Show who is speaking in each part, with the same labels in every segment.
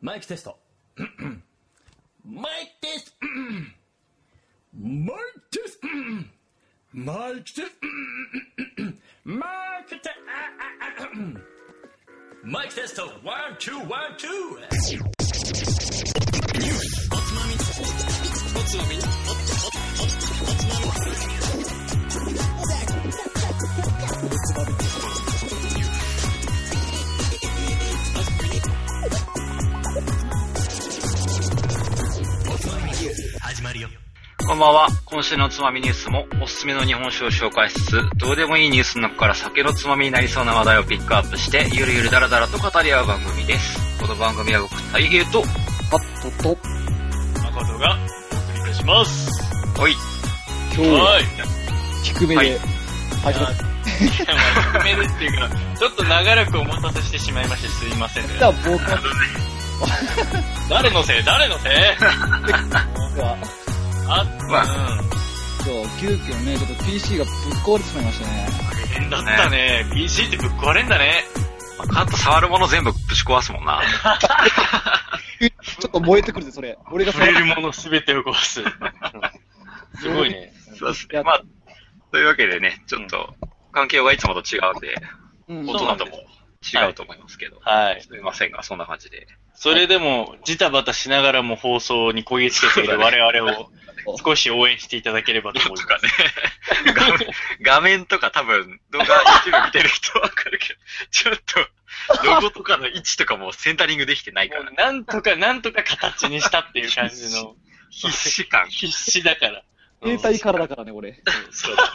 Speaker 1: マイクテスト。マイクテスト。マイクテスト。マイクテスト。マイクテスト。 マイクテスト。ワン、ツー、ワン、ツー。
Speaker 2: こんばんは。今週のつまみニュースもおすすめの日本酒を紹介しつつ、どうでもいいニュースの中から酒のつまみになりそうな話題をピックアップして、ゆるゆるだらだらと語り合う番組です。この番組は僕、大平と、
Speaker 3: パッとと、
Speaker 4: 誠がお送りいたします。
Speaker 2: おい、
Speaker 3: 今日、
Speaker 4: はい。
Speaker 3: 低め
Speaker 2: はい
Speaker 3: で、始まっ
Speaker 4: いやまあ決めるっていうか、ちょっと長らくお待たせしてしまいましてすいませんね。
Speaker 3: た僕は
Speaker 4: 誰のせい誰 のせいあ、
Speaker 2: ま
Speaker 4: うん。
Speaker 3: そう、急遽ね、ちょっと PC がぶっ壊れてしまいましたね。
Speaker 4: 大変だったね。PC ってぶっ壊れんだね。
Speaker 2: まあカット触るもの全部ぶち壊すもんな。
Speaker 3: ちょっと燃えてくるぜ、それ。俺がそ
Speaker 4: 触
Speaker 3: れ
Speaker 4: れ、るものすべてを壊す。 すごいね。
Speaker 2: そうですね。まあ、というわけでね、ちょっと、環境がいつもと違うんで、
Speaker 3: うん、
Speaker 2: 大
Speaker 4: そう
Speaker 2: 人
Speaker 4: なんで
Speaker 2: と
Speaker 4: す
Speaker 2: も違うと思いますけど。
Speaker 4: はい。
Speaker 2: すみませんが、そんな感じで。
Speaker 4: それでも、ジタバタしながらも放送にこぎつけている我々を
Speaker 3: そう、
Speaker 4: 少し応援していただければと思い
Speaker 2: と
Speaker 4: ま
Speaker 2: か
Speaker 4: す。
Speaker 2: ね。画 面、画面とか多分、動画 YouTube 見てる人はわかるけど、ちょっと、ロゴとかの位置とかもセンタリングできてないか
Speaker 4: も
Speaker 2: ら
Speaker 4: う、なんとか、なんとか形にしたっていう感じの、
Speaker 2: 必死感。
Speaker 4: 必死だ から。
Speaker 3: 携帯からだからね、俺。
Speaker 2: そうだね。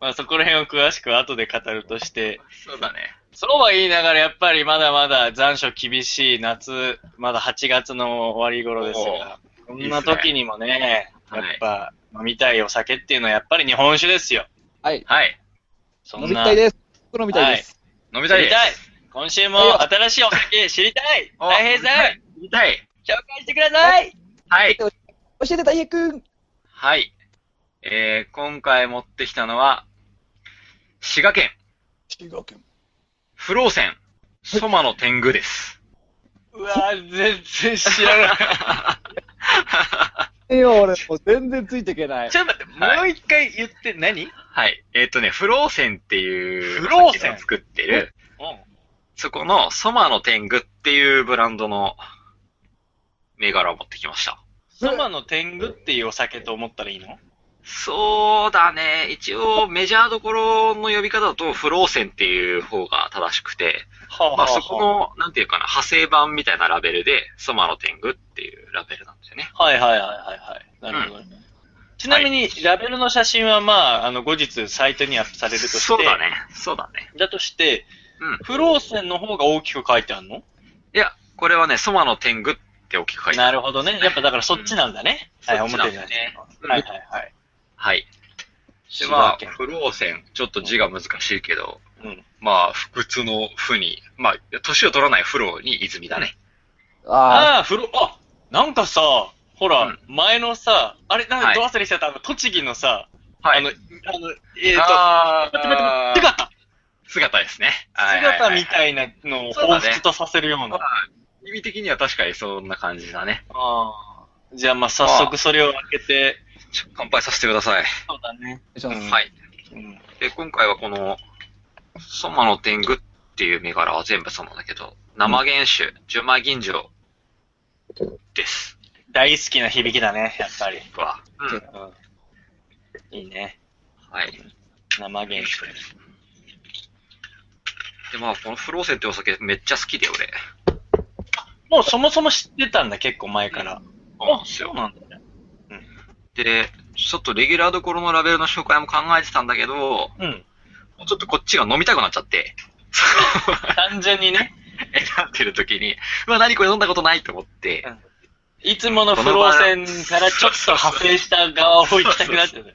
Speaker 4: まあそこら辺を詳しく後で語るとして、
Speaker 2: そうだね。
Speaker 4: そうは言いながらやっぱりまだまだ残暑厳しい夏、まだ8月の終わり頃ですが、こんな時にもね、
Speaker 2: いいっすね
Speaker 4: やっぱ飲みたいお酒っていうのはやっぱり日本酒ですよ。
Speaker 3: はい。
Speaker 2: はい。
Speaker 4: そん
Speaker 3: 飲
Speaker 4: な。
Speaker 3: みたいです。僕飲みたいです。
Speaker 2: 飲み
Speaker 4: 知
Speaker 2: たい
Speaker 4: り
Speaker 2: です。
Speaker 4: たい今週も新しいお酒知りたい
Speaker 2: お
Speaker 4: 大平さん
Speaker 2: 飲みたい。
Speaker 4: 紹介してください
Speaker 2: はい。
Speaker 3: 教えて、大平くん。
Speaker 2: はい。えー、今回持ってきたのは、滋賀県、
Speaker 3: 中学君。
Speaker 2: 不老泉、ソマの天狗 です。
Speaker 4: うわぁ、全然知ら ない。
Speaker 3: えよ、俺、もう全然ついていけない。
Speaker 4: ちょっと待って、
Speaker 2: はい
Speaker 4: もう一回言って何、
Speaker 2: はい。えっ、とね、不老泉っていう、
Speaker 4: 不老泉
Speaker 2: を作ってる、そこのソマの天狗っていうブランドの銘柄を持ってきました。
Speaker 4: ソマの天狗っていうお酒と思ったらいいの
Speaker 2: そうだね。一応、メジャーどころの呼び方だと、不老泉っていう方が正しくて、
Speaker 4: は
Speaker 2: まあ、そこの、なんていうかな、派生版みたいなラベルで、ソマの天狗っていうラベルなんだよね。
Speaker 4: はいはいはいはいはい。なるほどね。ちなみに、ラベルの写真はまあ、あの、後日サイトにアップされるとして。
Speaker 2: そうだね。そうだね。
Speaker 4: だとして、
Speaker 2: うん。
Speaker 4: 不老泉の方が大きく書いてあるの
Speaker 2: いや、これはね、ソマの天狗って大きく書いてあ
Speaker 4: な
Speaker 2: る。
Speaker 4: るほどね。やっぱだからそっちなんだね。
Speaker 2: うん
Speaker 4: はい、
Speaker 2: そっち
Speaker 4: 表
Speaker 2: なん
Speaker 4: に
Speaker 2: だ
Speaker 4: 出
Speaker 2: ね
Speaker 4: してる
Speaker 2: うん
Speaker 4: のはいはいはい。
Speaker 2: はい。で、
Speaker 4: 滋賀
Speaker 2: まあ
Speaker 4: 県、
Speaker 2: 不老泉。ちょっと字が難しいけど、
Speaker 4: うん。
Speaker 2: まあ、不屈の不に、まあ、年を取らない不老に泉だね。
Speaker 3: あ
Speaker 4: ああ、風呂、あ、なんかさ、ほら、
Speaker 2: うん
Speaker 4: 前のさ、あれ、なん
Speaker 2: は
Speaker 4: か
Speaker 2: い
Speaker 4: ど忘れしちゃった、あの、栃木のさ、
Speaker 2: はい。
Speaker 4: あの、あの、えっ、と、
Speaker 2: あ
Speaker 4: 待って待
Speaker 2: ー
Speaker 4: って待って、姿
Speaker 2: 姿ですね。
Speaker 4: 姿み
Speaker 2: い
Speaker 4: たいなのを
Speaker 2: そうだ
Speaker 4: 彷
Speaker 2: ね
Speaker 4: 彿とさせるような。
Speaker 2: まあ、意味的には確かにそんな感じだね。
Speaker 4: ああ。じゃあ、まあ、早速それを開けて。
Speaker 2: ちょ乾杯させてください。
Speaker 4: そうだね。
Speaker 3: あ、ちょっと
Speaker 4: うん
Speaker 2: はい。
Speaker 4: うん。
Speaker 2: で、今回はこの、ソマの天狗っていう銘柄は全部そうなんだけど、生原酒、純米吟醸です。
Speaker 4: 大好きな響きだね、やっぱり。
Speaker 2: は。うん。
Speaker 4: うん。いいね。
Speaker 2: はい。
Speaker 4: 生原酒。
Speaker 2: で、まあ、このフローセンってお酒めっちゃ好きで、俺。
Speaker 4: もうそもそも知ってたんだ、結構前から。あ、
Speaker 2: そう
Speaker 4: なんだね。
Speaker 2: で、ちょっとレギュラーどころのラベルの紹介も考えてたんだけど、
Speaker 4: うん。
Speaker 2: もうちょっとこっちが飲みたくなっちゃって、
Speaker 4: 単純に ね、
Speaker 2: 選んでる時に、うわ、何これ飲んだことないと思って、
Speaker 4: いつもの不老船からちょっと派生した側を行きたくなっちゃった。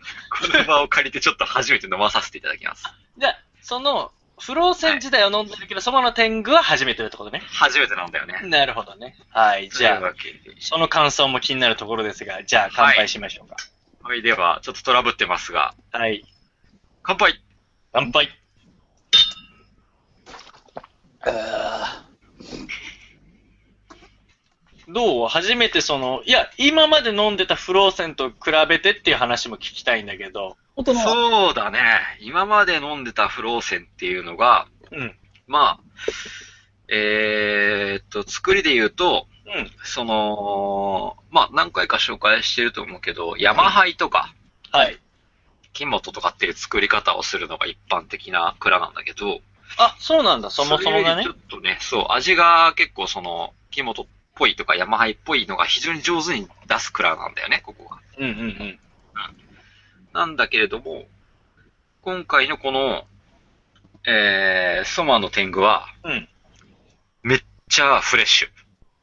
Speaker 2: この場を借りてちょっと初めて飲まさせていただきます。
Speaker 4: じゃあ、その、不老船自体は飲んでるけど、そばの天狗は初めてるってことね。
Speaker 2: 初めてなんだよね。
Speaker 4: なるほどね。はい、じゃあ
Speaker 2: という、わけで
Speaker 4: その感想も気になるところですが、じゃあ乾杯しましょうか。
Speaker 2: はい、では、ちょっとトラブってますが、
Speaker 4: はい。
Speaker 2: 乾杯
Speaker 4: 乾杯。
Speaker 3: あ
Speaker 4: どう初めてその、いや、今まで飲んでたフローセンと比べてっていう話も聞きたいんだけど。
Speaker 3: 本当の、
Speaker 2: そうだね。今まで飲んでたフローセンっていうのが、
Speaker 4: うん。
Speaker 2: まあ、えーっと、作りで言うと、
Speaker 4: うん。
Speaker 2: その、まあ何回か紹介してると思うけど、ヤマハイとか、
Speaker 4: はい。
Speaker 2: 木本とかっていう作り方をするのが一般的な蔵なんだけど、
Speaker 4: あ、そうなんだ、そもそもが
Speaker 2: れ
Speaker 4: ね
Speaker 2: よりちょ。っとね、そう、味が結構その、木本っぽいとかヤマハイっぽいのが非常に上手に出す蔵なんだよね、ここが。
Speaker 4: うんうんうん。
Speaker 2: なんだけれども、今回のこの、えー、ソマの天狗は、
Speaker 4: うん
Speaker 2: めっちゃフレッシュ。
Speaker 3: フ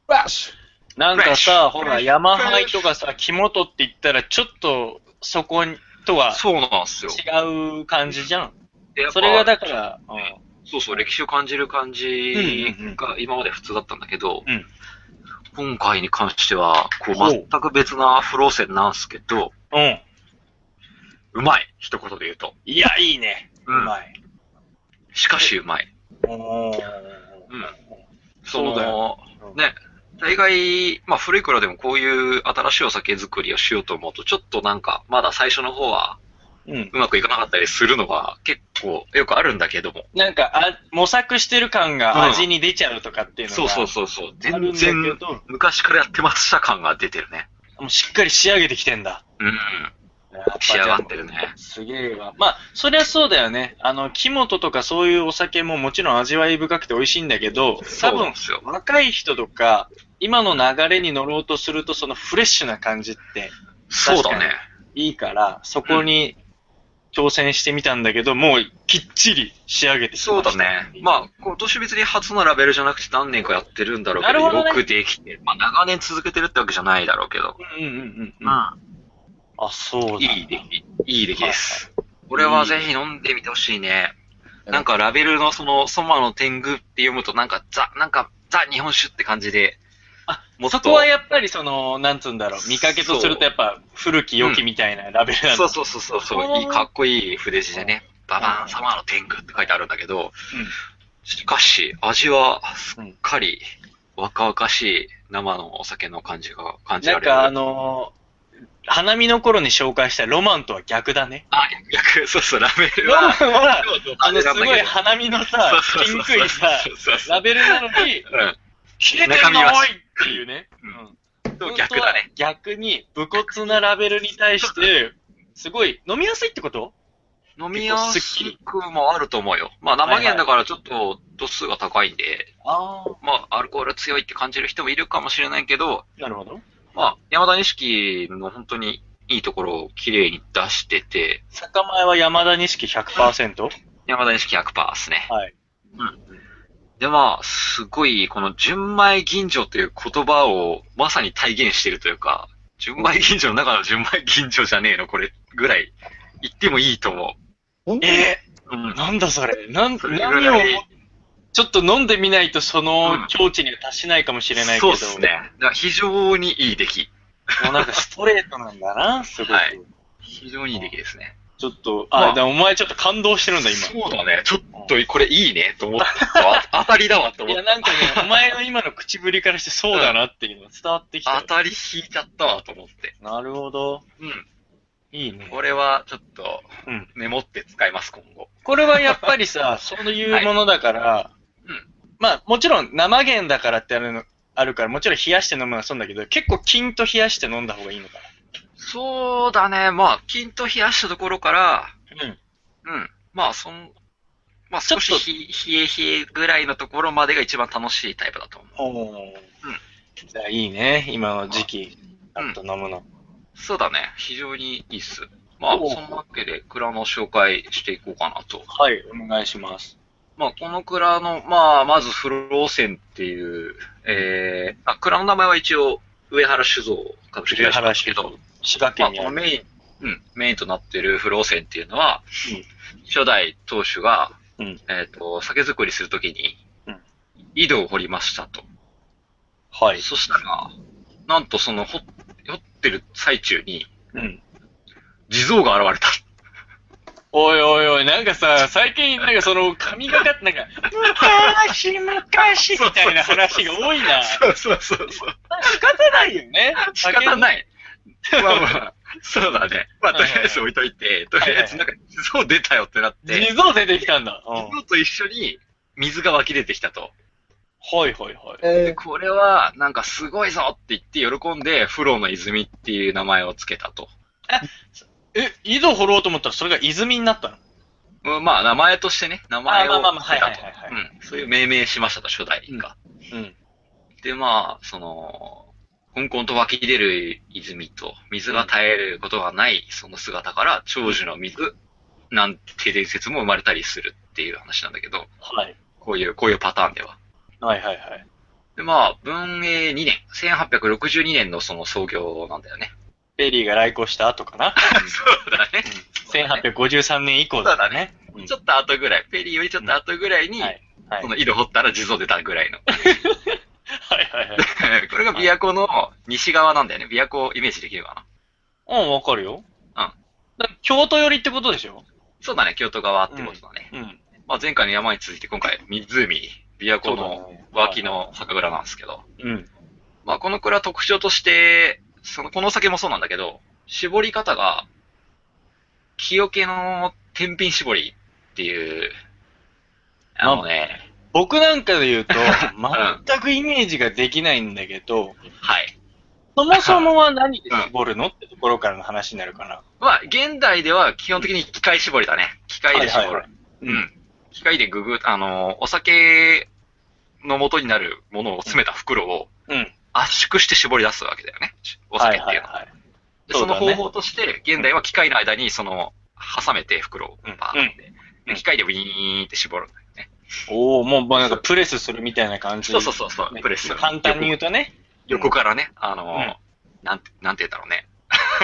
Speaker 3: ラッシュ
Speaker 4: なんか
Speaker 2: Fresh
Speaker 4: さ、ほら、
Speaker 2: Fresh
Speaker 4: ヤマハイとかさ、キモトって言ったら、ちょっと、そこにとは
Speaker 2: そうなんですよ。
Speaker 4: 違う感じじゃん。
Speaker 2: でやっぱ
Speaker 4: それがだから、うん
Speaker 2: そうそう、歴史を感じる感じが今まで普通だったんだけど、
Speaker 4: うん
Speaker 2: 今回に関しては、こう、
Speaker 4: ほう
Speaker 2: 全く別なフローセンなんですけど、
Speaker 4: うん。
Speaker 2: うまい一言で言うと。
Speaker 4: いや、いいね。う
Speaker 2: うん
Speaker 4: まい。
Speaker 2: しかしうまい。
Speaker 4: おー
Speaker 2: うんそ
Speaker 4: そ
Speaker 2: の
Speaker 4: うだようん
Speaker 2: ね、大概、まあ古い頃でもこういう新しいお酒作りをしようと思うと、ちょっとなんか、まだ最初の方は
Speaker 4: うん。
Speaker 2: うまくいかなかったりするのは結構よくあるんだけども。
Speaker 4: なんか、あ、模索してる感が味に出ちゃうとかっていうのが。
Speaker 2: そうそうそうそう。
Speaker 4: ある
Speaker 2: 全
Speaker 4: んだ
Speaker 2: 然
Speaker 4: けど、
Speaker 2: 昔からやってました感が出てるね。
Speaker 4: もうしっかり仕上げてきてんだ。
Speaker 2: うん。仕上がってるね。
Speaker 4: すげえわ。まあ、そりゃそうだよね。あの、木本とかそういうお酒ももちろん味わい深くて美味しいんだけど、多
Speaker 2: そうなん
Speaker 4: 分
Speaker 2: で、すよ。
Speaker 4: 若い人とか、今の流れに乗ろうとすると、そのフレッシュな感じって
Speaker 2: そうだね。
Speaker 4: いいから、そこに挑戦してみたんだけど、もうきっちり仕上げてき
Speaker 2: そう
Speaker 4: ました
Speaker 2: だね。まあ、今年別に初のラベルじゃなくて何年かやってるんだろうけど、
Speaker 4: なるほどね
Speaker 2: よくできて、まあ長年続けてるってわけじゃないだろうけど、
Speaker 4: うんうんうんうん。
Speaker 2: まあ、
Speaker 4: あ、そうだ。
Speaker 2: いい出来、いい出来です。これはぜひ飲んでみてほしいね。
Speaker 3: うん
Speaker 2: なんかラベルのその、ソマの天狗って読むとなんかザ、なんかザ日本酒って感じで、
Speaker 4: あ、
Speaker 2: もっと
Speaker 4: そこはやっぱりその、なんつうんだろう、見かけとするとやっぱ古き良きみたいなラベルなんだ
Speaker 2: そうそうそうそうそう、いい、かっこいい筆字でね、ババーン、サマーの天狗って書いてあるんだけど、しかし、味はすっかり若々しい生のお酒の感じが感じ
Speaker 4: な
Speaker 2: ら
Speaker 4: ん
Speaker 2: れる。
Speaker 4: かあのー花見の頃に紹介したロマンとは逆だね。
Speaker 2: あ、逆、 そうそう、ラベル
Speaker 4: ロマン
Speaker 2: は、
Speaker 4: は、あの、す
Speaker 2: そうそう
Speaker 4: ごい花見のさ、ピンクいさ、
Speaker 2: そうそう
Speaker 4: ラベルなのに、
Speaker 2: うん
Speaker 4: 切れてるの多いっていうね。
Speaker 2: と
Speaker 4: うん
Speaker 2: 逆だね。。
Speaker 4: 本当は逆に、武骨なラベルに対して、すごい、飲みやすいってこと
Speaker 2: 飲みやすくもあると思うよ。まあ生原だからちょっと度数が高いんで、
Speaker 4: ああ、
Speaker 2: まあアルコール強いって感じる人もいるかもしれないけど、
Speaker 4: なるほど。
Speaker 2: まあ山田錦の本当にいいところを綺麗に出してて、
Speaker 4: 酒前は山田錦 100%?
Speaker 2: 山田錦100%ですね。
Speaker 4: はい。
Speaker 2: でまあ、すごい、この純米吟醸という言葉をまさに体現してるというか、純米吟醸の中の純米吟醸じゃねえの、これぐらい言ってもいいと思
Speaker 3: 本当に
Speaker 4: え
Speaker 2: う。うん
Speaker 4: ー、。なんだそれ。なん、
Speaker 2: それぐ
Speaker 4: 何を
Speaker 2: らい、
Speaker 4: ちょっと飲んでみないとそ
Speaker 2: うん
Speaker 4: の境地には達しないかもしれないけ
Speaker 2: そう
Speaker 4: ど。
Speaker 2: ですね。だから非常にいい出来。
Speaker 4: もうなんかストレートなんだな、すごく。
Speaker 2: はい非常にいい出来ですね。
Speaker 4: ちょっと、
Speaker 2: まあ
Speaker 4: あ、だからお前ちょっと感動してるんだ、今。
Speaker 2: そうだね。ちょっと、これいいね、と思 った。あ当たりだわ、と
Speaker 4: い
Speaker 2: 思っ
Speaker 4: や、
Speaker 2: た。
Speaker 4: なんかね、お前の今の口ぶりからしてそうだなっていうのが伝わってきたよ
Speaker 2: 当。たり引いちゃったわ、と思って。
Speaker 4: なるほど。
Speaker 2: うん。
Speaker 4: いいね。
Speaker 2: これは、ちょっと
Speaker 4: うん、
Speaker 2: メモって使います、今後。
Speaker 4: これはやっぱりさ、そういうものだから、
Speaker 2: うん
Speaker 4: まあ、もちろん生源だからってあるの、あるから、もちろん冷やして飲むのはそうだけど、結構菌と冷やして飲んだ方がいいのか
Speaker 2: そうだね。まあ、均と冷やしたところから、
Speaker 4: な。うん。
Speaker 2: うん。まあ、そん、まあ、
Speaker 4: ちょ
Speaker 2: 少
Speaker 4: っと
Speaker 2: しひ冷え冷えぐらいのところまでが一番楽しいタイプだと思う。
Speaker 4: おーじゃあいいね、今の時期、
Speaker 2: う
Speaker 4: あ
Speaker 2: ん
Speaker 4: っと飲むの。
Speaker 2: そうだね。非常にいいっす。まあ、
Speaker 4: おう
Speaker 2: そんなわけで、蔵の紹介していこうかなと。
Speaker 4: はい、お願いします。
Speaker 2: まあ、この蔵の、まあ、まずフローセンっていう、えー、あ、蔵の名前は一応、上原酒造株式会社なんですけど、
Speaker 4: 滋賀
Speaker 2: まあ、
Speaker 4: 県に
Speaker 2: こ
Speaker 4: あ
Speaker 2: の
Speaker 4: る。
Speaker 2: メイン、うん、メインとなっているフローセンっていうのは、
Speaker 4: うん
Speaker 2: 初代当主が、
Speaker 4: うん
Speaker 2: えっ、と、酒造りするときに
Speaker 4: うん、
Speaker 2: 井戸を掘りましたと。
Speaker 4: はい。
Speaker 2: そしたら、なんとその掘、掘ってる最中に、
Speaker 4: うん。
Speaker 2: 地蔵が現れた。
Speaker 4: おいおいおい、なんかさ、最近、なんかその、神がかって、なんか、昔昔みたいな話が多いな。
Speaker 2: そうそうそう。
Speaker 4: 仕方ないよね。
Speaker 2: 仕方
Speaker 4: い。
Speaker 2: ない。まあまあ、そうだね。まあ、とりあえず置いといて、とりあえずなんか、そう出たよってなって、
Speaker 4: 地蔵出てきたんだ。うん。はい
Speaker 2: 地蔵と一緒に水が湧き出てきたと。
Speaker 4: はいはい。
Speaker 2: で、これは、なんかすごいぞって言って喜んで、フローの泉っていう名前をつけたと。
Speaker 4: え、井戸掘ろうと思ったらそれが泉になったの
Speaker 2: うんまあ、名前としてね、名前を
Speaker 4: あまあまあまあ
Speaker 2: つけたと
Speaker 4: はいはいはい。
Speaker 2: うんそういう命名しましたと、初代が。
Speaker 4: うん。
Speaker 2: で、まあ、その、香港と湧き出る泉と、水が耐えることがない、その姿から、長寿の水、なんて伝説も生まれたりするっていう話なんだけど、
Speaker 4: はい。
Speaker 2: こういう、こういうパターンでは。
Speaker 4: はいはいはい。
Speaker 2: で、まあ、文永2年、1862年のその創業なんだよね。
Speaker 4: ペリーが来航した後か な。
Speaker 2: そうだね。
Speaker 4: 1853年以降だね。うん
Speaker 2: ちょっと後ぐらい、ペリーよりちょっと後ぐらいに、
Speaker 4: うんはいはい
Speaker 2: そ。の井戸掘ったら地蔵出たぐらいの。
Speaker 4: はいはいはい。
Speaker 2: これが琵琶湖の西側なんだよね。琵琶湖をイメージできるかな。
Speaker 4: うん、わかるよ。だから京都寄りってことでしょ
Speaker 2: そうだね、京都側ってことだね。
Speaker 4: うん。
Speaker 2: まあ前回の山に続いて今回、湖、琵琶湖
Speaker 4: そうだ
Speaker 2: の
Speaker 4: ね
Speaker 2: 脇の酒蔵なんですけど、
Speaker 4: うん。
Speaker 2: まあこの蔵特徴として、その、このお酒もそうなんだけど、絞り方が、清家の天品絞りっていう、あのね、
Speaker 4: 僕なんかで言うと、全くイメージができないんだけど、
Speaker 2: はい。
Speaker 4: そもそもは何で絞るのってところからの話になるかな。
Speaker 2: まあ、現代では基本的に機械絞りだね。機械で絞る。
Speaker 4: はいはいはい
Speaker 2: うん。機械でググ、あのー、お酒の元になるものを詰めた袋を
Speaker 4: うん。
Speaker 2: 圧縮して絞り出すわけだよね。お酒っていうのは。
Speaker 4: はい。
Speaker 2: で
Speaker 4: そ
Speaker 2: そう
Speaker 4: だ
Speaker 2: の
Speaker 4: ね
Speaker 2: 方法として、現代は機械の間にその、挟めて袋を
Speaker 4: うん
Speaker 2: バーって、
Speaker 4: うん
Speaker 2: で機械でウィーンって絞るんだよね。
Speaker 4: おおもうもうなんかプレスするみたいな感じ。
Speaker 2: そうそうそうそう、プレス。
Speaker 4: 簡単に言うとね。
Speaker 2: 横からね、あのー
Speaker 4: うん
Speaker 2: なんて、なんて言ったろうね。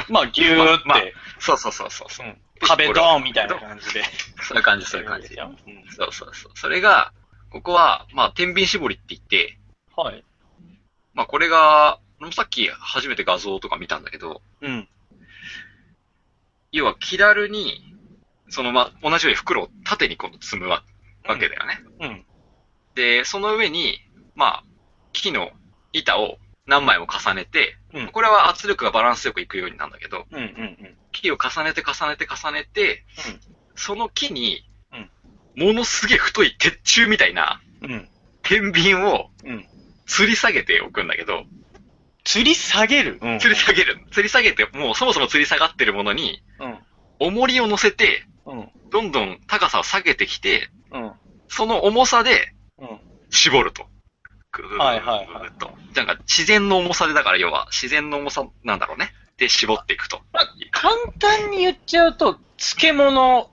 Speaker 4: まあ、ぎゅーって、
Speaker 2: まあまそうそうそうそう。そう
Speaker 4: うん壁ドーンみたいな感じで。
Speaker 2: そういう感じ、そういう感じ。
Speaker 4: よ。
Speaker 2: そうそうそう。それが、ここは、まあ、天秤絞りって言って、
Speaker 4: はい。
Speaker 2: まあ、これが、もうさっき初めて画像とか見たんだけど、
Speaker 4: うん。
Speaker 2: 要は、木だるに、その、まあ、同じように袋を縦にこう積むわわけだよね。
Speaker 4: うん。
Speaker 2: で、その上に、まあ、木の板を何枚も重ねて、
Speaker 4: うん
Speaker 2: これは圧力がバランスよくいくようになるんだけど、
Speaker 4: うん。うん。
Speaker 2: 木を重ねて重ねて重ねて、
Speaker 4: うん
Speaker 2: その木に
Speaker 4: うん、
Speaker 2: ものすげえ太い鉄柱みたいな
Speaker 4: うん。
Speaker 2: 天秤を
Speaker 4: うん。
Speaker 2: 吊り下げておくんだけど、
Speaker 4: 吊り下げる
Speaker 2: 吊り下げる。吊り下げて、もうそもそも吊り下がってるものに、
Speaker 4: うん。
Speaker 2: 重りを乗せて、
Speaker 4: うん。
Speaker 2: どんどん高さを下げてきて、
Speaker 4: うん。
Speaker 2: その重さで
Speaker 4: うん。
Speaker 2: 絞ると。ぐーっと。
Speaker 4: はいはいはい
Speaker 2: なんか自然の重さで、だから要は自然の重さなんだろうね。で絞っていくと。
Speaker 4: 簡単に言っちゃうと、漬物、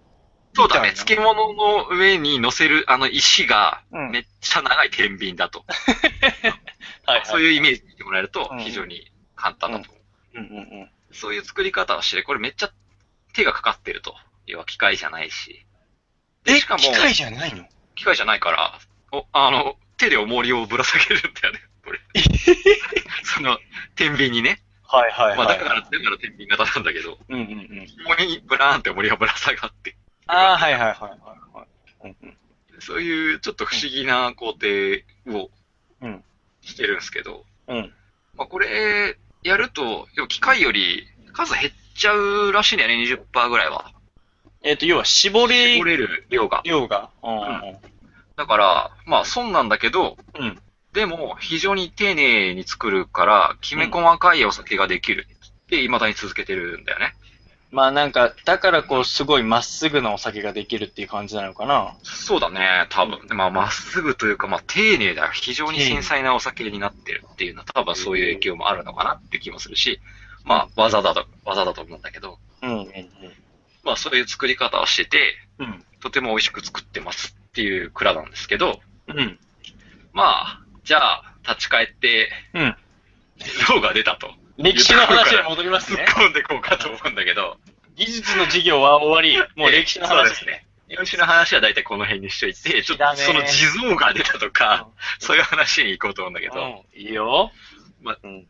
Speaker 2: そうだね。
Speaker 4: みたい
Speaker 2: 漬物の上に乗せるあの石が
Speaker 4: うん
Speaker 2: めっちゃ長い天秤だと。
Speaker 4: は
Speaker 2: そう
Speaker 4: う。
Speaker 2: いうイメージでもらえると
Speaker 4: うん
Speaker 2: 非常に簡単だと思う。
Speaker 4: うんうんうん。
Speaker 2: そういう作り方をして、これめっちゃ手がかかってると。要は機械じゃないし。で、
Speaker 4: え、
Speaker 2: しかも、
Speaker 4: 機械じゃないの
Speaker 2: 機械じゃないから、お、あの、手で重りをぶら下げるんだよね、これ。 その、天秤にね。
Speaker 4: はいは
Speaker 2: まあ、だから、だから天秤型なんだけど、
Speaker 4: うんうんうん。
Speaker 2: 紐にブラーンって重りがぶら下がって、
Speaker 4: ああ、はいはいはいはいはい。うん
Speaker 2: そういうちょっと不思議な工程を
Speaker 4: うん
Speaker 2: してるんですけど、
Speaker 4: うん。うん。
Speaker 2: まあ、これ、やると、要は機械より数減っちゃうらしいんだよね、20%ぐらいは。
Speaker 4: えっと、要は絞り
Speaker 2: 折れる量が。
Speaker 4: 量が。うん
Speaker 2: だから、まあ、損なんだけど、
Speaker 4: うん。うん。
Speaker 2: でも、非常に丁寧に作るから、きめ細かいお酒ができるって、未だに続けてるんだよね。
Speaker 4: まあなんか、だからこう、すごいまっすぐなお酒ができるっていう感じなのかな。
Speaker 2: そうだね、多分。まあ、まっすぐというか、まあ、丁寧だよ。非常に繊細なお酒になってるっていうのは、多分そういう影響もあるのかなって気もするし、まあ、技だと、技だと思うんだけど、
Speaker 4: うんうん
Speaker 2: まあ、そういう作り方をしてて、
Speaker 4: うん。うん。
Speaker 2: とても美味しく作ってますっていう蔵なんですけど、
Speaker 4: うん。
Speaker 2: まあ、じゃあ、立ち返って、
Speaker 4: うん。
Speaker 2: ローが出たと。
Speaker 4: 歴史の話に戻ります
Speaker 2: 突っ
Speaker 4: ね。
Speaker 2: 込んでこうかと思うんだけど、
Speaker 4: 技術の授業は終わり、もう歴史の
Speaker 2: そう
Speaker 4: 話
Speaker 2: ですね。日史の話は大体この辺にしといて、ちょっ
Speaker 4: だ
Speaker 2: と
Speaker 4: ね
Speaker 2: その地蔵が出たとか、そういう話に行こうと思うんだけど、
Speaker 4: うん、いいよ。
Speaker 2: ま
Speaker 4: うん、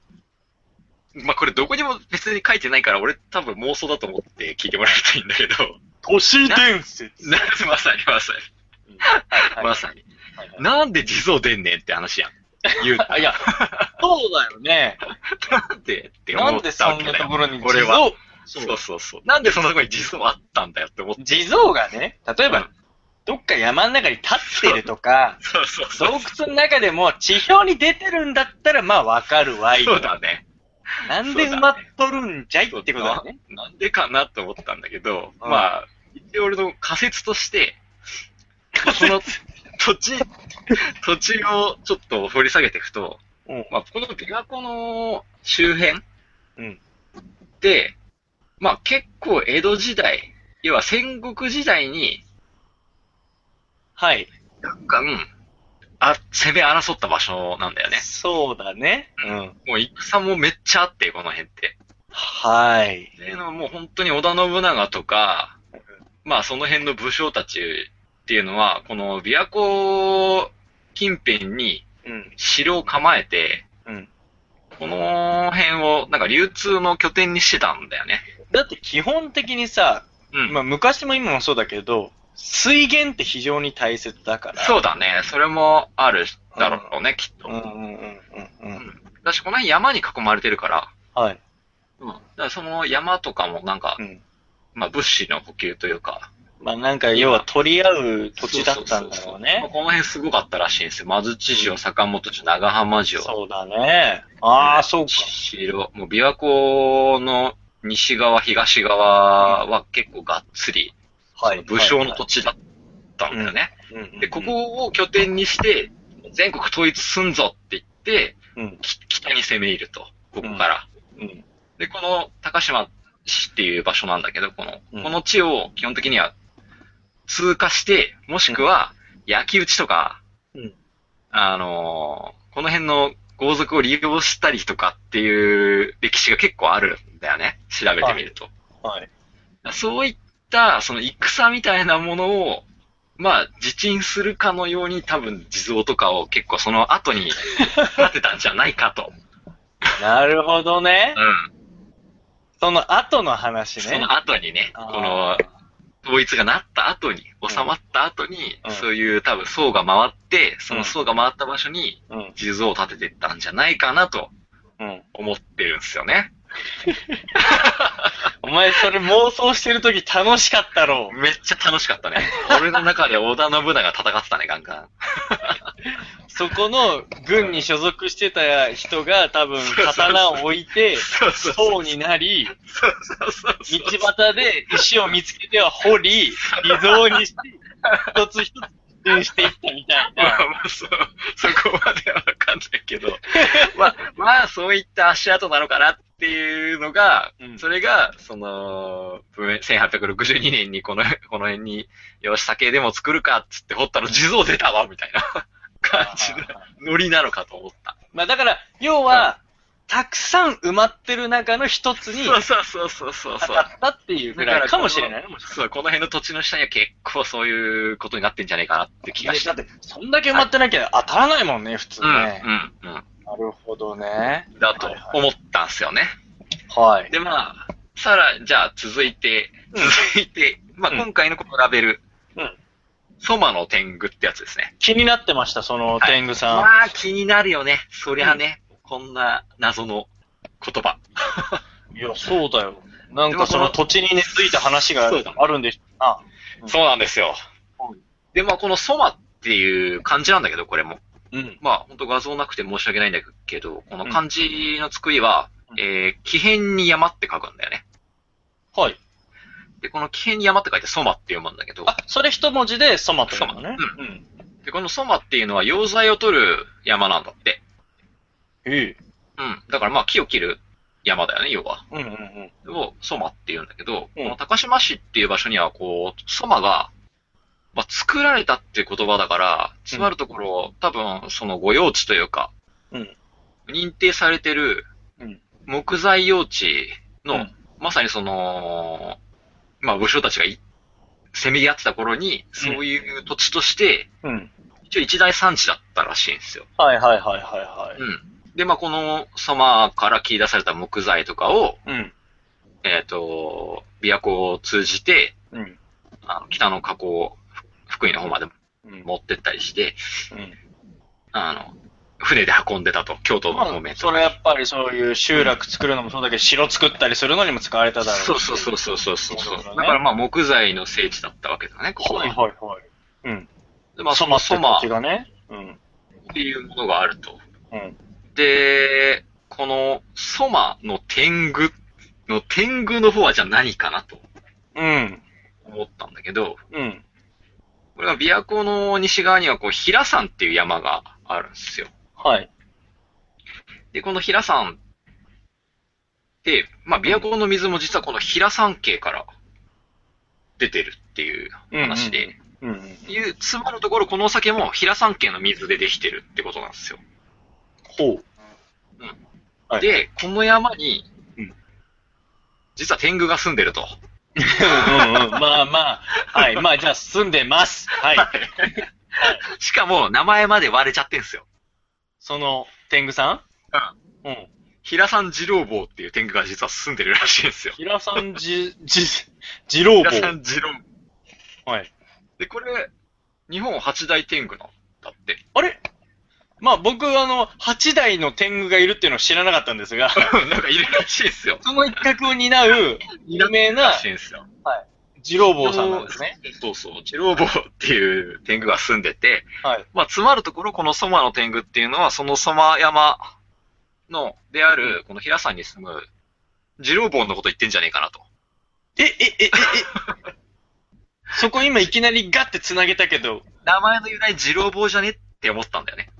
Speaker 2: まあこれどこにも別に書いてないから、俺多分妄想だと思って聞いてもらいたいんだ けど、
Speaker 4: 都市伝説。
Speaker 2: なまさにまさ
Speaker 4: はい
Speaker 2: に、
Speaker 4: は
Speaker 2: ま
Speaker 4: い
Speaker 2: さに。
Speaker 4: はい
Speaker 2: なんで地蔵出んねんって話やん。言う
Speaker 4: あいや、そうだよね。
Speaker 2: なんでって
Speaker 4: な
Speaker 2: 思っ
Speaker 4: んで
Speaker 2: た
Speaker 4: そ
Speaker 2: わ
Speaker 4: ん
Speaker 2: け
Speaker 4: な
Speaker 2: だ
Speaker 4: と
Speaker 2: よ。
Speaker 4: ころに地
Speaker 2: 俺
Speaker 4: 蔵
Speaker 2: は
Speaker 4: そう
Speaker 2: そうそうそう。なんでそんなとこに実はあったんだよって思って。
Speaker 4: 地蔵がね、例え
Speaker 2: うん
Speaker 4: ば、どっか山の中に立ってると か、
Speaker 2: そうそうそ
Speaker 4: 洞
Speaker 2: う。
Speaker 4: 窟の中でも地表に出てるんだったら、まあわかるわい。
Speaker 2: そうだね。
Speaker 4: なんで埋まっとるんじゃいってことだね。
Speaker 2: ななんでかなと思ったんだけど、
Speaker 4: うん
Speaker 2: まあ、一応俺の仮説として、そ の土地、土地をちょっと掘り下げていくと、
Speaker 4: うん
Speaker 2: まあ、この琵琶湖の周辺
Speaker 4: うん
Speaker 2: で、まあ結構江戸時代、要は戦国時代に、
Speaker 4: はい。
Speaker 2: ガンガン、あ、攻め争った場所なんだよね。
Speaker 4: そうだね。うん。
Speaker 2: もう戦もめっちゃあって、この辺って。
Speaker 4: はい。
Speaker 2: で、もう本当に織田信長とか、まあその辺の武将たちっていうのは、この琵琶湖近辺に
Speaker 4: うん。
Speaker 2: 城を構えて、
Speaker 4: うん。
Speaker 2: この辺をなんか流通の拠点にしてたんだよね。
Speaker 4: だって基本的にさ、
Speaker 2: うん。
Speaker 4: まあ昔も今もそうだけど、水源って非常に大切だから。
Speaker 2: そうだね。それもあるだろうね、きっと。
Speaker 4: うんうんうんうんうん。
Speaker 2: だし、この辺山に囲まれてるから、
Speaker 4: はい。
Speaker 2: うん。だからその山とかもなんか、
Speaker 4: うん。
Speaker 2: まあ物資の補給というか、
Speaker 4: まあなんか要は取り合う土地だったんだろう
Speaker 2: まあ
Speaker 4: ね。
Speaker 2: この辺すごかったらしいんですよ。安土城、坂本城、長浜城。
Speaker 4: そうだね。ああ、そうか。
Speaker 2: 白、もう琵琶湖の西側、東側は結構がっつり、
Speaker 4: はい。
Speaker 2: 武将の土地だったんだよね。
Speaker 4: はいはい。うんうんうん
Speaker 2: で、こ、こを拠点にして、全国統一すんぞって言って、
Speaker 4: うん。
Speaker 2: き北に攻め入ると、ここから。
Speaker 4: うん。
Speaker 2: で、この高島市っていう場所なんだけど、この、
Speaker 4: うん
Speaker 2: この地を基本的には通過して、もしくは焼き討ちとか、
Speaker 4: うん
Speaker 2: あのーこの辺の豪族を利用したりとかっていう歴史が結構あるんだよね。調べてみると。
Speaker 4: はい。
Speaker 2: そういった、その戦みたいなものを、まあ、自鎮するかのように多分地蔵とかを結構その後に立てたんじゃないか と。
Speaker 4: なるほどね
Speaker 2: う。ん。
Speaker 4: その後の話ね。
Speaker 2: その後にね、
Speaker 4: あー
Speaker 2: この、統一がなった後に、
Speaker 4: ん
Speaker 2: 収まった後に、
Speaker 4: うん
Speaker 2: そういう多分層が回って、その層が回った場所に
Speaker 4: うん。
Speaker 2: 地蔵を建てていったんじゃないかなと
Speaker 4: うん。
Speaker 2: 思ってるんですよね。
Speaker 4: お前それ妄想してるとき楽しかったろう。
Speaker 2: めっちゃ楽しかったね。 俺の中で織田信長戦ってたね、ガンガン。
Speaker 4: そこの軍に所属してた人が 多分刀を置いて、
Speaker 2: そうそうそう
Speaker 4: そうになり、
Speaker 2: そうそうそう
Speaker 4: 道端で石を見つけては掘り、微造にして、一つ一つ運していったみたい
Speaker 2: まあ
Speaker 4: な。
Speaker 2: まあ、そう、そこまではわかんないけ ど、まあ、まあ、そういった足跡なのかなっていうのが、
Speaker 4: うん
Speaker 2: それが、その、文明1862年にこの、この辺に、よし、酒でも作るかっつって掘ったの地蔵出たわ、みたいな感じのノリなのかと思った。
Speaker 4: まあだから、要は、たくさん埋まってる中の一つに
Speaker 2: そうそうそうそうそう
Speaker 4: 当
Speaker 2: そう。
Speaker 4: たったっていうぐらいかもしれない
Speaker 2: だか
Speaker 4: ね。
Speaker 2: らこのそう、この辺の土地の下には結構そういうことになってんじゃないかなって気がした。
Speaker 4: だって、そんだけ埋まってなきゃ当たらないもんね、普通
Speaker 2: うん、うん、
Speaker 4: ね。なるほどね。
Speaker 2: うん。だと思ったんすよね。
Speaker 4: はい。
Speaker 2: で、まあ、さら、じゃあ続いて、
Speaker 4: うん
Speaker 2: 続いて、まあ
Speaker 4: うん
Speaker 2: 今回のこのラベル、
Speaker 4: うん
Speaker 2: ソマの天狗ってやつですね。
Speaker 4: 気になってました、その
Speaker 2: はい
Speaker 4: 天狗さん。
Speaker 2: まあ気になるよね。そりゃね、こんな謎の言葉。
Speaker 4: い、や、そうだよ。なん
Speaker 2: でも
Speaker 4: か
Speaker 2: こ
Speaker 4: そ
Speaker 2: の
Speaker 4: の土地に根付いた話が
Speaker 2: そうだ
Speaker 4: あるんでしょあ、うん
Speaker 2: そうなんですよ
Speaker 4: うん。
Speaker 2: で、まあこのソマっていう漢字なんだけど、これも。
Speaker 4: うん。
Speaker 2: まあ本当画像なくて申し訳ないんだけど、この漢字の作りは、
Speaker 4: うん
Speaker 2: えー、奇変に山って書くんだよね。
Speaker 4: はい。
Speaker 2: で、この奇変に山って書いてソマって読むんだけど、
Speaker 4: あ、それ一文字でソマって言うのね。
Speaker 2: ソ
Speaker 4: うん。うん。
Speaker 2: で、このソマっていうのは溶剤を取る山なんだって。
Speaker 4: ええ。
Speaker 2: うん。だからまあ木を切る山だよね、要は。
Speaker 4: うんうんうん。
Speaker 2: を、ソマって言うんだけど、
Speaker 4: うん
Speaker 2: この高島市っていう場所には、こう、ソマが、まあ、作られたっていう言葉だから、つまるところ、多分、その御用地というか、
Speaker 4: うん
Speaker 2: 認定されてる
Speaker 4: うん、
Speaker 2: 木材用地の、
Speaker 4: うん
Speaker 2: まさにその、まあ、武将たちがい、せめぎ合ってた頃に、そういう土地として、
Speaker 4: うん。
Speaker 2: 一応一大産地だったらしいんですよ。
Speaker 4: はいはいはいはいは
Speaker 2: うん。で、まあ、このソマから切り出された木材とかを、
Speaker 4: い。うん。
Speaker 2: えっ、と、琵琶湖を通じて、
Speaker 4: うん。
Speaker 2: あの北の河口、ふ福井の方まで
Speaker 4: うん。
Speaker 2: 持ってったりして、
Speaker 4: うん。
Speaker 2: あの、船で運んでたと、京都の方面と
Speaker 4: そ
Speaker 2: か
Speaker 4: れ
Speaker 2: に
Speaker 4: やっぱりそういう集落作るのもそうだけど、城作ったりするのにも使われただろうし。
Speaker 2: そうそうそうそうそうそう
Speaker 4: そ
Speaker 2: だ
Speaker 4: うだね
Speaker 2: からまあ木材の聖地だったわけだね、ここ
Speaker 4: はい
Speaker 2: は。
Speaker 4: はいはい。うん。
Speaker 2: でまあそのソマ
Speaker 4: 土地がね。うん。
Speaker 2: っていうものがあると。
Speaker 4: うん。
Speaker 2: で、このソマの天狗の天狗の方はじゃあ何かなと
Speaker 4: うん。
Speaker 2: 思ったんだけど、
Speaker 4: うん。
Speaker 2: これは琵琶湖の西側にはこう平山っていう山があるんですよ。
Speaker 4: はい。
Speaker 2: で、この平山って、まあ琵琶湖の水も実はこの平山系から出てるっていう話で、
Speaker 4: うんうん。
Speaker 2: いう、つまるところ、このお酒も平山県の水でできてるってことなんですよ。
Speaker 4: ほ う。はい
Speaker 2: で、この山に、
Speaker 4: うん
Speaker 2: 実は天狗が住んでると。
Speaker 4: うんうんうん。まあまあ。 はい。まあじゃあ住んでます。はい。
Speaker 2: しかも、名前まで割れちゃってんすよ。
Speaker 4: その、天狗さんうん。
Speaker 2: 平山二郎坊っていう天狗が実は住んでるらしいん ですよ。
Speaker 4: 平さんじ、じ、二郎
Speaker 2: 平
Speaker 4: 坊。
Speaker 2: 山二郎
Speaker 4: はい。
Speaker 2: で、これ、日本八大天狗なんだって。
Speaker 4: あれまあ僕はあの、八代の天狗がいるっていうのを知らなかったんです が、
Speaker 2: なんかいるらしいんですよ。
Speaker 4: その一角を担う有名な
Speaker 2: らしいんですよ。
Speaker 4: 二郎坊さんなんですね。
Speaker 2: そうそう。二郎坊っていう天狗が住んでて、
Speaker 4: はい。
Speaker 2: まあ、つまるところ、このソマの天狗っていうのは、そのソマ山の、である、この平山に住む、二郎坊のこと言ってんじゃねえかなと。
Speaker 4: え、え、え、え、え、そこ今いきなりガッて繋げたけど、
Speaker 2: 名前の由来二郎坊じゃねって思ったんだよね。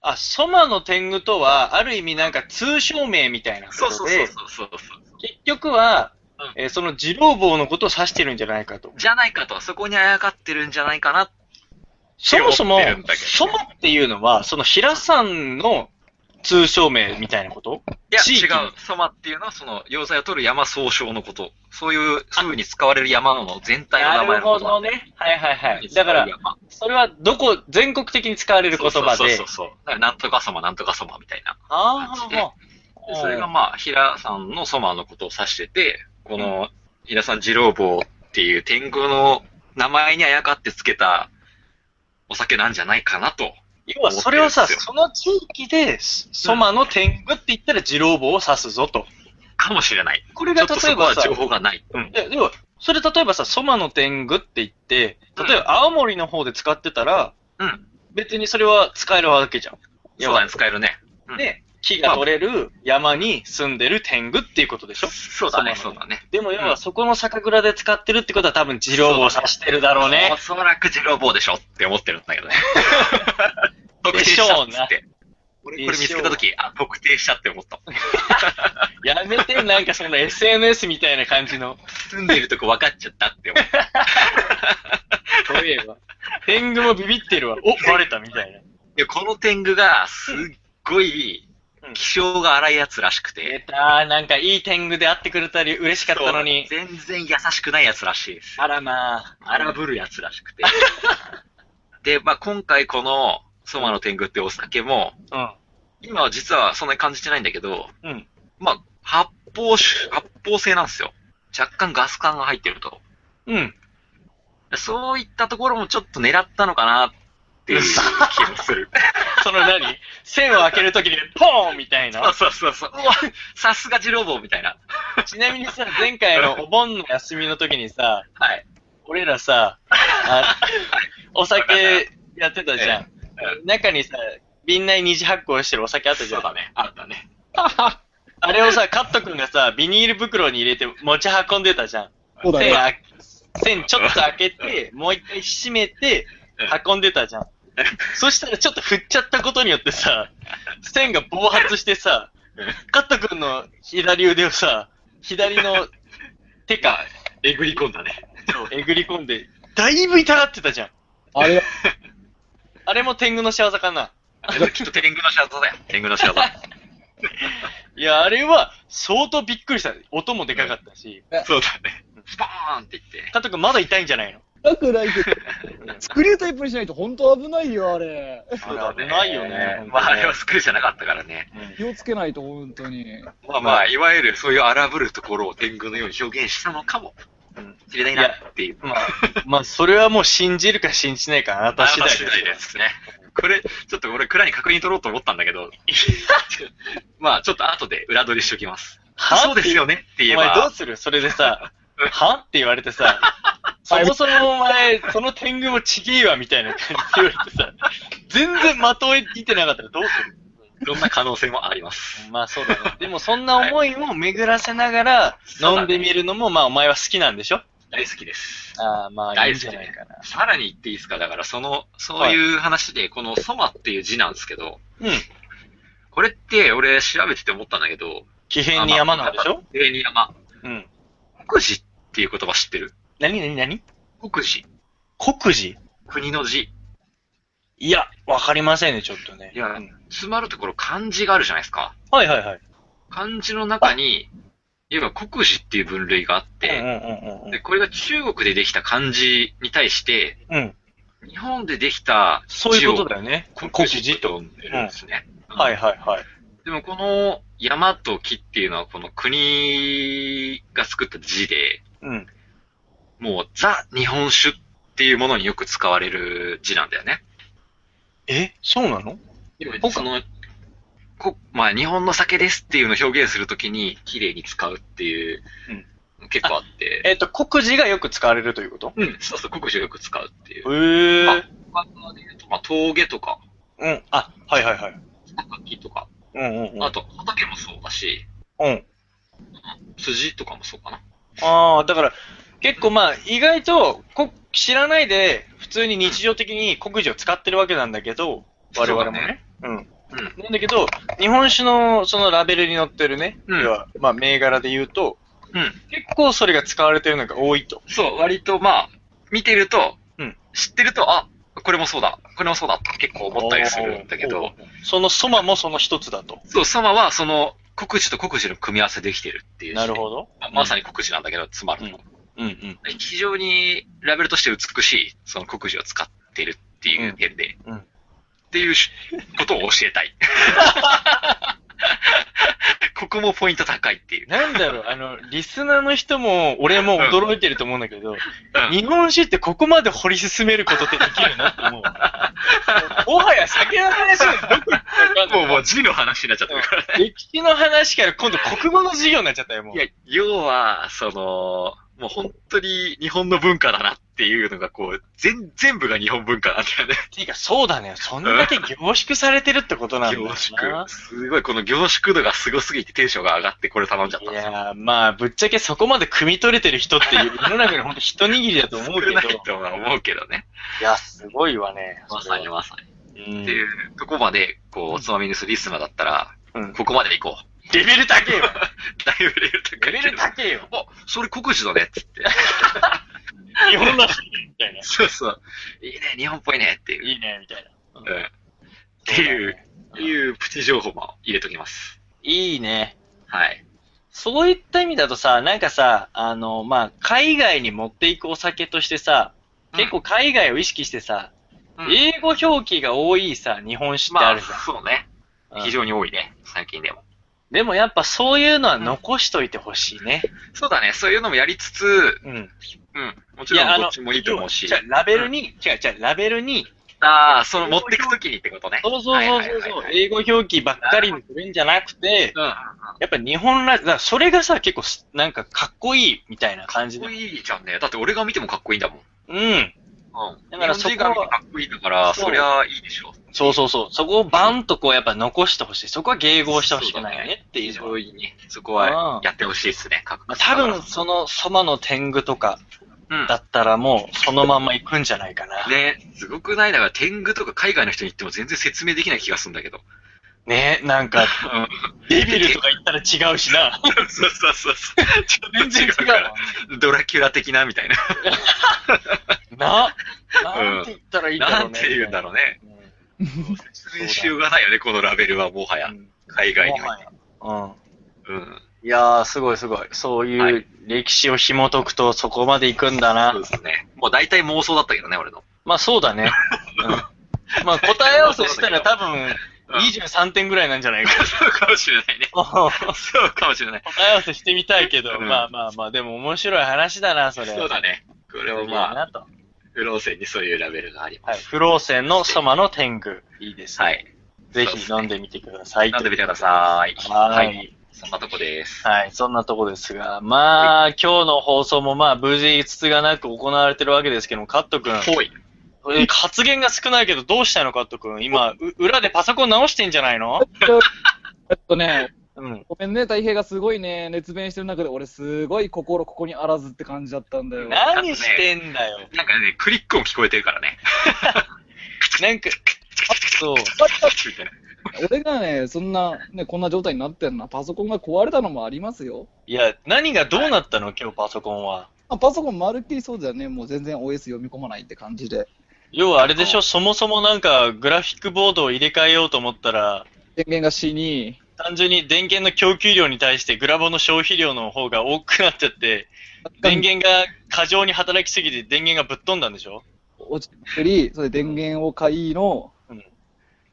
Speaker 4: あ、ソマの天狗とは、ある意味なんか通称名みたいなことで、
Speaker 2: そうそうそうそうそうそう。
Speaker 4: 結局は、
Speaker 2: う
Speaker 4: えーその二郎坊のことを指してるんじゃないかと。
Speaker 2: じゃないかと、そこにあやかってるんじゃないかな。
Speaker 4: そもそも
Speaker 2: って思ってるんだけど、ね
Speaker 4: ソマっていうのは、その平さんの通称名みたいなこと
Speaker 2: いや、
Speaker 4: 地域
Speaker 2: 違う。ソマっていうのは、その、要塞を取る山総称のこと。そういう風に使われる山の全体の名
Speaker 4: な
Speaker 2: 前
Speaker 4: る
Speaker 2: のこ
Speaker 4: ほ
Speaker 2: とな
Speaker 4: ど
Speaker 2: んだ。
Speaker 4: ね。はいはいはい。だから、
Speaker 2: 山
Speaker 4: それはどこ、全国的に使われる言葉
Speaker 2: そう
Speaker 4: で
Speaker 2: そうそう。そうだからなんとか様、なんとか様みたいな。
Speaker 4: あ
Speaker 2: そうそう
Speaker 4: あ、
Speaker 2: でそれがまあ、平さんのソマのことを指してて、この、平さん二郎坊っていう天狗の名前にあやかってつけたお酒なんじゃないかなと。
Speaker 4: 要はそれは
Speaker 2: 思
Speaker 4: さ、
Speaker 2: ってるんです
Speaker 4: その地域で、ソマの天狗って言ったら二郎坊を指すぞと。
Speaker 2: かもしれない。
Speaker 4: これが
Speaker 2: ちょっと
Speaker 4: 例えば
Speaker 2: そ
Speaker 4: さ
Speaker 2: こは情報がない。うん。
Speaker 4: で、要は、それ例えばさ、ソマの天狗って言って、例えば青森の方で使ってたら、
Speaker 2: うん。
Speaker 4: 別にそれは使えるわけじゃん。
Speaker 2: そうだね、使えるね。うん
Speaker 4: で、木が取れる山に住んでる天狗っていうことでしょ
Speaker 2: そうだね、
Speaker 4: そ
Speaker 2: そうう
Speaker 4: な
Speaker 2: だね。
Speaker 4: でも要
Speaker 2: う
Speaker 4: は
Speaker 2: ん
Speaker 4: そこの酒蔵で使ってるってことは多分二郎坊を指してるだろうね
Speaker 2: お。そらく二郎坊でしょって思ってるんだけど ね。特定
Speaker 4: で
Speaker 2: し
Speaker 4: し
Speaker 2: ちゃ
Speaker 4: ょ
Speaker 2: っ
Speaker 4: うな
Speaker 2: つって。俺これ見つけたとき、あ、特定したって思った。
Speaker 4: やめて、なんかその SNS みたいな感じの。
Speaker 2: 住んでるとこ分かっちゃったって思った。
Speaker 4: そういえば。天狗もビビってるわ。 お、バレたみたいな。
Speaker 2: いや、この天狗が、すっごい
Speaker 4: うん、
Speaker 2: 気性が荒いやつらしく
Speaker 4: 出
Speaker 2: て。
Speaker 4: たー、なんかいい天狗で会ってくれたり嬉しかったのに。
Speaker 2: そう全然優しくないやつらしいです。
Speaker 4: あらまあ。
Speaker 2: 荒ぶるやつらしくて。で、まあ今回この、ソマの天狗ってお酒も、今は実はそんなに感じてないんだけど、
Speaker 4: うん。うん。
Speaker 2: まあ、発泡酒、発泡性なんですよ。若干ガス感が入ってると。
Speaker 4: うん。
Speaker 2: そういったところもちょっと狙ったのかなっていう気もす る。
Speaker 4: その何線を開けるときにポーンみたい
Speaker 2: そう
Speaker 4: な。
Speaker 2: そうそう そう。うわさすが二郎坊みたいな。
Speaker 4: ちなみにさ、前回のお盆の休みの時にさ、
Speaker 2: はい。
Speaker 4: 俺らさ、あお酒やってたじゃん。中にさ、瓶内二次発酵してるお酒あったじゃん。
Speaker 2: ね。あったね。
Speaker 4: あれをさ、カット君がさ、ビニール袋に入れて持ち運んでたじゃん。
Speaker 3: そうだ
Speaker 4: 線
Speaker 3: よ。
Speaker 4: あ線ちょっと開けて、もう一回閉めて
Speaker 2: うん、
Speaker 4: 運んでたじゃん。そしたらちょっと振っちゃったことによってさ、線が暴発してさ
Speaker 2: うん、
Speaker 4: カット君の左腕をさ、左の手か、
Speaker 2: えぐり込んだね。
Speaker 4: えぐり込んで、だいぶ痛がってたじゃん。
Speaker 3: あれ、
Speaker 4: あれも天狗の仕業かな。
Speaker 2: きっと天狗の仕業 だよ。天狗の仕業。
Speaker 4: いや、あれは相当びっくりした。音もでかかったし。
Speaker 2: そうだね。スポーンって言って。
Speaker 4: 加藤君まだ痛いんじゃないの
Speaker 3: 痛くないけど、 スクリュータイプにしないと本当危ないよ、あれ。
Speaker 4: そうだねないよね
Speaker 2: まあ、あれはスクールじゃなかったからね。
Speaker 3: 気をつけないと、本当に。
Speaker 2: まあまあ、いわゆるそういう荒ぶるところを天狗のように表現したのかも
Speaker 4: うん。
Speaker 2: 知れないなっていう。
Speaker 4: まあ、まあ、それはもう信じるか信じないかあなた次第
Speaker 2: 私
Speaker 4: です
Speaker 2: 次第ですね。これ、ちょっと俺、蔵に確認取ろうと思ったんだけ ど、まあ、ちょっと後で裏取りしときます。
Speaker 4: は
Speaker 2: そうですよねって言え
Speaker 4: お前どう
Speaker 2: ば、
Speaker 4: するそれで さ、はって言われてさ、そもそもお前、その天狗もちげえわみたいな感じで言われてさ、全然まとえてなかったらどうする
Speaker 2: どんな可能性もあります。
Speaker 4: まあそうだね。でもそんな思いを巡らせながら飲んでみるのも、まあお前は好きなんでしょ
Speaker 2: 大好きです。
Speaker 4: ああ、まあい
Speaker 2: 大
Speaker 4: いん
Speaker 2: 好き
Speaker 4: じ
Speaker 2: で
Speaker 4: ゃ
Speaker 2: す
Speaker 4: ないかな。
Speaker 2: さらに言っていいですかだから、その、そういう話で、このソマっていう字なんですけど、
Speaker 4: うん。
Speaker 2: これって俺調べてて思ったんだけど、
Speaker 4: 奇変に山なんでしょ
Speaker 2: 平に山。
Speaker 4: うん。
Speaker 2: 国字っていう言葉知ってる
Speaker 4: 何何何
Speaker 2: 国字。
Speaker 4: 国字
Speaker 2: 国の字。
Speaker 4: いや、わかりませんね、ちょっとね。
Speaker 2: いや
Speaker 4: うん
Speaker 2: つまるところ漢字があるじゃないですか。
Speaker 4: はいはいはい。
Speaker 2: 漢字の中に、いわば国字っていう分類があっ
Speaker 4: うん
Speaker 2: て、
Speaker 4: うんうん
Speaker 2: で、これが中国でできた漢字に対して、
Speaker 4: うん。うん。
Speaker 2: 日本でできた
Speaker 4: そういうこと
Speaker 2: だ
Speaker 4: だよね。
Speaker 2: 国字と呼んでるんですね。。
Speaker 4: はいいはいはい。
Speaker 2: でもこの山と木っていうのはこの国が作った字で、
Speaker 4: うん。
Speaker 2: もうザ日本酒っていうものによく使われる字なんだよね。
Speaker 4: え、そうなの
Speaker 2: でも
Speaker 4: 僕
Speaker 2: その、こまあ日本の酒ですっていうのを表現するときに綺麗に使うっていう、結構あって。
Speaker 4: えっ、と、国字がよく使われるということ
Speaker 2: うん、そうそう、国酒よく使うってい
Speaker 4: え
Speaker 2: う。
Speaker 4: ー。
Speaker 2: 他ので言うと、まあ、峠とか、
Speaker 4: うん。あ、はいはいはい。
Speaker 2: 木とか、
Speaker 4: うんうんうん。
Speaker 2: あと畑もそうだし、
Speaker 4: うん。
Speaker 2: 辻とかもそうかな。
Speaker 4: ああ、だから、結構まあ、意外とこ、知らないで、普通に日常的に国字を使ってるわけなんだけど、我々もね。う
Speaker 2: う
Speaker 4: ん。
Speaker 2: ん。
Speaker 4: なんだけど、日本酒のそのラベルに載ってるね、
Speaker 2: うん
Speaker 4: 要は、まあ、銘柄で言うと、
Speaker 2: うん。
Speaker 4: 結構それが使われてるのが多いと。
Speaker 2: そう、割とまあ、見てると、
Speaker 4: うん
Speaker 2: 知ってると、あ、これもそうだ、これもそうだって結構思ったりするんだけ
Speaker 4: おー
Speaker 2: ど、。
Speaker 4: そのソマもその一つだと。
Speaker 2: そう、ソマはその、国字と国字の組み合わせできてるっていう。
Speaker 4: なるほ
Speaker 2: ど。
Speaker 4: ど。
Speaker 2: まさに国字なんだけど、つまると。
Speaker 4: うんうん。
Speaker 2: 非常にラベルとして美しい、その国字を使ってるっていう点で、
Speaker 4: うんうん
Speaker 2: っていうしことを教えた い。ここもポイント高いっていう。
Speaker 4: なんだ ろう、あの、リスナーの人も、俺も驚いてると思うんだけど、
Speaker 2: うん
Speaker 4: 日本酒ってここまで掘り進めることってできる のって思う。もはや酒の話よりどこ行ったか
Speaker 2: も
Speaker 4: わ
Speaker 2: う、
Speaker 4: かんな
Speaker 2: も
Speaker 4: い。
Speaker 2: う字の話になっちゃってるからね。
Speaker 4: 歴史の話から今度国語の授業になっちゃったよ、もう。
Speaker 2: いや、要は、その、もう本当に日本の文化だなっていうのが、こう、全、全部が日本文化なんだよね。
Speaker 4: ていうか、そうだね。そんだけ凝縮されてるってことなんだよ
Speaker 2: 凝
Speaker 4: な。
Speaker 2: 縮。すごい、この凝縮度がすごすぎてテンションが上がってこれ頼んじゃったん
Speaker 4: い
Speaker 2: ですよ。
Speaker 4: やー、まあ、ぶっちゃけそこまで汲み取れてる人っていう、世の中にほんと一握りだと思うけど、
Speaker 2: 少ないとは思うけどね。
Speaker 4: いや、すごいわね。
Speaker 2: まさにまさに。
Speaker 4: うん
Speaker 2: っていうとこまで、こう、つまみニュースリスナーだったら、
Speaker 4: うん
Speaker 2: ここまで行こう。
Speaker 4: レベル高えよ。
Speaker 2: だいぶレベル高
Speaker 4: レ
Speaker 2: い
Speaker 4: ベ
Speaker 2: け
Speaker 4: ル
Speaker 2: ど。
Speaker 4: 高えよ。
Speaker 2: あ、それ国字だねっつって。
Speaker 4: 日本らしい、みたいな。
Speaker 2: そうそう。いいね、日本っぽいねっていう。
Speaker 4: いいね、みたいな。
Speaker 2: うん。っていう、いうプチ情報も入れときます。
Speaker 4: いいね。
Speaker 2: はい。
Speaker 4: そういった意味だとさ、なんかさ、あの、まあ、海外に持っていくお酒としてさ、
Speaker 2: うん
Speaker 4: 結構海外を意識してさ、
Speaker 2: うん
Speaker 4: 英語表記が多いさ、日本酒って
Speaker 2: ま
Speaker 4: あ
Speaker 2: あ、
Speaker 4: るじゃん。
Speaker 2: そうね。
Speaker 4: うん
Speaker 2: 非常に多いね。最近でも。
Speaker 4: でもやっぱそういうのは残しといてほしいね。
Speaker 2: そうだね。そういうのもやりつつ、
Speaker 4: うん。
Speaker 2: うん。もち
Speaker 4: い
Speaker 2: ろ
Speaker 4: や、
Speaker 2: んどっちもいいと思うし
Speaker 4: じゃ。あラベルに、違う違う、ラベルに、
Speaker 2: ああ、その持ってくときにってことね。
Speaker 4: そうそうそうそうそ
Speaker 2: はい
Speaker 4: う、
Speaker 2: はいはいはい
Speaker 4: 英語表記ばっかりにするんじゃなくて、やっぱ日本ら、だからそれがさ、結構す、なんかかっこいいみたいな感
Speaker 2: う
Speaker 4: じ
Speaker 2: ん。
Speaker 4: で
Speaker 2: かっこ。いいじゃんね。だって俺が見てもかっこいいんだもん。
Speaker 4: うん。
Speaker 2: うん。
Speaker 4: だからそこは
Speaker 2: 日本人が見てかっこいいんだから、
Speaker 4: そう
Speaker 2: そりゃいいでしょ。
Speaker 4: そうそうそう。そこをバンとこうやっぱ残してほしい。そこは迎合してほしくないよねってい
Speaker 2: 非
Speaker 4: う。
Speaker 2: 常にね。そこはやってほしいですね。かっこ
Speaker 4: ま
Speaker 2: い
Speaker 4: あ
Speaker 2: い
Speaker 4: 多分そのソマの天狗とか
Speaker 2: うん
Speaker 4: だ。ったらもうそのまんま行くんじゃないかな。ね
Speaker 2: ね、すごくないだから、天狗とか海外の人に言っても全然説明できない気がするんだけど。
Speaker 4: なんか、
Speaker 2: うん。
Speaker 4: デビルとか言ったら違うし な。
Speaker 2: そうそうそうそう。ちょっと
Speaker 4: 全然違
Speaker 2: 違
Speaker 4: う
Speaker 2: うから
Speaker 4: わ。。
Speaker 2: ドラキュラ的なみたいな。
Speaker 4: な、なんて言ったらいいんだろ
Speaker 2: な
Speaker 4: うんね。
Speaker 2: て言うんだろうね。
Speaker 4: うね。
Speaker 2: 説明しようがないよね、このラベルはもはや。海外には。
Speaker 4: うん。
Speaker 2: うん。
Speaker 4: いやー、すごいすごい。そう
Speaker 2: はいいう
Speaker 4: 歴史を紐解くとそこまで行くんだな。
Speaker 2: そうですね。もう大体妄想だったけどね、俺の。
Speaker 4: まあそう だね。うん、まあ答え合わせしたら多分
Speaker 2: うん
Speaker 4: 23点ぐらいなんじゃないか。
Speaker 2: そうかもしれないね。
Speaker 4: 答
Speaker 2: そうかもしれない。
Speaker 4: え合わせしてみたいけど、
Speaker 2: うん
Speaker 4: まあまあまあ、でも面白い話だな、それ。
Speaker 2: そうだね。これ
Speaker 4: すげ
Speaker 2: を
Speaker 4: え
Speaker 2: まあ、
Speaker 4: なと。
Speaker 2: 不老泉にそういうラベルがありま
Speaker 4: はい。
Speaker 2: す。
Speaker 4: 不老泉のソマの天狗。いいですね。
Speaker 2: はい。
Speaker 4: ぜひ飲んでみてください。
Speaker 2: 飲んでみてください。
Speaker 4: は
Speaker 2: はいい。そんなとこです。
Speaker 4: はい、そんなとこですが、まあ、今日の放送もまあ、無事、つがなく行われてるわけですけども、カット君、
Speaker 2: ほい。
Speaker 4: え発言が少ないけど、どうしたの、カット君。今、う裏でパソコン直してんじゃないの
Speaker 3: えっとね、
Speaker 4: うん。
Speaker 3: ごめんね、太平がすごいね、熱弁してる中で、俺すごい心ここにあらずって感じだったんだよ。
Speaker 4: 何してんだよ。
Speaker 2: なんかね、クリック音聞こえてるからね。
Speaker 4: なんか、そう。
Speaker 2: みたいな
Speaker 3: 俺がね、そんな、ね、こんな状態になってんのは、パソコンが壊れたのもありますよ。
Speaker 4: いや、何がどうなったの、今日パソコンは。
Speaker 3: まあ、パソコンまるっきりそうだよね、もう全然 OS 読み込まないって感じで。
Speaker 4: 要はあれでしょ、そもそもなんか、グラフィックボードを入れ替えようと思ったら、
Speaker 3: 電源が死に、
Speaker 4: 単純に電源の供給量に対してグラボの消費量の方が多くなっちゃって、電源が過剰に働きすぎて電源がぶっ飛んだんでしょ
Speaker 3: 落ちてくり、それで電源を買いの、
Speaker 4: うん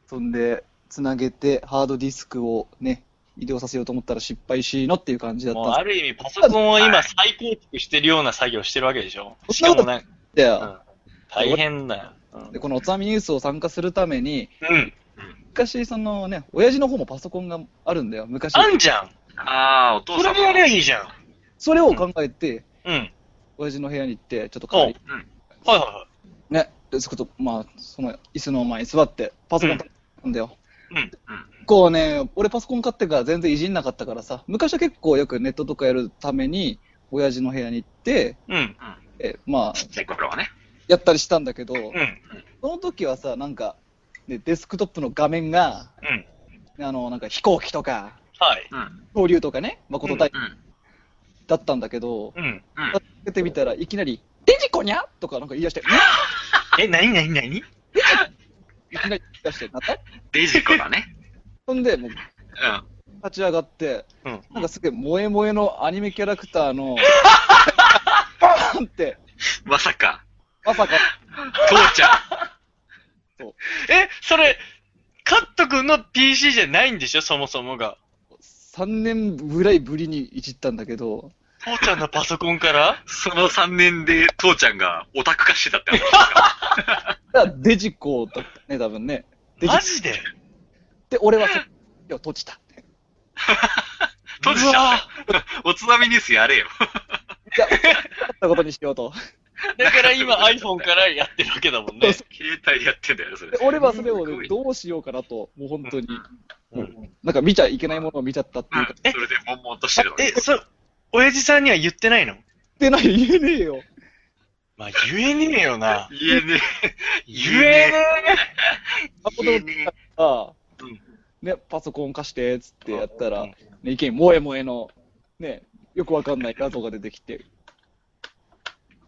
Speaker 3: そんで、つなげて、ハードディスクをね、移動させようと思ったら失敗しのっていう感じだった
Speaker 4: も
Speaker 3: ん
Speaker 4: う
Speaker 3: です
Speaker 4: ある意味パソコンを今再構築してるような作業してるわけでしょし
Speaker 3: そんなこ
Speaker 4: か
Speaker 3: と
Speaker 4: もなんか、
Speaker 3: け
Speaker 4: う
Speaker 3: ど
Speaker 4: ん、大変だよ。うん
Speaker 3: で、このおつまみニュースを参加するために、
Speaker 4: うん。
Speaker 3: 昔、そのね、親父の方もパソコンがあるんだよ、昔。
Speaker 4: あんじゃん
Speaker 2: あー、お父
Speaker 4: そ
Speaker 2: さ
Speaker 4: れ
Speaker 2: ん
Speaker 4: もやりゃいいじゃん。
Speaker 3: それを考えて、
Speaker 4: うん。はい
Speaker 3: 親父の部屋に行って、ちょっと代わり
Speaker 4: はいは
Speaker 3: ね、でそこと、まあ、その椅子の前に座って、パソコン買ったんだよ。
Speaker 4: うんうん
Speaker 3: こうね、俺パソコン買ってから全然いじんなかったからさ、昔は結構よくネットとかやるために、親父の部屋に行って、
Speaker 4: い。うん。
Speaker 3: えまあ、
Speaker 2: ちっちゃい頃はね。
Speaker 3: やったりしたんだけど、
Speaker 4: うん。
Speaker 3: その時はさ、なんか、ね、デスクトップの画面が、
Speaker 4: うん。
Speaker 3: あの、なんか飛行機とか、
Speaker 4: はい。
Speaker 2: うん。
Speaker 3: 恐竜とかね、誠大
Speaker 2: うん。
Speaker 3: だったんだけど、
Speaker 4: うん。
Speaker 2: うん。
Speaker 3: 立ててみたらいきなり、デジコニャとかなんか言い出して、うん
Speaker 4: え、なになになに
Speaker 3: いきなり言い出して、なった
Speaker 2: デジコだね。
Speaker 3: ほんで、もう
Speaker 2: うん。
Speaker 3: 立ち上がって、
Speaker 4: うん。
Speaker 3: なんかすげえ萌え萌えのアニメキャラクターの、バーンって、
Speaker 2: まさか、
Speaker 3: まさか、
Speaker 2: 父ちゃん。
Speaker 4: え、それ、カット君の PC じゃないんでしょそもそもが。
Speaker 3: 3年ぐらいぶりにいじったんだけど、
Speaker 4: 父ちゃんのパソコンから
Speaker 2: その3年で父ちゃんがオタク化してたって話。
Speaker 3: だからデジコだったね、多分ね。デジ
Speaker 4: マジ で
Speaker 3: で、俺はそっちを閉じた。
Speaker 2: 閉じちゃう。 おつまみニュースやれよ。
Speaker 3: いや、やったことにしようと。
Speaker 4: だから今 iPhone からやってるわけだもんね。
Speaker 2: 携帯でやってんだよ、それ
Speaker 3: で。俺はそれを
Speaker 2: すご
Speaker 3: ね
Speaker 2: い
Speaker 3: どうしようかなと、もう本当に。
Speaker 4: うん
Speaker 3: なんか見ちゃいけないものを見ちゃったって
Speaker 2: う
Speaker 3: い
Speaker 2: ん
Speaker 3: うか、
Speaker 2: それで悶々としてるわけ。
Speaker 4: え、そう、親父さんには言ってないの
Speaker 3: 言ってない、言えねえよ。
Speaker 4: まあ、言えねえよな。
Speaker 2: 言えねえ。
Speaker 4: 言えね
Speaker 2: 言えねえ。
Speaker 3: ああ
Speaker 2: うん
Speaker 3: ね、パソコン貸して、つってやったら、
Speaker 4: うん
Speaker 3: ね、意見、萌え萌えの、ね、よくわかんない画像が出てきて、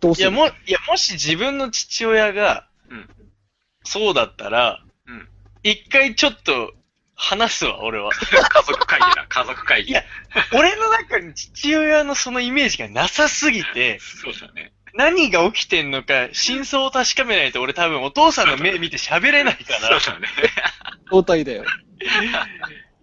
Speaker 3: どう
Speaker 4: え。い
Speaker 3: する
Speaker 4: や、も、いや、もし自分の父親が
Speaker 2: うん、
Speaker 4: そうだったら
Speaker 2: うん、
Speaker 4: 一回ちょっと話すわ、俺は。
Speaker 2: 家族会議だ、家族会議。
Speaker 4: いや俺の中に父親のそのイメージがなさすぎて、
Speaker 2: そうだね。
Speaker 4: 何が起きてんのか、真相を確かめないと俺多分お父さんの目見て喋れないか
Speaker 2: そう
Speaker 4: ら。
Speaker 2: だね。
Speaker 3: 状態だ よ。見ちゃ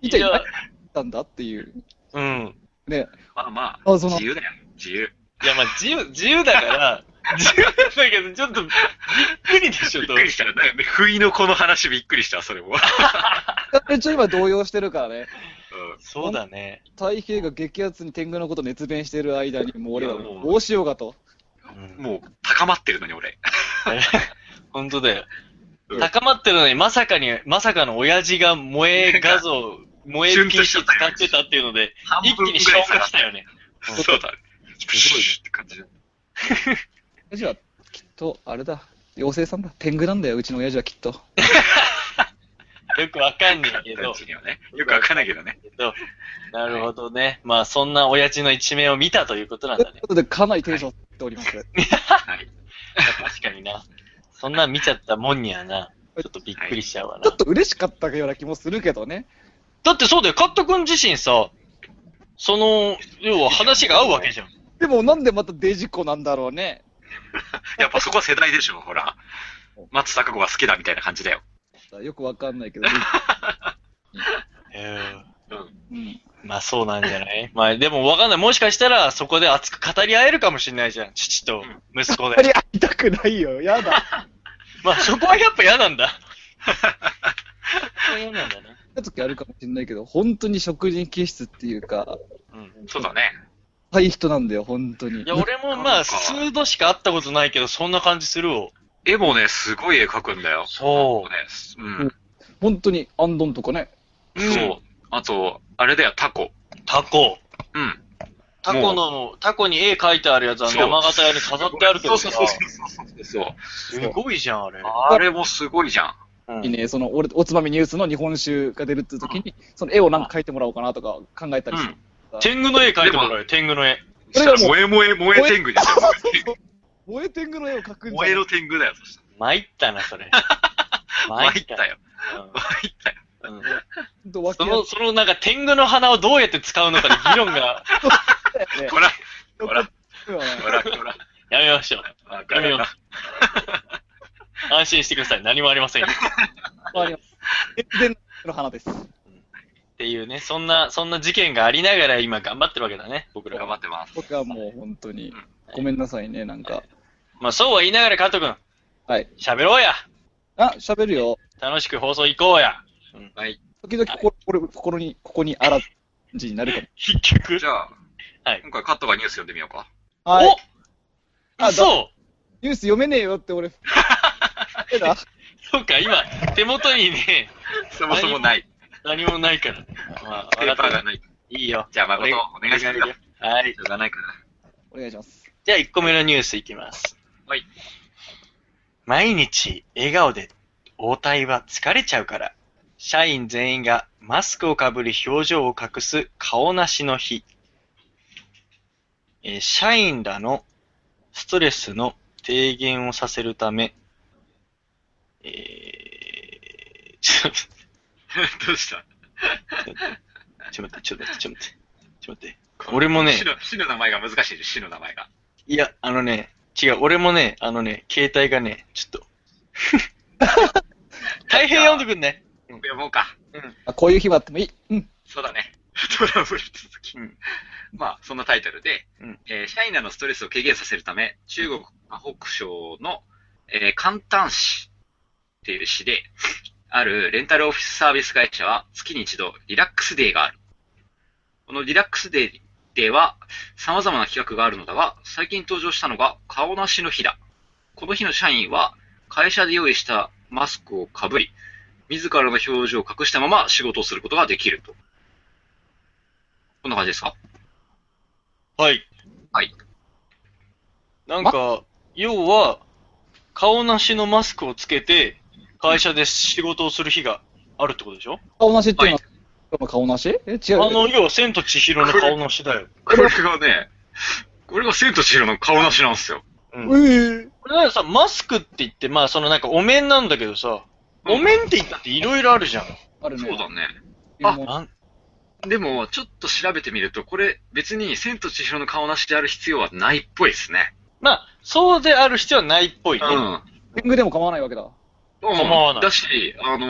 Speaker 3: いけ
Speaker 4: や
Speaker 3: なかったんだっていう。
Speaker 4: うん。
Speaker 3: ね、
Speaker 2: まあまあ、
Speaker 3: あその
Speaker 2: 自由だよ、自由。
Speaker 4: いや、まあ、自由、自由だから、自由だけど、ちょっと、びっくりでしょ、
Speaker 2: びっ
Speaker 4: どう
Speaker 2: くりした。だよね不意のこの話びっくりした、それも。
Speaker 3: めっちゃ今動揺してるからね。
Speaker 2: う
Speaker 4: そうだね。
Speaker 3: 太平が激アツに天狗のこと熱弁してる間に、もう俺はい
Speaker 2: やもう
Speaker 3: どうしようかと。
Speaker 2: んもう、高まってるのに、俺。
Speaker 4: 本当だよ
Speaker 2: う。ん
Speaker 4: 高まってるのに、まさかに、まさかの親父が萌え画像、萌え
Speaker 2: シュンと
Speaker 4: PC
Speaker 2: し
Speaker 4: 使
Speaker 2: ちゃったよ
Speaker 4: ってたっていうので、
Speaker 2: 半
Speaker 4: 一気に消化したよね。うん
Speaker 2: そうだね。プシューって感じだね
Speaker 3: 親父はきっと、あれだ、妖精さんだ。天狗なんだよ、うちの親父はきっと。
Speaker 4: よくわかんないけ
Speaker 2: 感
Speaker 4: ど
Speaker 2: じ。にはね。よくわかんないけどね。
Speaker 4: け どなるほどね。まあ、そんな親父の一面を見たということなん
Speaker 3: とい
Speaker 4: だ
Speaker 3: う
Speaker 4: ね
Speaker 3: こ。とで、かなりテンション上がっております。
Speaker 2: はい。
Speaker 4: 確かにな。そんなん見ちゃったもんにはな、ちょっとびっくりしちゃうわ
Speaker 3: ちょ
Speaker 4: な
Speaker 3: っ。と嬉しかったような気もするけどね。
Speaker 4: だってそうだよ、カット君自身さ、その、要は話が合うわけじゃん。
Speaker 3: でもなんでまたデジコなんだろうね。
Speaker 2: やっぱそこは世代でしょ、ほら。松坂子が好きだみたいな感じだよ。
Speaker 3: よくわかんないけど。
Speaker 4: へえ
Speaker 2: うん。
Speaker 3: うん
Speaker 4: まあそうなんじゃないまあでもわかんない。もしかしたらそこで熱く語り合えるかもしれないじゃん。父と息子
Speaker 3: やり
Speaker 4: で。
Speaker 3: 会いたくないよ。やだ。
Speaker 4: まあそこはやっぱ嫌なんだ。そこは嫌なんだな。
Speaker 3: やつあるかもしれないけど、本当に食人気質っていうか、
Speaker 4: うん。
Speaker 2: そうだね。
Speaker 3: はいい人なんだよ、本当に。
Speaker 4: いや、俺もまあ数度しか会ったことないけど、そんな感じするを。
Speaker 2: 絵もね、すごい絵描くんだよ。
Speaker 4: そ
Speaker 2: そうね。うん。
Speaker 3: 本当に、アンドンとかね。
Speaker 4: うん
Speaker 2: そう。あと、あれだよ、タコ。
Speaker 4: う。タコ。
Speaker 2: うん。
Speaker 4: タコの、タコに絵描いてあるやつは
Speaker 2: そう
Speaker 4: 山形屋に飾ってあるけど
Speaker 2: そ
Speaker 4: さ
Speaker 2: う。そうそうそうそう。
Speaker 4: すごいじゃん、あれ。
Speaker 2: あれもすごいじゃん。
Speaker 4: うん
Speaker 3: いいね、その、俺、おつまみニュースの日本酒が出るっていう時に、その絵をなんか描いてもらおうかなとか考えた
Speaker 2: う
Speaker 3: りして。
Speaker 2: ん。
Speaker 4: 天狗の絵描いてもらうよ、天狗の絵。
Speaker 3: それがもう
Speaker 2: 燃え燃え燃え天狗ですよ。
Speaker 3: 燃え天狗の絵を描くんじゃん。
Speaker 2: 燃えの天狗だよ、そした
Speaker 4: 参ったな、そ れ。
Speaker 2: ら。参ったよ。参ったよ。
Speaker 4: うんうん
Speaker 3: ほんと、わ
Speaker 4: そ
Speaker 3: け
Speaker 4: の、そのなんか天狗の鼻をどうやって使うのかで議論 が、
Speaker 3: だよね
Speaker 2: こら、こら、
Speaker 3: うん
Speaker 2: こら、こら。
Speaker 4: やめましょう。
Speaker 2: わかるよ。
Speaker 4: 安心してください。何もありませんよ。
Speaker 3: わかります。天然の花です。
Speaker 4: っていうね、そんな、そんな事件がありながら今頑張ってるわけだね、僕ら
Speaker 2: 頑
Speaker 4: が
Speaker 2: 張ってます。
Speaker 3: 僕はもう本当に、ごめんなさいね、なんか。
Speaker 4: まあそうは言いながら、加藤君、
Speaker 3: はい。
Speaker 4: 喋ろうや。
Speaker 3: あ、喋るよ。
Speaker 4: 楽しく放送行こうや。
Speaker 2: はい。
Speaker 3: 時々ここ、これ、心に、ここにあらじになるかも。
Speaker 4: 結局
Speaker 2: じ。ゃあ、
Speaker 4: はい
Speaker 2: 今回カットがニュース読んでみようか。
Speaker 3: はい。
Speaker 4: お
Speaker 3: あ
Speaker 4: そう
Speaker 3: ニュース読めねえよって俺。えだ。
Speaker 4: そうか、今、手元にね、
Speaker 2: そもそもない。
Speaker 4: 何もないから。まあ、
Speaker 2: ペーパーが
Speaker 4: い。
Speaker 2: ない。
Speaker 4: いいよ。
Speaker 2: じゃあ、誠、お願いしますよ。しょ
Speaker 4: はい。
Speaker 2: うがないから。
Speaker 3: お願いします。
Speaker 4: じゃあ1個目のニュースいきます。
Speaker 2: はい。
Speaker 4: 毎日笑顔で応対は疲れちゃうから。社員全員がマスクをかぶり表情を隠す顔なしの日。えー社員らのストレスの低減をさせるため、えー、 ちょっと
Speaker 2: どうした
Speaker 4: ちょっと待って、ちょっと待って、ちょっと待って、ちょっと待って。俺もね
Speaker 2: 死、の、死の名前が難しいで死の名前が。
Speaker 4: いや、あのね、違う、俺もね、あのね、携帯がね、ち ょっと。大変読んでくんね。
Speaker 2: 読もうか。
Speaker 3: あ、こういう日はあってもいい。うん。
Speaker 2: そうだね。 トラブル続き。
Speaker 4: うん
Speaker 2: まあ、そんなタイトルで、
Speaker 4: うん
Speaker 2: えー社員らのストレスを軽減させるため、中国北省の、えー、関丹市っていう市で、あるレンタルオフィスサービス会社は月に一度リラックスデーがある。このリラックスデーでは様々な企画があるのだが、最近登場したのが顔なしの日だ。この日の社員は会社で用意したマスクをかぶり、自らの表情を隠したまま仕事をすることができると。こんな感じですか
Speaker 4: はい。
Speaker 2: はい。
Speaker 4: なんか、要は、顔なしのマスクをつけて、会社で仕事をする日があるってことでしょ
Speaker 3: 顔なしっていうのは、今日の顔なしえ、違
Speaker 4: あ
Speaker 3: う。
Speaker 4: の、要は、千と千尋の顔なしだよ。
Speaker 2: これがね、これが千と千尋の顔なしなんですよ。
Speaker 4: う。
Speaker 3: うんー
Speaker 4: これだからさ、マスクって言って、まあ、そのなんか、お面なんだけどさ、
Speaker 2: うん
Speaker 4: お面って言ったっていろいろあるじゃん。
Speaker 3: あるね。
Speaker 2: そうだね。
Speaker 3: あ、もう
Speaker 4: なん
Speaker 2: でも、ちょっと調べてみると、これ別に千と千尋の顔なしである必要はないっぽいですね。
Speaker 4: まあ、そうである必要はないっぽいね。
Speaker 2: うん。
Speaker 3: 天狗でも構わないわけだ。
Speaker 4: 構わない
Speaker 2: だし、あの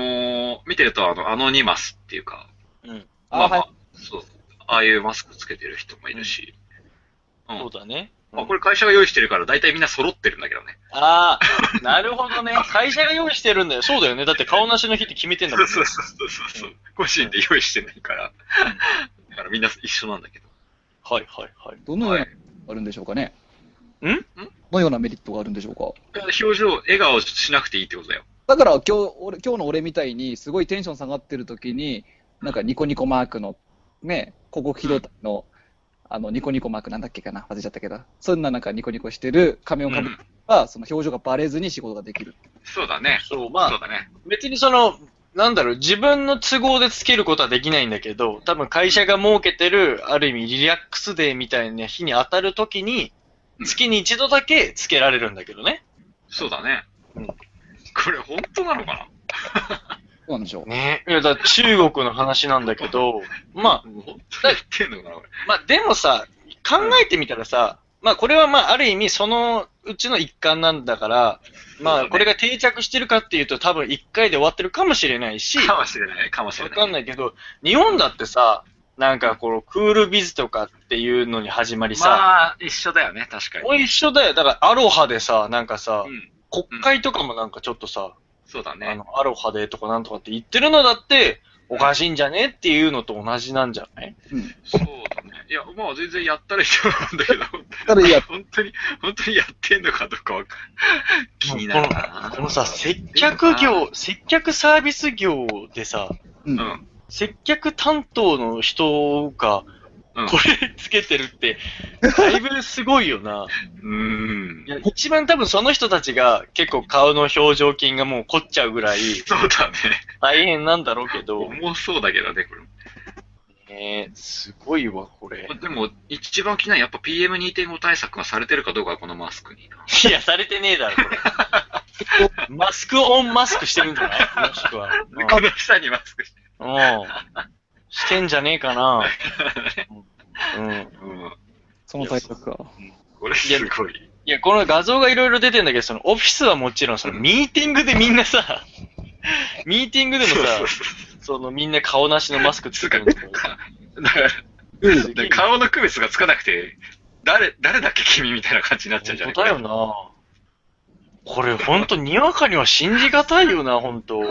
Speaker 2: ー、見てると、あの、アノニマスっていうか、
Speaker 4: うん。
Speaker 3: あ、
Speaker 2: ま
Speaker 3: は
Speaker 2: あ
Speaker 3: い。
Speaker 2: そう、ああいうマスクつけてる人もいるし、うん。
Speaker 4: そうだね。
Speaker 2: まあ、これ会社が用意してるから、大体みんな揃ってるんだけどね。
Speaker 4: ああ、なるほど ね。会社が用意してるんだよ。そうだよね。だって顔なしの日って決めてんだもんね。
Speaker 2: そうそうそうそうそう。個人で用意してないから、だからみんな一緒なんだけど。
Speaker 4: はいはいはい。
Speaker 3: どのよう
Speaker 2: は
Speaker 3: ないあるんでしょうかね。
Speaker 4: ん
Speaker 3: どのようなメリットがあるんでしょうか。
Speaker 2: 表情、笑顔しなくていいってことだよ。
Speaker 3: だから今日、俺、今日の俺みたいに、すごいテンション下がってる時に、なんかニコニコマークの、ね、広告機動隊の、あの、ニコニコマークなんだっけかな忘れちゃったけど、そんななんかニコニコしてる仮面をかぶれば、その表情がバレずに仕事ができる。
Speaker 2: そうだね。
Speaker 4: そう、ま
Speaker 2: そう
Speaker 4: あ、
Speaker 2: だね。
Speaker 4: 別にその、なんだろう、自分の都合でつけることはできないんだけど、多分会社が設けてる、ある意味リラックスデーみたいな日に当たるときに、月に一度だけつけられるんだけどね。
Speaker 2: そうだね。
Speaker 4: うん
Speaker 2: これ本当なのか
Speaker 3: そうなんでしょう。
Speaker 4: ねいや、だから中国の話なんだけど、まあ、
Speaker 2: な本当に言ってんのかな、これ。
Speaker 4: まあでもさ、考えてみたらさ、まあこれはまあある意味そのうちの一環なんだから、まあこれが定着してるかっていうと多分一回で終わってるかもしれないし、
Speaker 2: かもしれない、かもしれ
Speaker 4: わ
Speaker 2: ない。
Speaker 4: かんないけど、日本だってさ、なんかこのクールビズとかっていうのに始まりさ、
Speaker 2: まあ、一緒だよね、確かに。
Speaker 4: もう一緒だよ。だからアロハでさ、なんかさ、
Speaker 2: うん。
Speaker 4: 国会とかもなんかちょっとさ、
Speaker 2: そうだ
Speaker 4: あ
Speaker 2: ね。
Speaker 4: の、アロハでとかなんとかって言ってるのだって、おかしいんじゃねっていうのと同じなんじゃない
Speaker 2: そうだね。いや、まあ全然やったらいいと思うんだけど、
Speaker 3: ただいや、
Speaker 2: 本当に、本当にやってんのかどうかわかん 気になるな
Speaker 4: このこのさ、接客業、接客サービス業でさ、
Speaker 3: う
Speaker 2: うんん。うん。
Speaker 4: 接客担当の人が、
Speaker 2: うん
Speaker 4: これつけてるって、だいぶすごいよな。
Speaker 2: うん
Speaker 4: い。や、一番多分その人たちが結構顔の表情筋がもう凝っちゃうぐらい
Speaker 2: そうだね。
Speaker 4: 大変なんだろうけど、
Speaker 2: 重そうだけどね、これ。
Speaker 4: ねえすごいわ、これ。
Speaker 2: でも、一番気になるやっぱ PM2.5 対策がされてるかどうかはこのマスクに。
Speaker 4: いや、されてねえだろ、これ。 マスクオンマスクしてるんじゃないこの人 は。
Speaker 2: この下にマスクして。
Speaker 4: うん。うんしてんじゃねえか な。うん。
Speaker 2: うん。
Speaker 3: その対策か。
Speaker 2: これすごい。
Speaker 4: いや、この画像がいろいろ出てんだけど、そのオフィスはもちろん、そのミーティングでみんなさ、ミーティングでもさ、
Speaker 2: そうそう
Speaker 4: そのみんな顔なしのマスクつ
Speaker 2: つう
Speaker 4: けて
Speaker 2: か、
Speaker 4: るんだけど
Speaker 2: かだから、
Speaker 4: すげえ
Speaker 2: で顔の区別がつかなくて、誰、誰だっけ君みたいな感じになっちゃうじゃな
Speaker 4: 本
Speaker 2: い
Speaker 4: 当だよな。これほんと、にわかには信じがたいよな、ほんと。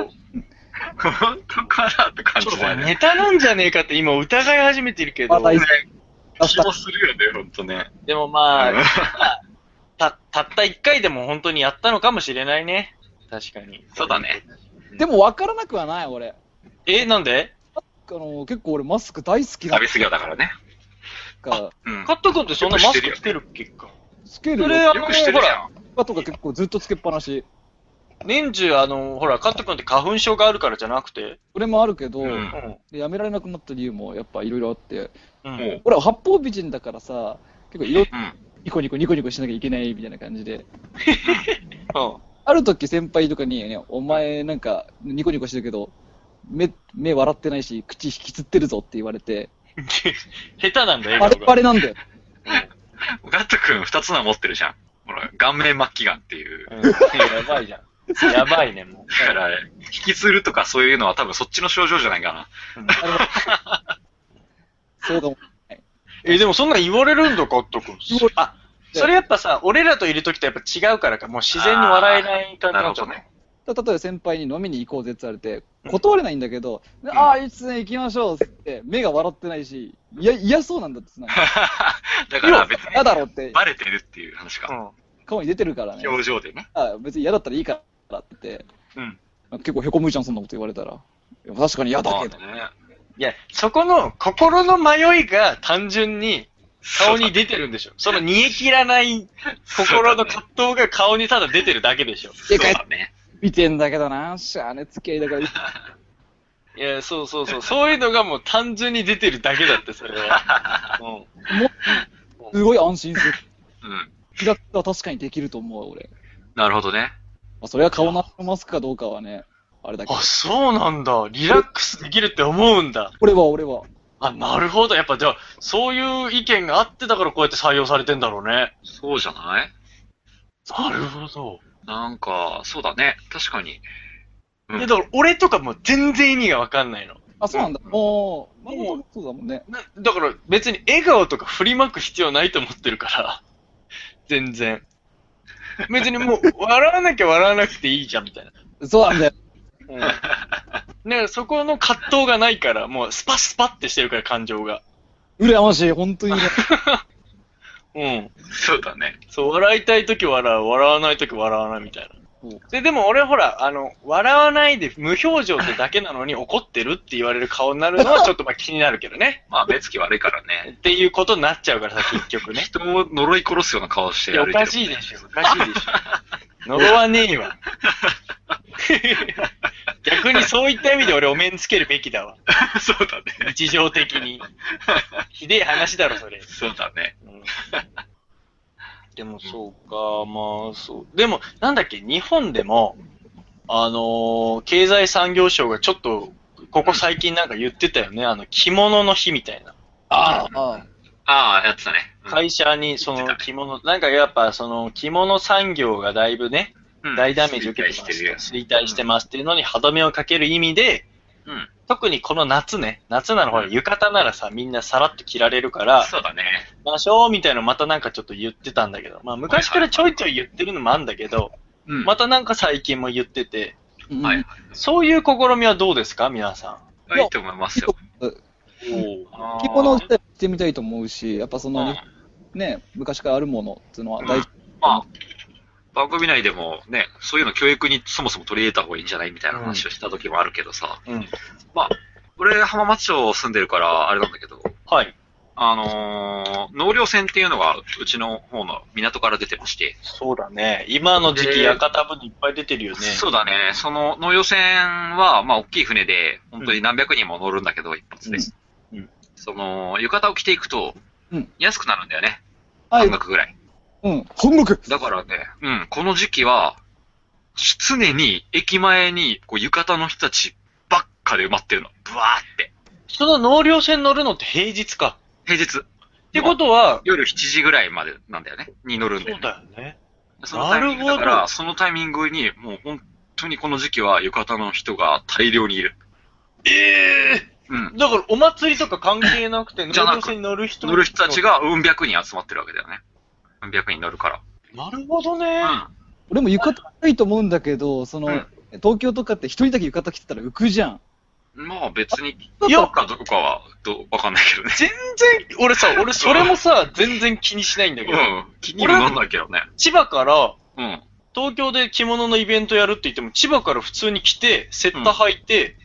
Speaker 2: 本当かなって感
Speaker 4: ちょっと
Speaker 2: じ
Speaker 4: こ
Speaker 2: だ
Speaker 4: れ
Speaker 2: よね。
Speaker 4: ネタなんじゃねえかって今疑い始めてるけど
Speaker 3: ま、だいい
Speaker 2: ね
Speaker 3: 出し
Speaker 2: 気
Speaker 3: た
Speaker 2: もするよね、本当ね。
Speaker 4: で もま
Speaker 2: うん
Speaker 4: あ、た、たった一回でも本当にやったのかもしれないね。確かに。
Speaker 2: そうだね。
Speaker 3: でも分からなくはない、俺。
Speaker 4: え、なんで
Speaker 3: あの結構俺マスク大好き
Speaker 2: サ
Speaker 3: だ
Speaker 2: ービス業だからね。
Speaker 3: から、
Speaker 2: うん。
Speaker 4: カット君ってそんなマスクつけるっけか。
Speaker 3: つける
Speaker 4: それ
Speaker 3: よ
Speaker 4: は
Speaker 2: よくしてるじゃん。
Speaker 3: とか結構ずっとつけっぱなし。
Speaker 4: 年中、あの、ほら、カット君って花粉症があるからじゃなくて、
Speaker 3: 俺もあるけど、
Speaker 2: うん
Speaker 3: でやめられなくなった理由もやっぱいろいろあって、
Speaker 4: うん。
Speaker 2: もう。
Speaker 3: 俺は八方美人だからさ、結構いろ
Speaker 2: うん。
Speaker 3: ニコニコニコニコしなきゃいけないみたいな感じで、
Speaker 4: うん。
Speaker 3: ある時先輩とかに、ね、お前なんかニコニコしてるけど、目、目笑ってないし、口引きつってるぞって言われて、
Speaker 4: 下手なんだよ、
Speaker 3: バレ
Speaker 4: 笑
Speaker 3: バ
Speaker 4: 顔が。
Speaker 3: レなんだよ。
Speaker 2: ガット君二つの持ってるじゃん。ほら、顔面末期がんっていう。
Speaker 4: うんやばいじゃん。やばいね、もう。
Speaker 2: だから、引きずるとかそういうのは多分そっちの症状じゃないかな。
Speaker 3: そうかも。
Speaker 4: え、でもそんなん言われるんだ、カット君。あ、それやっぱさ、俺らといる時とやっぱ違うからか、もう自然に笑えない感じに
Speaker 2: なる
Speaker 4: な
Speaker 2: ほ
Speaker 4: っちゃ
Speaker 2: ど
Speaker 4: う
Speaker 2: ね。
Speaker 3: だ例えば先輩に飲みに行こうぜって言われて
Speaker 4: うん、
Speaker 3: 断れないんだけど、ああ、いつね、行きましょうっつって、目が笑ってないし、いや、嫌そうなん だって、なんか
Speaker 2: だから別に
Speaker 3: 嫌だろって、
Speaker 2: バレてるっていう話か。
Speaker 3: 顔に出てるからね、
Speaker 2: 表情でね。
Speaker 3: あ別に嫌だったらいいからって言って、
Speaker 4: うん。うん。
Speaker 3: なんか結構へこむじゃん、そんなこと言われたら。いや確かに嫌だけど。
Speaker 2: まあね
Speaker 4: いや、そこの心の迷いが単純に顔に出てるんでしょ。その煮え切らない心の葛藤が顔にただ出てるだけでしょ。
Speaker 2: そう
Speaker 3: でかい
Speaker 2: だね。
Speaker 3: 見てんだけどな、しゃあね、付き合いだから。
Speaker 4: いや、そうそうそう。そういうのがもう単純に出てるだけだって、それは。うん。
Speaker 3: もうすごい安心する。
Speaker 2: うん。
Speaker 3: 気だったら確かにできると思う、俺。
Speaker 2: なるほどね。
Speaker 3: まあ、それは顔なしのマスクかどうかはね、あれだけど
Speaker 4: あ、。そうなんだ。リラックスできるって思うんだ。
Speaker 3: 俺は、俺は。
Speaker 4: あ、なるほど。やっぱじゃあ、そういう意見があってだからこうやって採用されてんだろうね。
Speaker 2: そうじゃない
Speaker 4: なるほど。
Speaker 2: なんか、そうだね。確かに。うん
Speaker 4: え、だから俺とかもう全然意味がわかんないの。
Speaker 3: あ、そうなんだ。もう、まあ、
Speaker 4: もう
Speaker 3: もそうだもんね。
Speaker 4: なだから別に笑顔とか振りまく必要ないと思ってるから。全然。別にもう、笑わなきゃ笑わなくていいじゃん、みたいな。
Speaker 3: そうなんだよ。
Speaker 4: うん。だからそこの葛藤がないから、もうスパスパってしてるから、感情が。
Speaker 3: 羨ましい、本当にね。
Speaker 4: うん。
Speaker 2: そうだね。
Speaker 4: そう、笑いたいとき笑う、笑わないとき笑わないみたい
Speaker 3: うん
Speaker 4: な。で、でも俺ほら、あの、笑わないで無表情ってだけなのに 怒ってるって言われる顔になるのはちょっとまあ気になるけどね。
Speaker 2: まあ、目つき悪いからね。
Speaker 4: っていうことになっちゃうからさ、結 局ね。
Speaker 2: 人を呪い殺すような顔し
Speaker 4: い
Speaker 2: て
Speaker 4: や、お
Speaker 2: 歩いてる。
Speaker 4: かしいでしょ、おかしいでしょ。呪わねえわ。 逆にそういった意味で俺お面つけるべきだわ。
Speaker 2: そうだね。
Speaker 4: 日常的に。ひでえ話だろ、それ。
Speaker 2: そうだね。
Speaker 4: でもそうか、まあそう。でも、なんだっけ、日本でも、あのー経済産業省がちょっと、ここ最近なんか言ってたよね、あの、着物の日みたいな。
Speaker 3: ああ、ああ。
Speaker 2: ああ、やってたね。
Speaker 4: 会社にそ
Speaker 2: 言って
Speaker 4: の
Speaker 2: た
Speaker 4: 着物、なんかやっぱその着物産業がだいぶね、
Speaker 2: うん
Speaker 4: 大ダメージ受けて
Speaker 2: し
Speaker 4: ま
Speaker 2: て
Speaker 4: す
Speaker 2: るよ。
Speaker 4: 衰退してますっていうのに歯止めをかける意味で、
Speaker 2: うん。
Speaker 4: 特にこの夏ね、夏なのほら、浴衣ならさ、みんなさらっと着られるから、
Speaker 2: そうだね。
Speaker 4: ましょうみたいなのまたなんかちょっと言ってたんだけど、まあ昔からちょいちょい言ってるのもあるんだけど、
Speaker 2: うん。
Speaker 4: またなんか最近も言ってて、
Speaker 3: うん
Speaker 2: はい。
Speaker 4: そういう試みはどうですか皆さ
Speaker 2: いやいいと思いますよ。
Speaker 4: ん。
Speaker 2: あー
Speaker 3: 着物自体も着てみたいと思うし、やっぱそ
Speaker 2: うん
Speaker 3: の、ね、昔からあるものっていうのは大事。
Speaker 2: まあ、番組内でもね、そういうの教育にそもそも取り入れた方がいいんじゃないみたいな話をした時もあるけどさ、
Speaker 4: うん。
Speaker 2: まあ、俺、浜松町住んでるから、あれなんだけど、
Speaker 4: はい。
Speaker 2: あのー納涼船っていうのが、うちの方の港から出てまして、
Speaker 4: そうだね。今の時期、
Speaker 2: で
Speaker 4: 屋形部にいっぱい出てるよね。
Speaker 2: そうだね、その納涼船は、まあ、大きい船で、本当に何百人も乗るんだけど、一発で。
Speaker 4: うんうん
Speaker 2: その、浴衣を着ていくと
Speaker 3: うん、
Speaker 2: 安くなるんだよね、
Speaker 3: は
Speaker 2: 半
Speaker 3: い。
Speaker 2: 額ぐらい。
Speaker 3: うん。本目
Speaker 2: だからね、うん、この時期は、常に駅前にこう浴衣の人たちばっかで埋まってるの。ブワーって。
Speaker 4: その納涼船乗るのって平日か。
Speaker 2: 平日、
Speaker 4: ってことは、
Speaker 2: 夜7時ぐらいまでなんだよね。に乗る
Speaker 4: そ
Speaker 2: んだよ
Speaker 4: う
Speaker 2: ね。
Speaker 4: だよね。
Speaker 2: そのタイミングだか
Speaker 4: なるほ
Speaker 2: ら、そのタイミングに、もう本当にこの時期は浴衣の人が大量にいる。
Speaker 4: ええ
Speaker 2: うん。
Speaker 4: だからお祭りとか関係なくて、納
Speaker 2: じゃなく
Speaker 4: 涼船に乗る人
Speaker 2: 乗る人たち。がうん百人集まってるわけだよね。うん百人乗るか
Speaker 4: なるほどね。
Speaker 2: ら。
Speaker 3: 俺も浴衣着たいと思うんだけど、その、
Speaker 2: うん
Speaker 3: 東京とかって一人だけ浴衣着てたら浮くじゃん。
Speaker 2: うん。まあ別に、
Speaker 4: いや
Speaker 2: どうかどうかは、どう、わかんないけどね。
Speaker 4: 全然、俺さ、俺それもさ、全然気にしないんだけど、
Speaker 2: うん。気にもなんないけどね。
Speaker 4: 千葉から、
Speaker 2: うん。
Speaker 4: 東京で着物のイベントやるって言っても、千葉から普通に来て、セッタ履いて、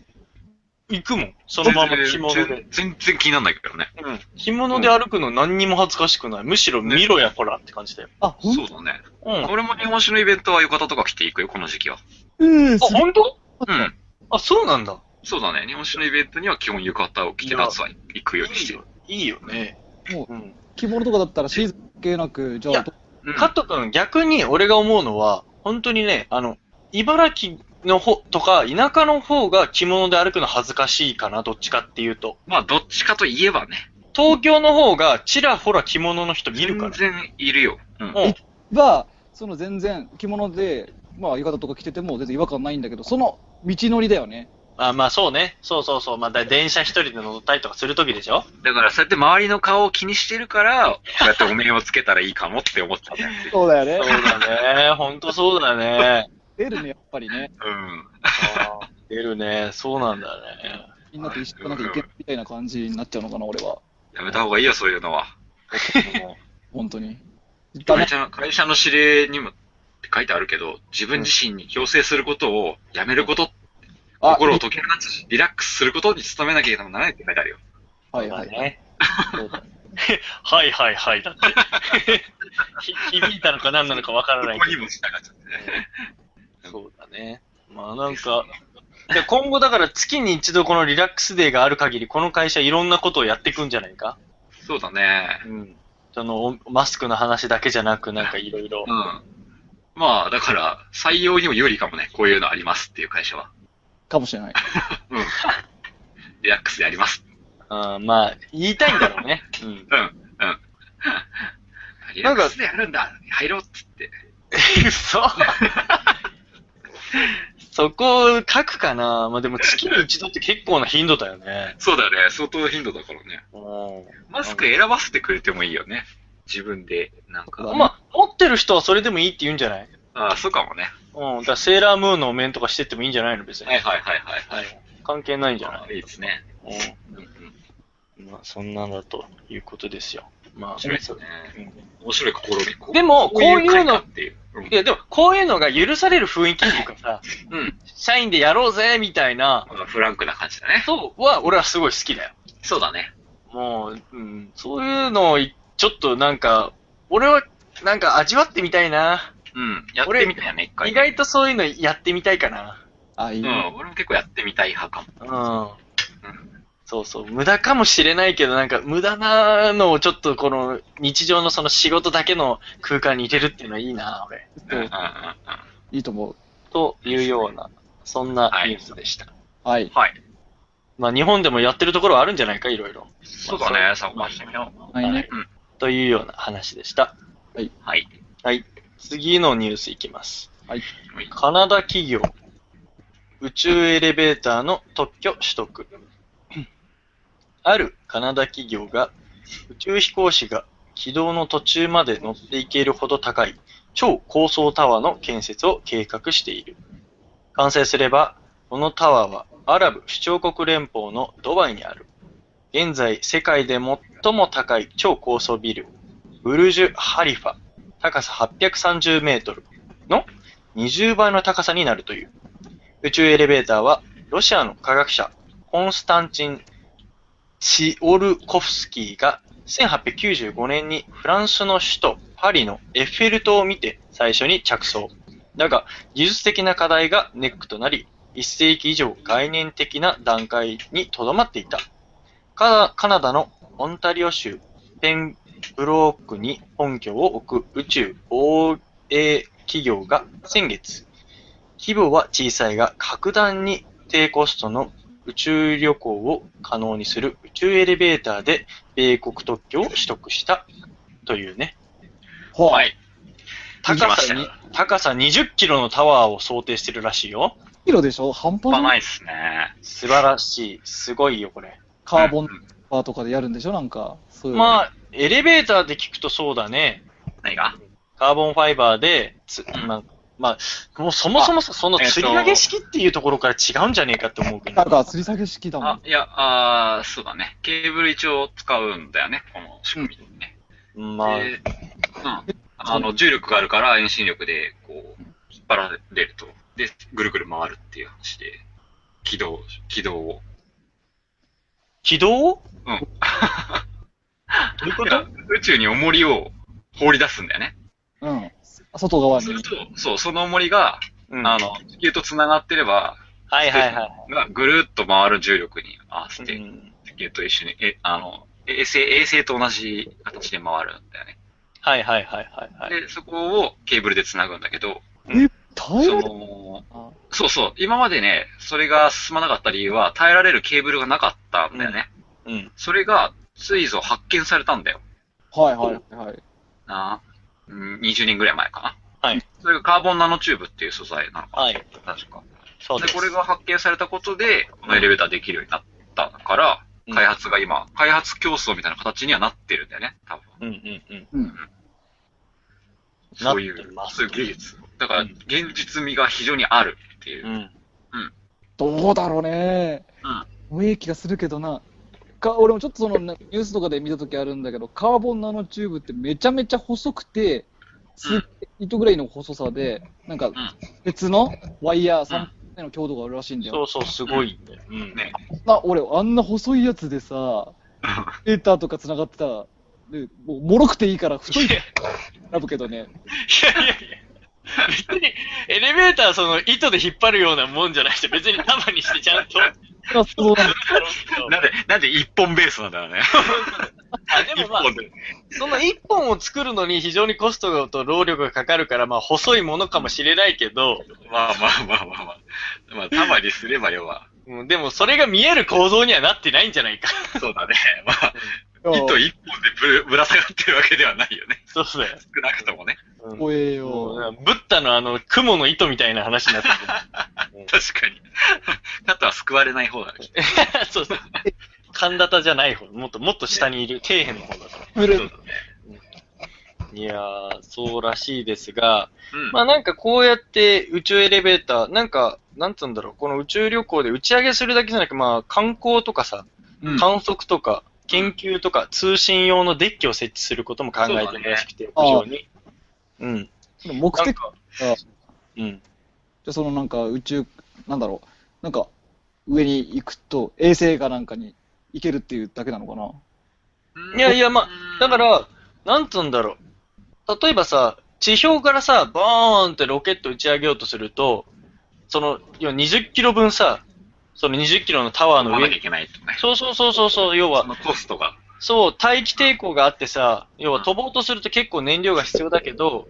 Speaker 4: 行くもん。そのまま着物で。
Speaker 2: 全全然気にならないけどね。
Speaker 4: うん。着物で歩くの何にも恥ずかしくない。むしろ見ろや、ほらって感じだよ。
Speaker 3: あ、ほん
Speaker 2: そ
Speaker 3: と
Speaker 2: うだね。
Speaker 4: うん。あ、
Speaker 2: 俺も日本酒のイベントは浴衣とか着ていくよ、この時期は。
Speaker 3: うん、すげえ
Speaker 4: 本当
Speaker 2: うん。
Speaker 4: あ、そうなんだ。
Speaker 2: そうだね。日本酒のイベントには基本浴衣を着て夏は行くようにしてる。
Speaker 4: いいよね。
Speaker 3: もう
Speaker 4: うん。
Speaker 3: 着物とかだったらシーズン関係なく、じ
Speaker 4: い
Speaker 3: ゃ
Speaker 4: や
Speaker 3: あ、ど
Speaker 2: うん
Speaker 4: カット君、逆に俺が思うのは、本当にね、あの、茨城の方とか、田舎の方が着物で歩くの恥ずかしいかな、どっちかっていうと。
Speaker 2: まあ、どっちかといえばね。
Speaker 4: 東京の方が、ちらほら着物の人見るか
Speaker 2: 全
Speaker 4: ら。
Speaker 2: 然いるよ。うん。
Speaker 4: うん。
Speaker 3: は、その全然着物で、まあ浴衣とか着てても全然違和感ないんだけど、その道のりだよね。
Speaker 4: あ、まあそうね。そうそうそう。まあ、だ電車一人で乗ったりとかするときでしょ
Speaker 2: だから、そうやって周りの顔を気にしてるから、こうやってお面をつけたらいいかもって思ったんだよね
Speaker 3: そうだよ
Speaker 4: そう。だ ね。ほんとそうだね。
Speaker 3: 出るね、やっぱりね。
Speaker 2: うん。
Speaker 4: あー出るね。そうなんだね。
Speaker 3: みんなと一緒になきゃいけないみたいな感じになっちゃうのかな、俺は。
Speaker 2: やめた方がいいよ、そういうのは。も
Speaker 3: 本当に。
Speaker 2: う
Speaker 3: ダメ
Speaker 2: 会。社の会社の指令にもって書いてあるけど、自分自身に強制することをやめること、
Speaker 3: あ、
Speaker 2: 心を解き放つ、リラックスすることに努めなきゃいけないって書いてあるよ。
Speaker 3: はいはい。
Speaker 4: ね。はいはいはいだって。 ひ響いたのか何なのかわから
Speaker 2: こ
Speaker 4: ない
Speaker 2: こ
Speaker 4: け
Speaker 2: にも従っちゃってね。
Speaker 4: ど。そうだね。まあなんか、いや今後だから月に一度このリラックスデーがある限り、この会社いろんなことをやっていくんじゃないか
Speaker 2: そうだね。
Speaker 4: うん。その、おマスクの話だけじゃなく、なんかいろいろ
Speaker 2: う。ん。まあ、だから、採用にも有利かもね。こういうのありますっていう会社は。
Speaker 3: かもしれない。
Speaker 2: うん。リラックスやります。
Speaker 4: うん、まあ、言いたいんだろうね。う ん。
Speaker 2: うん。うん。リラックスでやるんだ。入ろうっつって。
Speaker 4: 嘘そこを書くかなまあでも月に一度って結構な頻度だよね。
Speaker 2: そうだよね。相当頻度だからね。
Speaker 4: うん。
Speaker 2: マスク選ばせてくれてもいいよね。自分で、なんか。
Speaker 3: うん
Speaker 4: まあ、持ってる人はそれでもいいって言うんじゃない
Speaker 2: ああ、そうかもね。
Speaker 4: うん。だからセーラームーンのお面とかしてってもいいんじゃないの別に。
Speaker 2: はいはいはいはい。はい、
Speaker 4: 関係ないんじゃない
Speaker 2: いいですね。
Speaker 4: う
Speaker 2: うんうん。
Speaker 4: ん。まあ、そんなんだということですよ。ま
Speaker 2: 面
Speaker 4: あ、
Speaker 2: 白いですね。
Speaker 4: うん
Speaker 2: 面白い試み。こ
Speaker 4: でもこういうの
Speaker 2: 会かっていう。うん
Speaker 4: いや、でも、こういうのが許される雰囲気っていうかさ、
Speaker 2: うん。
Speaker 4: 社員でやろうぜみたいな、
Speaker 2: あのフランクな感じだね。
Speaker 4: そうは、俺はすごい好きだよ。
Speaker 2: そうだね。
Speaker 4: もう、うん、そういうのをい、ちょっとなんか、俺は、なんか味わってみたいな。
Speaker 2: うん。やってみたいよね、一回。
Speaker 4: 意外とそういうのやってみたいかな。
Speaker 3: あ、いい。
Speaker 2: うん。俺も結構やってみたい派かも。
Speaker 4: うん。そうそう、無駄かもしれないけど、なんか無駄なのをちょっとこの日常のその仕事だけの空間に入れるっていうのはいいな、俺。
Speaker 2: うんうんうんうん。
Speaker 3: いいと思う。
Speaker 4: というような、そんな
Speaker 2: はい
Speaker 4: ニュースでした。
Speaker 3: はい。
Speaker 2: はい。
Speaker 4: まあ日本でもやってるところはあるんじゃないか、いろいろ。
Speaker 2: そうだね。参考にしてみよう。
Speaker 3: はいね。
Speaker 4: というような話でした。
Speaker 2: はい。
Speaker 4: はい。次のニュースいきます。
Speaker 3: はい。
Speaker 4: カナダ企業、宇宙エレベーターの特許取得。あるカナダ企業が宇宙飛行士が軌道の途中まで乗っていけるほど高い超高層タワーの建設を計画している。完成すれば、このタワーはアラブ首長国連邦のドバイにある。現在世界で最も高い超高層ビル、ブルジュ・ハリファ、高さ830メートルの20倍の高さになるという。宇宙エレベーターは、ロシアの科学者、コンスタンチン・チオルコフスキーが1895年にフランスの首都パリのエッフェル塔を見て最初に着想。だが、技術的な課題がネックとなり、1世紀以上概念的な段階にとどまっていた。カカナダのオンタリオ州ペンブロークに本拠を置く宇宙防衛企業が先月、規模は小さいが格段に低コストの宇宙旅行を可能にする宇宙エレベーターで米国特許を取得したというね。
Speaker 3: は。
Speaker 2: はいい。行き
Speaker 4: 高
Speaker 2: ました
Speaker 4: さに
Speaker 2: よ。
Speaker 4: 高さ20キロのタワーを想定してるらしいよ。
Speaker 3: キロでしょ半端
Speaker 2: 半端
Speaker 3: な。
Speaker 2: ないいっすね。
Speaker 4: 素晴らしい。すごいよ、これ。
Speaker 3: カーボンバーとかでやるんでしょなんか。そういうの。
Speaker 4: まあ、エレベーターで聞くとそうだね。
Speaker 2: 何が
Speaker 4: カーボンファイバーで、つままあ、もうそもそもさ、その
Speaker 2: えっと
Speaker 4: 吊り上げ式っていうところから違うんじゃねえかって思うけ
Speaker 3: な
Speaker 4: ど
Speaker 3: ん。か吊り下げ式だも
Speaker 2: あ
Speaker 3: ん、。
Speaker 2: いや、あーそうだね。ケーブル一応使うんだよね、この仕組みね。
Speaker 4: まあ、
Speaker 2: でうん。あの、重力があるから遠心力で、こう、引っ張られると。で、ぐるぐる回るっていう話で、軌道、軌道を。
Speaker 4: 軌道
Speaker 2: うん。
Speaker 4: どういうこ
Speaker 2: いや
Speaker 4: と
Speaker 2: 宇宙に重りを放り出すんだよね。
Speaker 3: うん。外側
Speaker 2: す
Speaker 3: に
Speaker 2: る。と、そう、その重りが、
Speaker 4: うん。
Speaker 2: あ
Speaker 4: はい
Speaker 2: の、地球と繋がってれば、
Speaker 4: はいは
Speaker 2: がぐるっと回る重力に合わせ
Speaker 4: い。う
Speaker 2: て、
Speaker 4: ん
Speaker 2: 地球と一緒に、え、あの、衛星、衛星と同じ形で回るんだよね。
Speaker 4: はいはいはいはいはい。
Speaker 2: で、そこをケーブルで繋ぐんだけど、
Speaker 3: 耐え
Speaker 2: そ
Speaker 3: られる
Speaker 2: の、
Speaker 3: あ
Speaker 2: そうそう、今までね、それが進まなかった理由は、耐えられるケーブルがなかったんだよね。
Speaker 4: うん。
Speaker 2: それが、ついぞ発見されたんだよ。
Speaker 3: はいはいはい。
Speaker 2: なあうん20年ぐらい前かな。
Speaker 4: はい。
Speaker 2: それがカーボンナノチューブっていう素材なのかな。
Speaker 4: はい。
Speaker 2: 確か。
Speaker 4: そうで
Speaker 2: で、
Speaker 4: す。
Speaker 2: これが発見されたことで、このエレベーターできるようになったから、
Speaker 4: うん
Speaker 2: 開発が今、開発競争みたいな形にはなってるんだよね、多分。
Speaker 4: うんうんうん。
Speaker 3: うん。
Speaker 2: そうい
Speaker 4: なって
Speaker 2: う
Speaker 4: ま、す
Speaker 2: そういう技術。だから、
Speaker 4: うん
Speaker 2: 現実味が非常にあるっていうう。
Speaker 4: ん。
Speaker 3: どうだろうね。無益がするけどな。か俺もちょっとそのなニュースとかで見たときあるんだけど、カーボンナノチューブってめちゃめちゃ細くて、数糸ぐらいの細さで、なんか別のワイヤー3の強度があるらしいんだ
Speaker 4: そ
Speaker 3: よ。
Speaker 4: うそう、すごいんだよ。うん。
Speaker 2: ね。
Speaker 3: な俺、あんな細いやつでさ、データーとか繋がってたら、でもう脆くていいから太いの選ぶけどね。
Speaker 4: いやいやいや。別に、エレベーターその糸で引っ張るようなもんじゃなくて、別に束にしてちゃんと。
Speaker 3: そらそうなんだ
Speaker 2: なんで、なんで一本ベースなんだろうね。
Speaker 4: あでもまあ、
Speaker 2: 一本で。
Speaker 4: その一本を作るのに非常にコストと労力がかかるから、まあ細いものかもしれないけど、
Speaker 2: まあまあまあまあまあ。まあ、たまにすれば要は。
Speaker 4: うんでもそれが見える構造にはなってないんじゃないか。
Speaker 2: そうだね。まあ、
Speaker 3: よ
Speaker 2: 糸。一本でぶぶら下がってるわけではないよね。
Speaker 4: そうだよ。
Speaker 2: 少なくともね。
Speaker 4: うん
Speaker 3: 怖え
Speaker 4: もう
Speaker 3: よ。
Speaker 4: なブッダのあの、雲の糸みたいな話になって
Speaker 2: 確かに。あとは救われない方だね。
Speaker 4: る。 そうそう。神田田じゃない方、もっともっと下にいる、底辺の方だから。
Speaker 3: ブ
Speaker 2: そ
Speaker 3: レ
Speaker 2: う
Speaker 3: ー
Speaker 2: だね
Speaker 3: ド。
Speaker 4: いやー、そうらしいですが、
Speaker 2: うん。
Speaker 4: まあなんかこうやって宇宙エレベーター、なんか、なんつうんだろう、この宇宙旅行で打ち上げするだけじゃなく、まあ観光とかさ、
Speaker 2: うん
Speaker 4: 観測とか、研究とか、通信用のデッキを設置することも考えてるらしくて、屋上に。うん。
Speaker 3: 目
Speaker 4: なん
Speaker 3: 的
Speaker 4: か、
Speaker 3: が
Speaker 4: うん。
Speaker 3: じゃあそのなんか宇宙、なんだろう、なんか上に行くと衛星かなんかに行けるっていうだけなのかな。
Speaker 4: いやいや、まあ、だか
Speaker 2: うん、
Speaker 4: ら、なんつうんだろう。例えばさ、地表からさ、バーンってロケット打ち上げようとすると、その、要は20キロ分さ、その20キロのタワー
Speaker 2: 飲
Speaker 4: の
Speaker 2: まな
Speaker 4: 上
Speaker 2: きゃ
Speaker 4: に、
Speaker 2: いけないとね。
Speaker 4: そうそうそうそうそう、要
Speaker 2: そ
Speaker 4: は、
Speaker 2: のコストが。
Speaker 4: そう、大気抵抗があってさ、要は飛ぼうとすると結構燃料が必要だけど、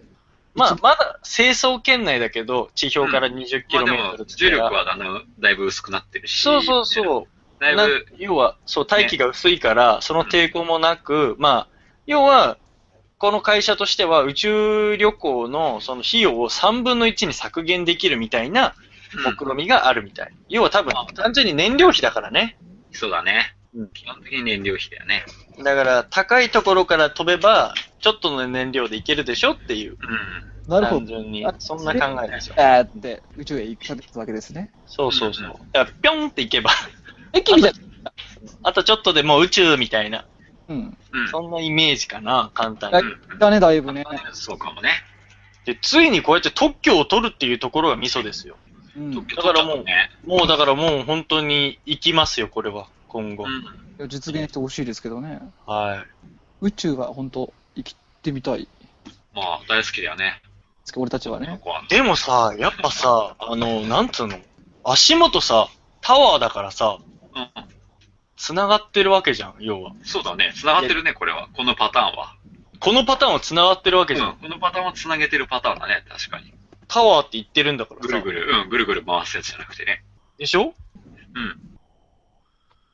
Speaker 4: まあ、まだ清掃圏内だけど、地表から20キ
Speaker 2: まあ
Speaker 4: ロ
Speaker 2: で
Speaker 4: メー
Speaker 2: も
Speaker 4: トル、
Speaker 2: 重力は、あの、だいぶ薄くなってるし。
Speaker 4: そうそうそう。
Speaker 2: だい
Speaker 4: な
Speaker 2: ぶ、
Speaker 4: 要は、そう、大気が薄いから、その抵抗もなく、まあ、要は、この会社としては宇宙旅行のその費用を3分の1に削減できるみたいな目論みがあるみたい。要は多分、単純に燃料費だからね。
Speaker 2: そうだね
Speaker 4: うん。
Speaker 2: 基本的に燃料費だよね。
Speaker 4: だから、高いところから飛べば、ちょっとの燃料でいけるでしょっていう。
Speaker 2: うん。
Speaker 3: なるほ
Speaker 4: 単
Speaker 3: ど。
Speaker 4: 純に
Speaker 3: あ。
Speaker 4: そんな考えですよ。
Speaker 3: あーって、宇宙へ行くわけですね。
Speaker 4: そうそうそう。だから、ぴょんっていけば、
Speaker 3: 駅みたいな。
Speaker 4: あとちょっとでもう宇宙みたいな。
Speaker 3: うん。
Speaker 2: うん。
Speaker 4: そんなイメージかな、簡単
Speaker 3: だ
Speaker 4: に。
Speaker 3: だね、だいぶね。
Speaker 2: そうかもね。
Speaker 4: で、ついにこうやって特許を取るっていうところがミソですよ。
Speaker 3: うん。い
Speaker 2: だからもうね。
Speaker 4: もうだからもう本当に行きますよ、これは。今後。
Speaker 2: うん。
Speaker 3: や実現してほしいですけどね。
Speaker 4: はい。
Speaker 3: 宇宙は本当行きてみたい。
Speaker 2: まあ、大好きだよね。
Speaker 3: 俺たちは
Speaker 2: この
Speaker 3: ね。
Speaker 2: 子は。
Speaker 4: でもさ、やっぱさ、あの、なんつうの足元さ、タワーだからさ、
Speaker 2: うん。
Speaker 4: 繋がってるわけじゃん、要は。
Speaker 2: そうだね。繋がってるね、これは。このパターンは。
Speaker 4: このパターンは繋がってるわ
Speaker 2: う
Speaker 4: けじゃん。
Speaker 2: ん。このパターンは繋げてるパターンだね。確かに。
Speaker 4: タワーって言ってるんだからさ。
Speaker 2: ぐるぐる、うん、ぐるぐる回すやつじゃなくてね。
Speaker 4: でしょ
Speaker 2: うん。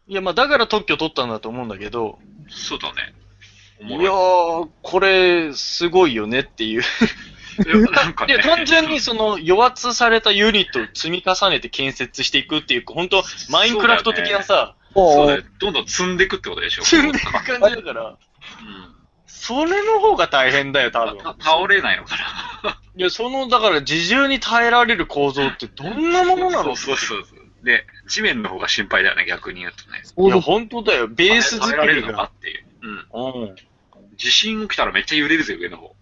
Speaker 4: いや、まあだから特許取ったんだと思うんだけど、
Speaker 2: そうだね。お
Speaker 4: い
Speaker 2: も
Speaker 4: や
Speaker 2: ろ
Speaker 4: ー、これ、すごいよねっていう。
Speaker 2: いいや、なんか
Speaker 4: い
Speaker 2: ね。
Speaker 4: や、単純にその、与圧されたユニットを積み重ねて建設していくっていう、本当マインクラフト的なさ、
Speaker 2: そうだ
Speaker 3: う
Speaker 2: よ。どんどん積んでいくってことでしょ。
Speaker 4: 積んでいく感じだから、それの方が大変だよ、多
Speaker 2: うん
Speaker 4: 分。
Speaker 2: た倒れないのかな。
Speaker 4: いや、その、だから、自重に耐えられる構造ってどんなものなの
Speaker 2: そうそうそう。で、地面の方が心配だよね、逆に言うとね。
Speaker 4: いや、本当だよ。ベース
Speaker 2: 耐
Speaker 4: 作
Speaker 2: えられ
Speaker 4: り
Speaker 2: るのか
Speaker 4: が。
Speaker 2: っていう。
Speaker 4: うん。
Speaker 2: うん。地震起きたらめっちゃ揺れるぜ、上の方。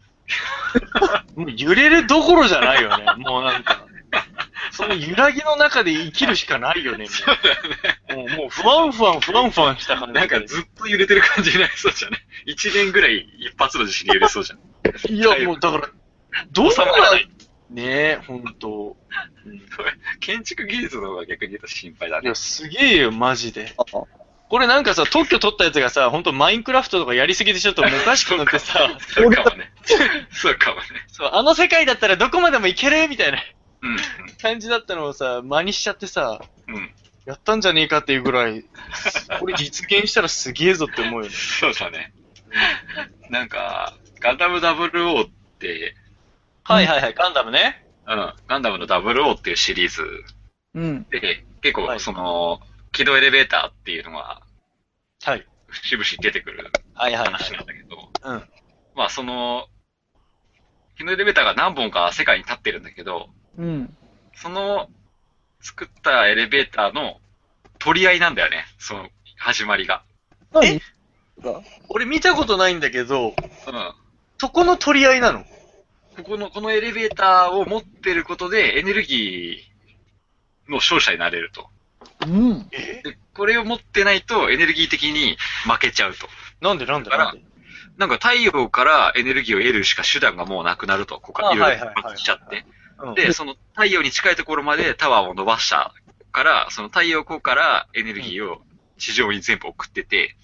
Speaker 4: もう揺れるどころじゃないよね。 もうなんか、その揺らぎの中で生きるしかないよね、もう。もうもう、ふわんふわん、ふわんふわんした感じ。
Speaker 2: なんかずっと揺れてる感じになりそうじゃない一年ぐらい一発の地震で揺れそうじゃん。
Speaker 4: いや、もうだから、どう
Speaker 2: 収
Speaker 4: な
Speaker 2: まらない
Speaker 4: ねえ、ほんと。
Speaker 2: 建築技術の方が逆に言うと心配だ
Speaker 4: い
Speaker 2: ね
Speaker 4: や、。すげえよ、マジで。
Speaker 3: あ
Speaker 4: これなんかさ、特許取ったやつがさ、ほんとマインクラフトとかやりすぎでちょっとおかしくなってさ、
Speaker 2: そうかもね。そうかもね。
Speaker 4: そう、あの世界だったらどこまでも行けるみたいな
Speaker 2: う
Speaker 4: 感じだったのをさ、真似しちゃってさ、
Speaker 2: ん。うん。
Speaker 4: やったんじゃねえかっていうぐらい、これ実現したらすげえぞって思うよね。
Speaker 2: そうだね。なんか、ガンダム00って、
Speaker 4: はいはいはい、ガンダムね。
Speaker 2: うん、ガンダムの00っていうシリーズ
Speaker 3: うん。
Speaker 2: で、結
Speaker 4: は
Speaker 2: 構
Speaker 4: い
Speaker 2: その、軌道エレベーターっていうのが、
Speaker 4: はい。
Speaker 2: 節々出てくる
Speaker 4: はいはいは。
Speaker 2: 話ないんだけど、
Speaker 4: うん。
Speaker 2: まあその、軌道エレベーターが何本か世界に立ってるんだけど、
Speaker 3: うん。
Speaker 2: その作ったエレベーターの取り合いなんだよね、その始まりが。
Speaker 3: 何
Speaker 4: 俺見たことないんだけど、
Speaker 2: うん。
Speaker 4: そこの取り合いなの
Speaker 2: ここの、このエレベーターを持ってることでエネルギーの勝者になれると。
Speaker 3: うん。
Speaker 4: え
Speaker 2: で、これを持ってないとエネルギー的に負けちゃうと。
Speaker 4: なんでなんで
Speaker 2: だから
Speaker 4: なんで
Speaker 2: なんか太陽からエネルギーを得るしか手段がもうなくなると、ここ
Speaker 4: あ
Speaker 2: いろ
Speaker 4: はい
Speaker 2: い
Speaker 4: はいは
Speaker 2: ろ
Speaker 4: い
Speaker 2: 発しちゃって。
Speaker 4: うん
Speaker 2: で、その太陽に近いところまでタワーを伸ばしたから、その太陽光からエネルギーを地上に全部送ってて、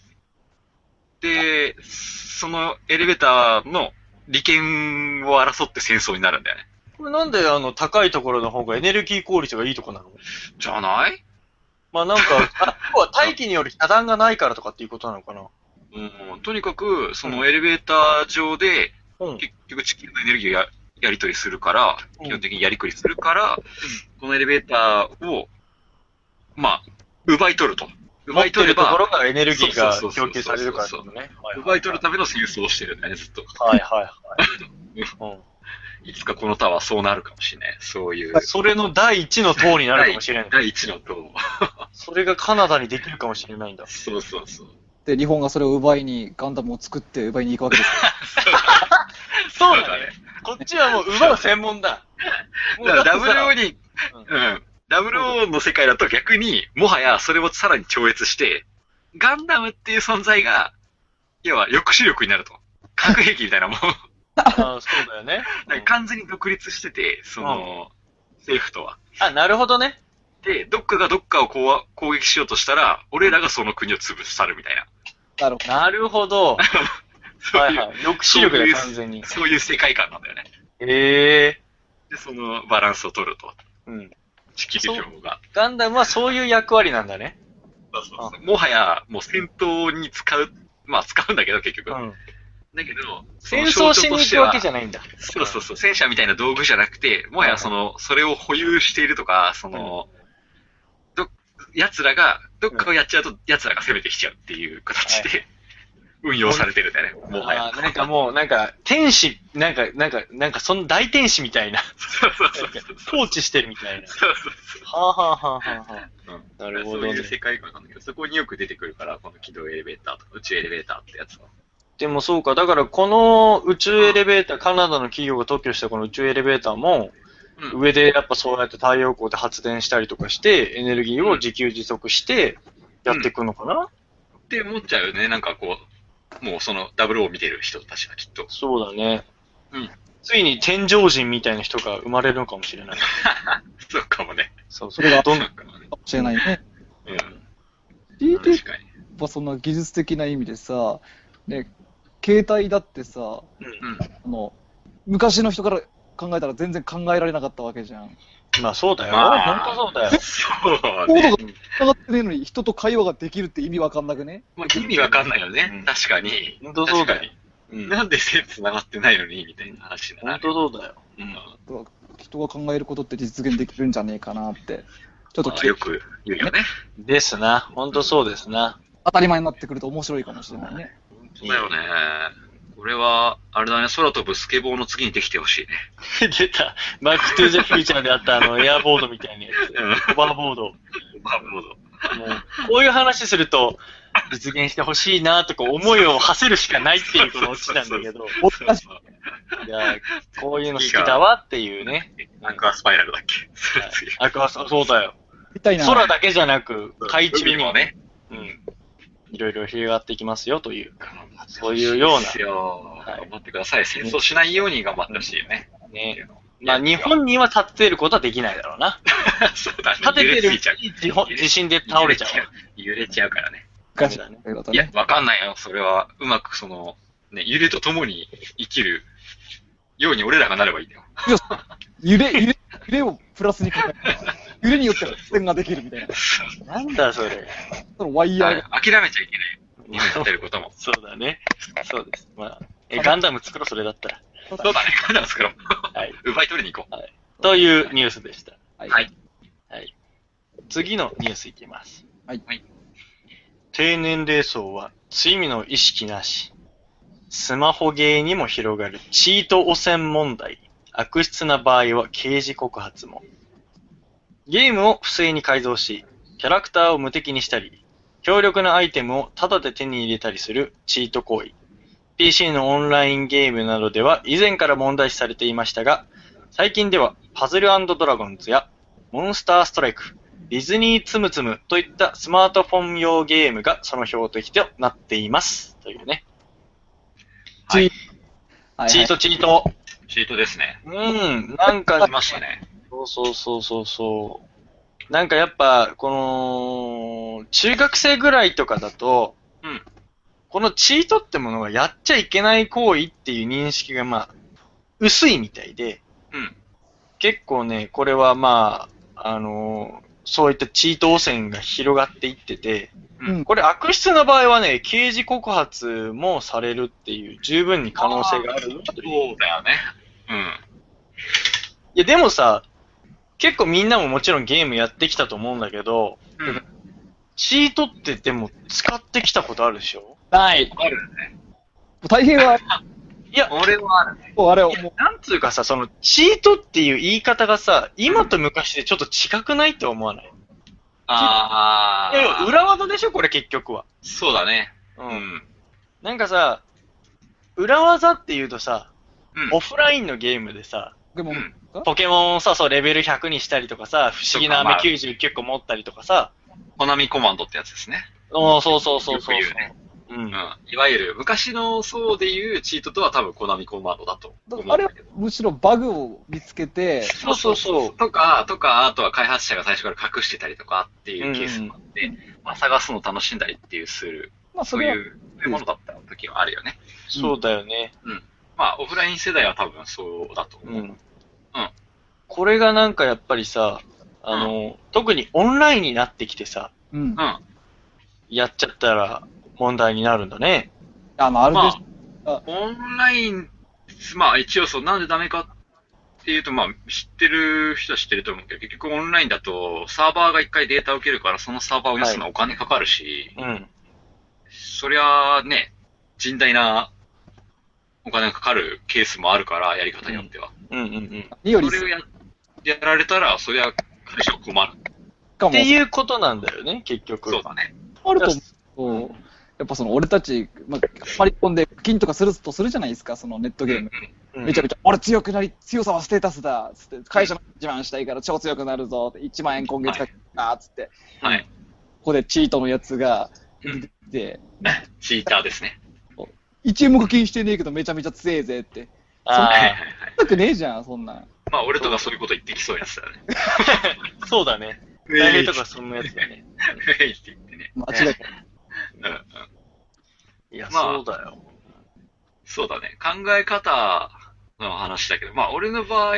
Speaker 2: で、そのエレベーターの利権を争って戦争になるんだよね。
Speaker 4: これなんであの高いところの方がエネルギー効率がいいとかなの
Speaker 2: じゃない
Speaker 4: まあなんか、あ要は大気による遮断がないからとかっていうことなのかな。
Speaker 2: うん、とにかく、そのエレベーター上で、
Speaker 4: うん。
Speaker 2: 結局地球のエネルギーをややり取りするから、
Speaker 4: うん
Speaker 2: 基本的にやりくりするから、このエレベーターを、まあ、奪い取ると。奪い取れ
Speaker 4: 持って
Speaker 2: ば
Speaker 4: ると、ころがエネルギーが
Speaker 2: そうそうそうそう
Speaker 4: 供給されるからってことね。
Speaker 2: 奪い取る
Speaker 4: た
Speaker 2: ための戦争をしてるんだよね、ずっと。
Speaker 4: はいはいはい。
Speaker 2: いつかこのタワーそうなるかもしれない。そういう
Speaker 4: うん、。それの第一の塔になるかもしれない。
Speaker 2: 第一の塔。
Speaker 4: それがカナダにできるかもしれないんだ。
Speaker 2: そうそうそう。
Speaker 3: で、日本がそれを奪いに、ガンダムを作って奪いに行くわけです。
Speaker 4: そう
Speaker 2: だね。
Speaker 4: こっちはもう奪う専 門だ。もう
Speaker 2: だから
Speaker 4: だ
Speaker 2: WO
Speaker 4: って
Speaker 2: に、
Speaker 4: う
Speaker 2: うん。WO の世界だと逆に、もはやそれをさらに超越して、ガンダムっていう存在が、要は抑止力になると。核兵器みたいなもん。
Speaker 4: さあそうだよね。
Speaker 2: なんか完全に独立してて、その、政府とは。
Speaker 4: あ、なるほどね。
Speaker 2: で、どっかがどっかをこう攻撃しようとしたら、俺らがその国を潰さるみた いな。
Speaker 3: なるほ
Speaker 4: なるほど。
Speaker 2: そう
Speaker 4: はい
Speaker 2: いう、
Speaker 4: はい。抑止力
Speaker 2: そうい
Speaker 4: で
Speaker 2: う
Speaker 4: 完全に。
Speaker 2: そういう世界観なんだよね。
Speaker 4: ええ
Speaker 2: で、そのバランスを取ると。
Speaker 4: ー。うん。
Speaker 2: 地球情報が。
Speaker 4: ガンダムはそういう役割なんだね。
Speaker 2: そうそうそうもはや、もう戦闘に使う、まあ使うんだけど結局。
Speaker 4: うん。
Speaker 2: だけど、そ
Speaker 4: 戦
Speaker 2: の象
Speaker 4: 争し
Speaker 2: 徴
Speaker 4: に
Speaker 2: と
Speaker 4: 行
Speaker 2: して
Speaker 4: くわ
Speaker 2: は
Speaker 4: けじゃないんだ。
Speaker 2: そうそうそう、戦車みたいな道具じゃなくて、もはやその、それを保有しているとか、その、ど、奴らが、どっかをやっちゃうと、奴らが攻めてきちゃうっていう形で、運用されてるんだよね、もは
Speaker 4: あ
Speaker 2: や。
Speaker 4: ーなんかもう、なんか、天使、なんか、なんか、なんか、その大天使みたいな、
Speaker 2: そうそうそうそう。
Speaker 4: 統治してるみたいな。
Speaker 2: そうそう
Speaker 4: はあ、はあはあはあはあ、
Speaker 2: そう。
Speaker 4: なるほど
Speaker 2: そう
Speaker 4: ね
Speaker 2: いう世界観なんだけど、そこによく出てくるから、この軌道エレベーターとか、宇宙エレベーターってやつは。
Speaker 4: でもそうか、だからこの宇宙エレベーター、カナダの企業が特許したこの宇宙エレベーターも、
Speaker 2: うん。
Speaker 4: 上でやっぱそうやって太陽光で発電したりとかして、エネルギーを自給自足してやっていくのかな、
Speaker 2: って思っちゃうよね、なんかこう、もうその、ダブルを見てる人たちはきっと。
Speaker 4: そうだね。
Speaker 2: うん。
Speaker 4: ついに天上人みたいな人が生まれるのかもしれない。
Speaker 2: そうかもね。
Speaker 4: そう、そ
Speaker 3: それ
Speaker 4: れ
Speaker 3: が
Speaker 4: がどん
Speaker 2: そ
Speaker 4: どん
Speaker 2: う。かもね。
Speaker 3: かもしれないね。
Speaker 2: うん。
Speaker 3: 聞いて
Speaker 2: 確かに。
Speaker 3: やっぱその技術的な意味でさ、ね、携帯だってさ、
Speaker 2: うん。
Speaker 3: あの昔の人から考えたら全然考えられなかったわけじゃん。
Speaker 4: まあそうだよ。
Speaker 2: まあ
Speaker 4: 本当そうだよ。
Speaker 2: そう
Speaker 3: コー
Speaker 2: ね。
Speaker 3: ドが繋がってねえのに人と会話ができるって意味わかんなくね
Speaker 2: まあ、意味わかんないよね。
Speaker 4: うん
Speaker 2: 確かに。
Speaker 4: 本当そうだよ。
Speaker 2: 確かになんで線繋がってないのにみたいな話にな
Speaker 4: 本
Speaker 2: る。
Speaker 4: 当そうだよ。
Speaker 2: うん
Speaker 3: 人が考えることって実現できるんじゃねえかなって。ちょっと
Speaker 2: まあよく言うよね。
Speaker 4: ですな。本当そうですな。
Speaker 3: 当たり前になってくると面白いかもしれないね。
Speaker 2: そうだよね。これは、あれだね、空飛ぶスケボーの次にできてほしいね。
Speaker 4: 出た。バックトゥーザフューチャーであったあ の、エアボードみたいなやつ。オバーボード。も
Speaker 2: バ ブモード。
Speaker 4: う、こういう話すると、実現してほしいなとか思いを馳せるしかないっていうこのオチなんだけど、
Speaker 3: おかしい
Speaker 4: いや、こういうの好きだわっていうね。
Speaker 2: アンカースパイラルだっけ。
Speaker 4: はいあ、こそうだよ。
Speaker 3: みたいな。
Speaker 4: 空だけじゃなく、海中に
Speaker 2: 海
Speaker 4: も
Speaker 2: も
Speaker 4: ね、
Speaker 2: ね。
Speaker 4: うん、いろいろ広がっていきますよという、そういうよう
Speaker 2: です
Speaker 4: な、
Speaker 2: よ。
Speaker 4: はい
Speaker 2: 頑張ってください。戦争しないように頑張ってほしいよね。
Speaker 4: ね。まあ、日本には立てることはできないだろうな。
Speaker 2: そうだね。
Speaker 4: 立てて
Speaker 2: 揺
Speaker 4: る
Speaker 2: れす
Speaker 4: う
Speaker 2: ぎちゃう
Speaker 4: ち地方地震で倒れちゃう。
Speaker 2: 揺れちゃうからね。
Speaker 3: おかしいということ
Speaker 2: いや
Speaker 3: ね、。
Speaker 2: わかんないよ。それは、うまくその、ね、揺れとともに生きるように俺らがなればいいんだよ。
Speaker 3: 揺れ、揺れ、揺れをプラスに考える。揺れによって発電ができるみたいな。
Speaker 4: なんだそれ。。
Speaker 3: そのワイヤーが。
Speaker 2: あ諦めちゃいけない。今や ってることも
Speaker 4: そうだね。そうです。まあ、えガンダム作ろう、それだったら。
Speaker 2: そうだね。ガンダム作ろう。
Speaker 4: はい。
Speaker 2: 奪い取りに行こ
Speaker 4: というニュースでした。
Speaker 3: は
Speaker 2: う。はい。
Speaker 4: はい。次のニュースいきます。
Speaker 3: はい
Speaker 2: はい
Speaker 4: 低年齢層は、睡眠の意識なし。スマホゲーにも広がるチート汚染問題。悪質な場合は刑事告発も。ゲームを不正に改造し、キャラクターを無敵にしたり、強力なアイテムをタダで手に入れたりするチート行為。PC のオンラインゲームなどでは以前から問題視されていましたが、最近ではパズルドラゴンズやモンスターストライク、ディズニーつむつむといったスマートフォン用ゲームがその標的となっています。というね。
Speaker 2: はい。
Speaker 3: はいはい
Speaker 4: チートチート。
Speaker 2: チートですね。
Speaker 4: うん、なんか
Speaker 2: し、ましたね。
Speaker 4: そうそうそうそうそう。なんかやっぱ、この、中学生ぐらいとかだと、
Speaker 2: うん
Speaker 4: このチートってものがやっちゃいけない行為っていう認識がまあ、薄いみたいで、
Speaker 2: うん。
Speaker 4: 結構ね、これはまあ、あのーそういったチート汚染が広がっていってて、
Speaker 3: うん
Speaker 4: これ悪質な場合はね、刑事告発もされるっていう、十分に可能性がある
Speaker 2: そ
Speaker 4: と
Speaker 2: う
Speaker 4: いう。
Speaker 2: だよね。うん。
Speaker 4: いや、でもさ、結構みんなももちろんゲームやってきたと思うんだけど、
Speaker 2: うん
Speaker 4: チートってでも使ってきたことあるでしょ
Speaker 3: ない。
Speaker 2: あるね。
Speaker 3: 大変は、
Speaker 4: いや、
Speaker 2: 俺はあるね。
Speaker 3: もうあれを、
Speaker 4: いや
Speaker 3: もう
Speaker 4: なんつうかさ、その、チートっていう言い方がさ、今と昔でちょっと違くないって思わない
Speaker 2: あ
Speaker 4: いやいや、裏技でしょこれ結局は。
Speaker 2: そうだね。
Speaker 4: う
Speaker 2: うん。
Speaker 4: なんかさ、裏技っていうとさ、
Speaker 2: うん
Speaker 4: オフラインのゲームでさ、
Speaker 3: ポケモンか
Speaker 4: ポケモンをさ、そう、レベル100にしたりとかさ、不思議な
Speaker 2: とかまあ
Speaker 4: 飴99個持ったりとかさ、
Speaker 2: コナミコマンドってやつですね。
Speaker 4: おーそうそうそうそうそう。
Speaker 2: よく言うね
Speaker 4: うん
Speaker 2: うん。いわゆる、昔の層でいうチートとは多分コナミコマンドだと
Speaker 3: だ
Speaker 2: 思う
Speaker 3: か
Speaker 2: ん
Speaker 3: らあれ
Speaker 2: だ
Speaker 3: は
Speaker 2: けど。
Speaker 3: むしろバグを見つけて、
Speaker 4: そうそうそう。
Speaker 2: とか、とか、あとは開発者が最初から隠してたりとかっていうケースもあって、まあ、探すの楽しんだりっていうする、
Speaker 3: まあそ
Speaker 2: そう
Speaker 3: れ
Speaker 2: い
Speaker 3: は
Speaker 2: うそういうものだった時はあるよね。
Speaker 4: そうだよね。
Speaker 2: まあ、オフライン世代は多分そうだと思う。
Speaker 4: うん。これがなんかやっぱりさ、あの、特にオンラインになってきてさ、
Speaker 3: うん
Speaker 2: う。ん。
Speaker 4: やっちゃったら問題になるんだね。
Speaker 3: あの、あれで
Speaker 2: まあ
Speaker 3: す。あ
Speaker 2: オンライン、まあ一応そう、なんでダメかっていうと、まあ知ってる人は知ってると思うけど、結局オンラインだとサーバーが一回データを受けるから、そのサーバーを移すのはお金かかるし、
Speaker 4: うん。
Speaker 2: そりゃあね、甚大なお金がかかるケースもあるから、やり方によっては。
Speaker 4: うんうんうん。
Speaker 3: により
Speaker 2: それをややられたら、そりゃ会社は困る。
Speaker 3: か
Speaker 4: っ
Speaker 3: も、
Speaker 4: ていうことなんだよね、結局。
Speaker 2: そうだね。
Speaker 3: あると思うと、やっぱその俺たち、まあ、張り込んで金とかするとするじゃないですか、そのネットゲーム。
Speaker 4: うん
Speaker 3: めちゃめちゃ、俺強くなり、強さはステータスだつって、会社の自慢したいから超強くなるぞ、1万円今月かけたつって、
Speaker 2: はい。
Speaker 3: ここでチートのやつが
Speaker 2: うん
Speaker 3: 出てきて、
Speaker 2: チーターです ね。
Speaker 3: 一円も課金してねえけどめちゃめちゃ強えぜって。
Speaker 2: はいはい
Speaker 4: あ
Speaker 2: はい。
Speaker 3: なくねえじゃん、そんなん。
Speaker 2: まあ俺とかそういうこと言ってきそうやつだよね。
Speaker 4: あ、そうだね。大
Speaker 2: 大
Speaker 4: 変
Speaker 2: 変
Speaker 4: とかそんなやつだね。
Speaker 2: って言ってね。
Speaker 3: 間違いない。
Speaker 2: うんうん
Speaker 4: いや、
Speaker 2: まあ
Speaker 4: そうだよ。
Speaker 2: そうだね。考え方の話だけど、まあ俺の場合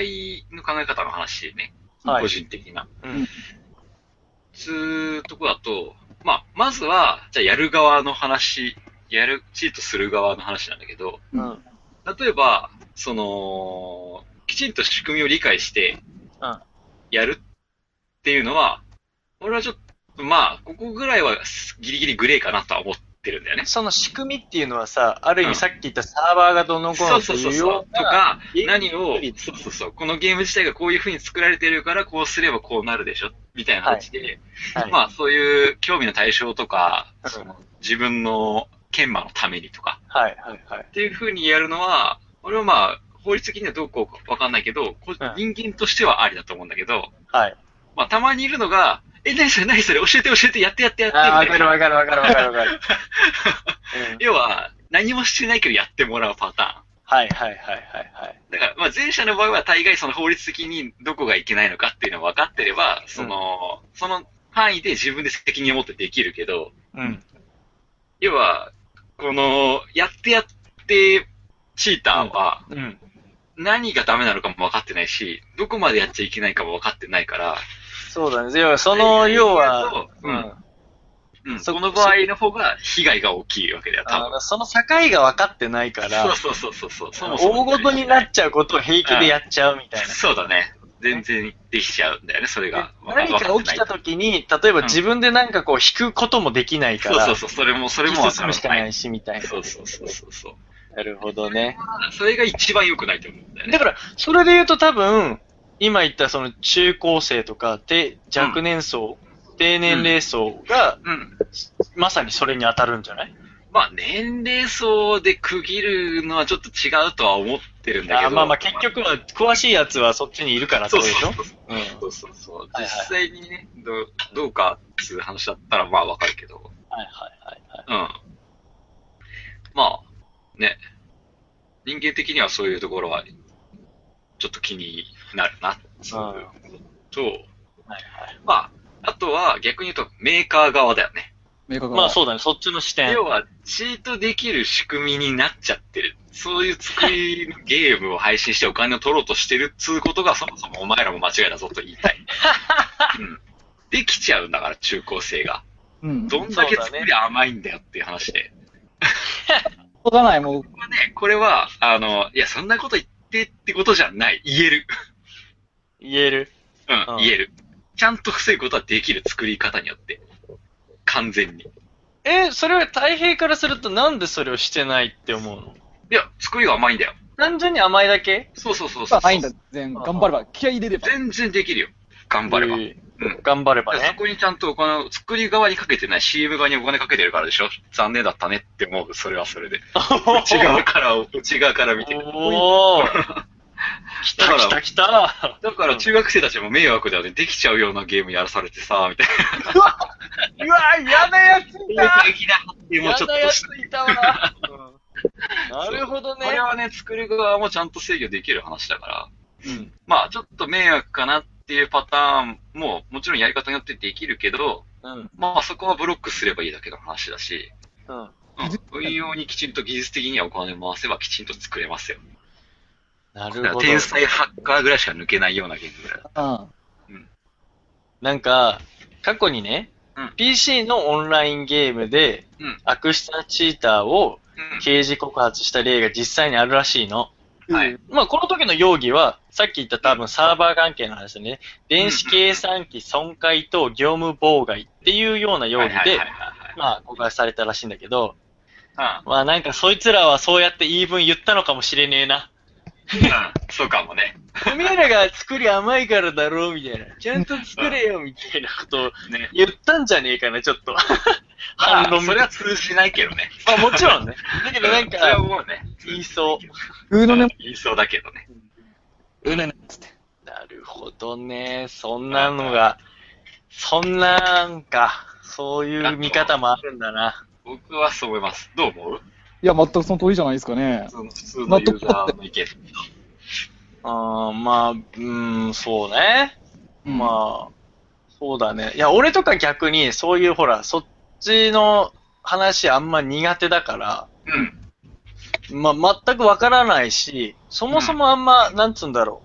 Speaker 2: の考え方の話ね。
Speaker 4: はい
Speaker 2: 個人的な。
Speaker 4: うん。
Speaker 2: つうとこだと、まあまずは、じゃあやる側の話、やる、チートする側の話なんだけど、
Speaker 4: うん。
Speaker 2: 例えば、その、きちんと仕組みを理解して
Speaker 4: うん、
Speaker 2: やるっていうのは、俺はちょっと、まあ、ここぐらいはギリギリグレーかなとは思ってるんだよね。
Speaker 4: その仕組みっていうのはさ、ある意
Speaker 2: うん
Speaker 4: 味さっき言ったサーバーがどうのこう
Speaker 2: そ
Speaker 4: の
Speaker 2: う
Speaker 4: って
Speaker 2: そうそ
Speaker 4: いうう
Speaker 2: そう。
Speaker 4: よ
Speaker 2: と
Speaker 4: うな、
Speaker 2: か、
Speaker 4: ゲーム
Speaker 2: 何を
Speaker 4: 作り、
Speaker 2: そうそうそう、このゲーム自体がこういう風に作られてるから、こうすればこうなるでしょみたいな形で、
Speaker 4: はい
Speaker 2: まあそういう興味の対象とか、
Speaker 4: うん
Speaker 2: その自分の研磨のためにとか、
Speaker 4: はいはいはい。
Speaker 2: っていう風にやるのは、俺はまあ、法律的にはどうこうかわかんないけど、こう
Speaker 4: う
Speaker 2: 人間としてはありだと思うんだけど、
Speaker 4: はい。
Speaker 2: まあたまにいるのが、え、何それ何それ教えて教えてやってやってやって
Speaker 4: ああ、わ
Speaker 2: みた
Speaker 4: か
Speaker 2: い
Speaker 4: る
Speaker 2: な。
Speaker 4: わかるわかるわかるわかる。 うん
Speaker 2: 要は、何もしてないけどやってもらうパターン。
Speaker 4: はいはいはいはいはい。
Speaker 2: だから、まあ、前者の場合は大概その法律的にどこがいけないのかっていうのが分かってれば、その、その範囲で自分で責任を持ってできるけど、
Speaker 4: うん。
Speaker 2: 要は、この、やってやって、チーターは
Speaker 4: うん。
Speaker 2: 何がダメなのかも分かってないし、どこまでやっちゃいけないかも分かってないから、
Speaker 4: そうだね。要は、その、要は、
Speaker 2: うんうん、
Speaker 4: そ
Speaker 2: その場合の方が被害が大きいわけだよ、多
Speaker 4: あのその境が分かってないから、
Speaker 2: 分。そうそうそうそう、そもそも
Speaker 4: 大ごとになっちゃうことを平気でやっちゃうみたいな。
Speaker 2: そうだね。全然できちゃうんだよね、それが。
Speaker 4: 何か起きた時に、例えば自分で何かこう引くこともできないか
Speaker 2: そう
Speaker 4: ら、
Speaker 2: そうそう、それも、それも
Speaker 4: 突き
Speaker 2: 分
Speaker 4: 進むしか
Speaker 2: らな
Speaker 4: ないしみたいな。
Speaker 2: そうそうそうそうそう。
Speaker 4: なるほどね。
Speaker 2: それが一番良くないと思うんだよね。
Speaker 4: だから、それで言うと多分、今言ったその中高生とか、で若年層、低年齢層が、
Speaker 2: うん。
Speaker 4: まさにそれに当たるんじゃない
Speaker 2: まあ、年齢層で区切るのはちょっと違うとは思ってるんだけ
Speaker 4: あ
Speaker 2: ど。
Speaker 4: まあまあ、結局は、詳しいやつはそっちにいるからって
Speaker 2: そ
Speaker 4: こ
Speaker 2: う
Speaker 4: とでし
Speaker 2: そうそう。そ
Speaker 4: ょうん
Speaker 2: うそうそう。
Speaker 4: はいはい
Speaker 2: 実際にね、どうどうかっていう話だったらまあわかるけど。
Speaker 4: はいはいはいはい。
Speaker 2: うん。まあ、ね。人間的にはそういうところは、ちょっと気になるな、そういうことと、
Speaker 4: はいはい
Speaker 2: まあ、あとは逆に言うとメーカー側だよね。
Speaker 3: 明確
Speaker 4: まあそうだね、そっちの視点。
Speaker 2: 要は、チートできる仕組みになっちゃってる。そういう作りのゲームを配信してお金を取ろうとしてるっつうことが、そもそもお前らも間違いだぞと言いたい。うん、できちゃうんだから、中高生が。
Speaker 3: うん。
Speaker 2: どんだけ作り甘いんだよっていう話で。
Speaker 3: 届かない、もう、
Speaker 2: これはね、これは、あの、いや、そんなこと言ってってことじゃない。言える。
Speaker 4: 言える。
Speaker 2: うん、
Speaker 4: うん
Speaker 2: 言える。ちゃんと防ぐことはできる、作り方によって。完全に。
Speaker 4: え、それは太平からするとなんでそれをしてないって思うの
Speaker 2: いや、作りが甘いんだよ。
Speaker 4: 単純に甘いだけ
Speaker 2: そうそうそうそう。
Speaker 3: はないんだ、全然。頑張れば、気合い入れれば。
Speaker 2: 全然できるよ。頑張れば。
Speaker 4: え
Speaker 2: う
Speaker 4: ー頑張れば
Speaker 2: だからそ
Speaker 4: ね。
Speaker 2: こにちゃんとお金を、作り側にかけてない、CM 側にお金かけてるからでしょ残念だったねって思う、それはそれ で。内側から、内側から見て。
Speaker 4: おー。来た来た来た。
Speaker 2: だから中学生たちも迷惑だよね。できちゃうようなゲームやらされてさ、みたいう
Speaker 4: わ、嫌なやつい
Speaker 2: な。
Speaker 4: た
Speaker 2: 過激な発言も
Speaker 4: 嫌
Speaker 2: ちょっ
Speaker 4: なや
Speaker 2: と
Speaker 4: つ
Speaker 2: して。
Speaker 4: いた わ。なるほどね
Speaker 2: こ。れはね、作る側もちゃんと制御できる話だから。
Speaker 4: うん
Speaker 2: まあ、ちょっと迷惑かなっていうパターンも、もちろんやり方によってできるけど、
Speaker 4: うん。
Speaker 2: まあ、そこはブロックすればいいだけの話だし、
Speaker 4: うん。
Speaker 2: うん、運用にきちんと技術的にはお金回せばきちんと作れますよ。
Speaker 4: な
Speaker 2: だから天才ハッカーぐらいしか抜けないようなゲームぐらい。
Speaker 3: うん。
Speaker 4: なんか、過去にね、
Speaker 2: うん
Speaker 4: PC のオンラインゲームで
Speaker 2: うん、
Speaker 4: 悪質なチーターを刑事告発した例が実際にあるらしいの。
Speaker 2: はい
Speaker 3: うん
Speaker 4: まあ、この時の容疑は、さっき言った多分サーバー関係の話だね。電子計算機損壊等業務妨害っていうような容疑で、まあ、告発されたらしいんだけど、
Speaker 2: あ、
Speaker 4: まあなんかそいつらはそうやって言い分言ったのかもしれねえな。
Speaker 2: うん、うん、そうかもね。
Speaker 4: おめえらが作り甘いからだろうみたいな。ちゃんと作れよみたいなことを
Speaker 2: ね。
Speaker 4: 言ったんじゃねえかな、ちょっ と。
Speaker 2: ま
Speaker 4: 反
Speaker 2: あ、
Speaker 4: 論
Speaker 2: それは通じないけどね。
Speaker 4: まあもちろんね。 だけどなん
Speaker 2: それは
Speaker 4: か、
Speaker 2: もうね、
Speaker 4: 言いそう。
Speaker 3: うーのね、
Speaker 2: 言いそうだけどね。
Speaker 3: うーのね、つって。
Speaker 4: なるほどね。そんなのが、そんなんか、そういう見方もあるんだな。
Speaker 2: 僕はそう思います。どう思う
Speaker 3: いや、全くその通りじゃないですかね
Speaker 2: 普。通の普通のユーザーの意見。
Speaker 4: あーまあ、うーん、そうね。
Speaker 3: うん
Speaker 4: まあ、そうだね。いや、俺とか逆に、そういうほら、そっちの話あんま苦手だから、
Speaker 2: うん。
Speaker 4: まあ、全くわからないし、そもそもあんま、なんつうんだろ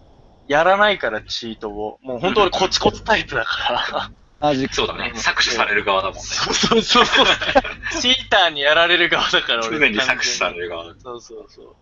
Speaker 4: う。やらないから、チートを。もう本当俺コツコツタイプだから。
Speaker 3: マジック。
Speaker 2: そうだね。搾取される側だもんね。
Speaker 4: そうそうそうそう。チーターにやられる側だから、俺。
Speaker 2: 常に搾取される側だ。
Speaker 4: そうそうそう。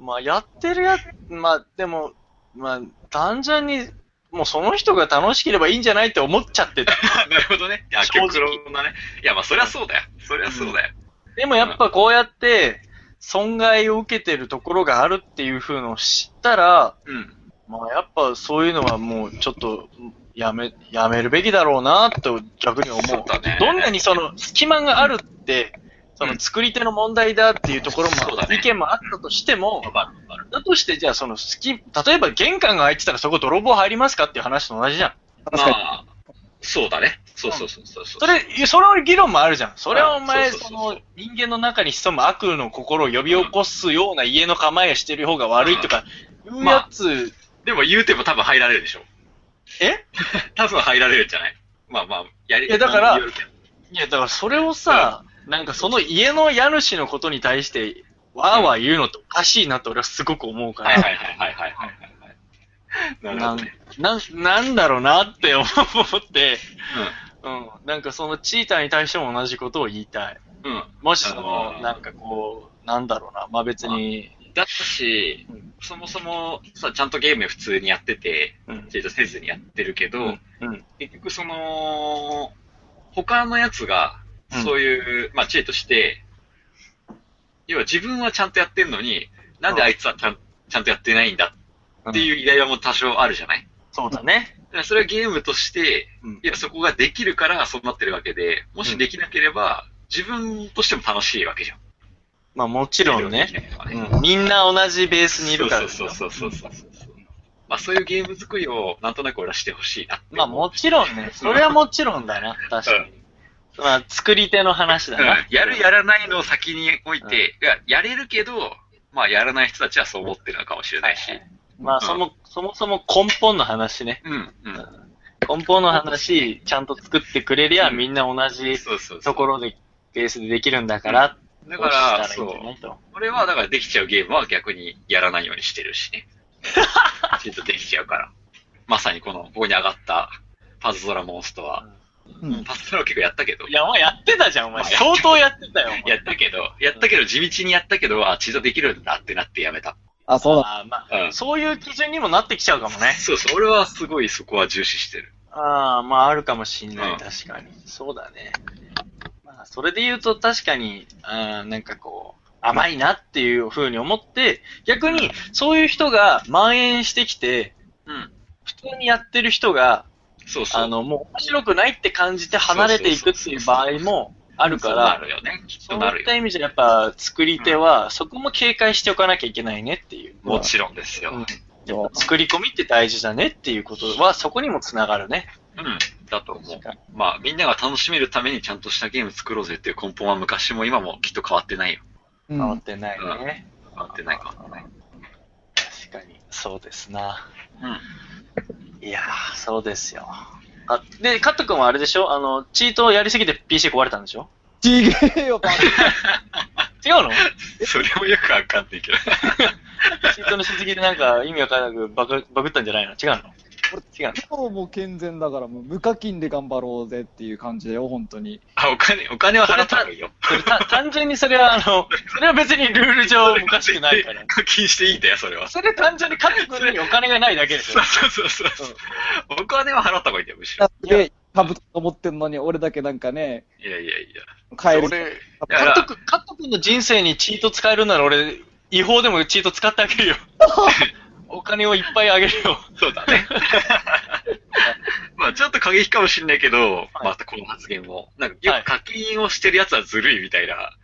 Speaker 4: まあ、やってるやつ、まあ、でも、まあ、単純に、もうその人が楽しければいいんじゃないって思っちゃってた。
Speaker 2: なるほどね。いや、
Speaker 4: 正直
Speaker 2: 極論だね。いや、まあ、そりゃそうだよ。そりゃそうだよ。
Speaker 4: でもやっぱこうやって、損害を受けてるところがあるっていう風のを知ったら、
Speaker 2: うん。
Speaker 4: まあやっぱそういうのはもうちょっと、やめ、やめるべきだろうなと逆に思
Speaker 2: そう
Speaker 4: う。
Speaker 2: だね
Speaker 4: どんなにその隙間があるって、そうの
Speaker 2: ん
Speaker 4: 作り手の問題だっていうところも
Speaker 2: そうだ、ね
Speaker 4: 意見もあったとしても
Speaker 2: わ、かるわかる。
Speaker 4: だとして、じゃあ、その好き、例えば玄関が開いてたらそこ泥棒入りますかっていう話と同じじゃん。
Speaker 2: ま
Speaker 3: 確かに。
Speaker 2: あ、そうだね。そうそうそうそう。
Speaker 4: そ、れ、その議論もあるじゃん。それはお
Speaker 2: う
Speaker 4: 前、
Speaker 2: んそうそう
Speaker 4: そ
Speaker 2: そうそう
Speaker 4: の人間の中に潜む悪の心を呼び起こすような家の構えをしてる方が悪いとか、いうやつ、
Speaker 2: でも言うても多分入られるでしょ。
Speaker 4: え
Speaker 2: 多分入られるんじゃないまあまあ、やり、
Speaker 4: いやだから
Speaker 2: あの言えるけど
Speaker 4: いや、だからそれをさ、なんかその家の家主のことに対して、わーわー言うのっておかしいなって俺はすごく思うか
Speaker 2: はいは
Speaker 4: ら、
Speaker 2: いはいはいはいはいはい。なる
Speaker 4: な
Speaker 2: ほ
Speaker 4: ん
Speaker 2: どね。
Speaker 4: なんなんだろうなって思って、
Speaker 2: うん。
Speaker 4: うん、なんかそのチーターに対しても同じことを言いたい。
Speaker 2: うん。
Speaker 4: もしその
Speaker 2: あ、の
Speaker 4: なんかこう、なんだろうな、まあ別に、
Speaker 2: だし
Speaker 4: うん、
Speaker 2: そもそもさ、ちゃんとゲーム普通にやってて、
Speaker 4: うん、
Speaker 2: チートせずにやってるけど、
Speaker 4: うん、
Speaker 2: 結局その、他のやつが
Speaker 4: うん、
Speaker 2: そういう、まあチートして、要は自分はちゃんとやってんのに、なんであいつはちゃんちゃんとやってないんだって
Speaker 4: う
Speaker 2: い
Speaker 4: ん。
Speaker 2: うイライラも多少あるじゃない
Speaker 4: そうだね。
Speaker 2: だからそれはゲームとして、
Speaker 4: うん
Speaker 2: いや、そこができるからそうなってるわけで、もしできなければ、自分としても楽しいわけじゃん。
Speaker 4: まあもちろんね
Speaker 2: でき、なければね
Speaker 4: うん、みんな同じベースにいるから。
Speaker 2: そうそうそうそうそうそう。まあそういうゲーム作りをなんとなく俺はしてほしいなって
Speaker 4: まあもちろんね、それはもちろんだな、確かに。まあ作り手の話だ
Speaker 2: うん
Speaker 4: な。
Speaker 2: やるやらないのを先に置いて、いや、やれるけど、まあやらない人たちはそう思ってるのかもしれないし。
Speaker 4: まあそも、そもそも根本の話ね。
Speaker 2: うん、うん。
Speaker 4: 根本の話、ちゃんと作ってくれりゃ
Speaker 2: うん
Speaker 4: みんな同じ
Speaker 2: そうそうそ
Speaker 4: と
Speaker 2: う。
Speaker 4: ころで、ベースでできるんだから、
Speaker 2: だから、
Speaker 4: こうした
Speaker 2: そ
Speaker 4: らいい
Speaker 2: う
Speaker 4: んじゃ。ないと。
Speaker 2: 俺はだからできちゃうゲームは逆にやらないようにしてるし ね。ちょっとできちゃうから。まさにこの、ここに上がったパズドラモンストは、
Speaker 3: うん
Speaker 2: パズドラを結構やったけど、
Speaker 4: いや、お前やってたじゃん、お前。
Speaker 2: まあ
Speaker 4: 相当やってたよ、お前。
Speaker 2: やったけど、やったけど地道にやったけど、あ、チートできるんだってなってやめた。
Speaker 3: あ、そうだ。
Speaker 4: あーま
Speaker 2: う
Speaker 4: あ、
Speaker 2: ん
Speaker 4: そういう基準にもなってきちゃうかもね。
Speaker 2: そうそう、俺はすごいそこは重視してる。
Speaker 4: ああ、まああるかもしんな
Speaker 2: う
Speaker 4: い、
Speaker 2: ん
Speaker 4: 確かに。そうだね。まあ、それで言うと確かに、あーなんかこう、甘いなっていう風に思って、逆に、そういう人が蔓延してきて、
Speaker 2: うん。
Speaker 4: 普通にやってる人が、
Speaker 2: そうそう。
Speaker 4: あの、もう面白くないって感じて離れていくっていう場合もあるか
Speaker 2: そうな
Speaker 4: ら、
Speaker 2: るよね。きっ
Speaker 4: そ
Speaker 2: と
Speaker 4: う
Speaker 2: ないる
Speaker 4: っ
Speaker 2: よ
Speaker 4: た。意味じゃやっぱ作り手は、そこも警戒しておかなきゃいけないねっていう。
Speaker 2: もちろんですよ。
Speaker 4: う
Speaker 2: うんん。
Speaker 4: やっぱ作り込みって大事だねっていうことは、そこにもつながるね。
Speaker 2: だと思う
Speaker 4: 確かに。
Speaker 2: まあ、みんなが楽しめるためにちゃんとしたゲーム作ろうぜっていう根本は昔も今もきっと変わってないよ。
Speaker 3: う
Speaker 4: 変わっ
Speaker 3: ん。
Speaker 4: てないね。
Speaker 2: 変わってない、変わってない。
Speaker 4: 確かに。そうですな。
Speaker 2: うん。
Speaker 4: いやー、そうですよ。あ、で、カット君はあれでしょあの、チートをやりすぎて PC 壊れたんでしょ
Speaker 3: ちげえよ、バ
Speaker 4: 違 うの
Speaker 2: それもよくわかんないけど。
Speaker 4: チートのしすぎでなんか意味わからなくバグバグったんじゃないの違うの違うんだ。
Speaker 3: 今日も健全だから、もう無課金で頑張ろうぜっていう感じだよ、本当に。
Speaker 2: あ、お金、お金は払った方がいいよ。
Speaker 4: それた 単純にそれは、あの、それは別にルール上おかしくないから。
Speaker 2: 課金していいんだよ、それは。そ
Speaker 4: それ単純に各国にお金がないだけ
Speaker 2: う
Speaker 4: でしょ。
Speaker 2: そうそうそう。お金は払った方がいいんだよ、むし
Speaker 3: だ
Speaker 2: ろ。
Speaker 3: って、株と思ってんのに、俺だけなんかね、
Speaker 2: いやいやいや。
Speaker 3: 買える。
Speaker 4: 俺、
Speaker 2: だか
Speaker 4: カット
Speaker 2: ら、
Speaker 4: 君、カット君の人生にチート使えるなら俺、違法でもチート使ってあげる よ。お金をいっぱいあげる よ。
Speaker 2: そうだね。まあちょっと過激かもしんないけど、またこの発言も。なんか、よく課金をしてるやつはずるいみたいな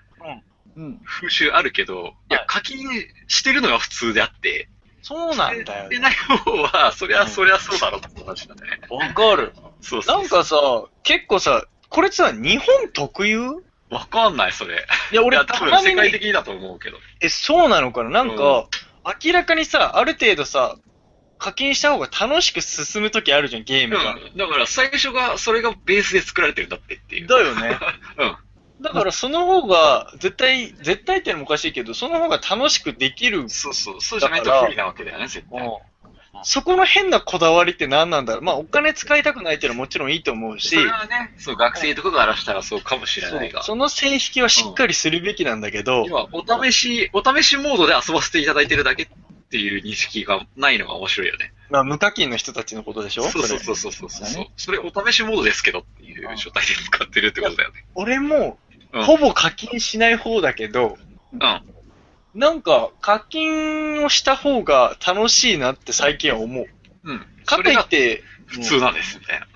Speaker 3: うん。
Speaker 2: 風習あるけど、いや
Speaker 4: は、い
Speaker 2: 課金してるのが普通であって、
Speaker 4: そうなんだよ
Speaker 2: して
Speaker 4: ね。
Speaker 2: ない方は、そりゃ、そりゃそうだろうって話だね。
Speaker 4: わかる。
Speaker 2: そうそ
Speaker 4: な。
Speaker 2: うん
Speaker 4: かさ、結構さ、これさ、日本特有
Speaker 2: わかんない、それ。
Speaker 4: いや、
Speaker 2: 俺
Speaker 4: 俺、
Speaker 2: は
Speaker 4: た
Speaker 2: 多
Speaker 4: ま
Speaker 2: 分
Speaker 4: に
Speaker 2: 世界的だと思うけど。
Speaker 4: え、そうなのかななん
Speaker 2: う
Speaker 4: か、明らかにさ、ある程度さ、課金した方が楽しく進むときあるじゃん、ゲームが。
Speaker 2: うん。だから最初が、それがベースで作られてるんだってっていう。
Speaker 4: だよ ね。
Speaker 2: うん。
Speaker 4: だからその方が、絶対、絶対ってのもおかしいけど、その方が楽しくできる。
Speaker 2: そうそう。そうじゃないと不利なわけだよね、絶対。
Speaker 4: そこの変なこだわりって何なんだろうまあ、お金使いたくないっていうのはもちろんいいと思う
Speaker 2: そ、
Speaker 4: し
Speaker 2: れはね、そう、学生とかからしたらそうかもしれない
Speaker 4: そ
Speaker 2: が
Speaker 4: う。その線引きはしっかりするべきなんだけど、
Speaker 2: 今、お試し、お試しモードで遊ばせていただいてるだけっていう認識がないのが面白いよね。
Speaker 4: まあ、無課金の人たちのことでしょ
Speaker 2: そうそう
Speaker 4: れ
Speaker 2: そうそうそうそう
Speaker 3: だ
Speaker 2: そう
Speaker 3: ね。
Speaker 2: それお試しモードですけどっていう状態で使ってるってことだよね。
Speaker 4: 俺も
Speaker 2: うん、
Speaker 4: ほぼ課金しない方だけど、
Speaker 2: うん。
Speaker 4: なんか、課金をした方が楽しいなって最近は思う。
Speaker 2: うん。そ
Speaker 4: かと
Speaker 2: れ
Speaker 4: いっ
Speaker 2: が
Speaker 4: て、
Speaker 2: 普通なんです、みたいな。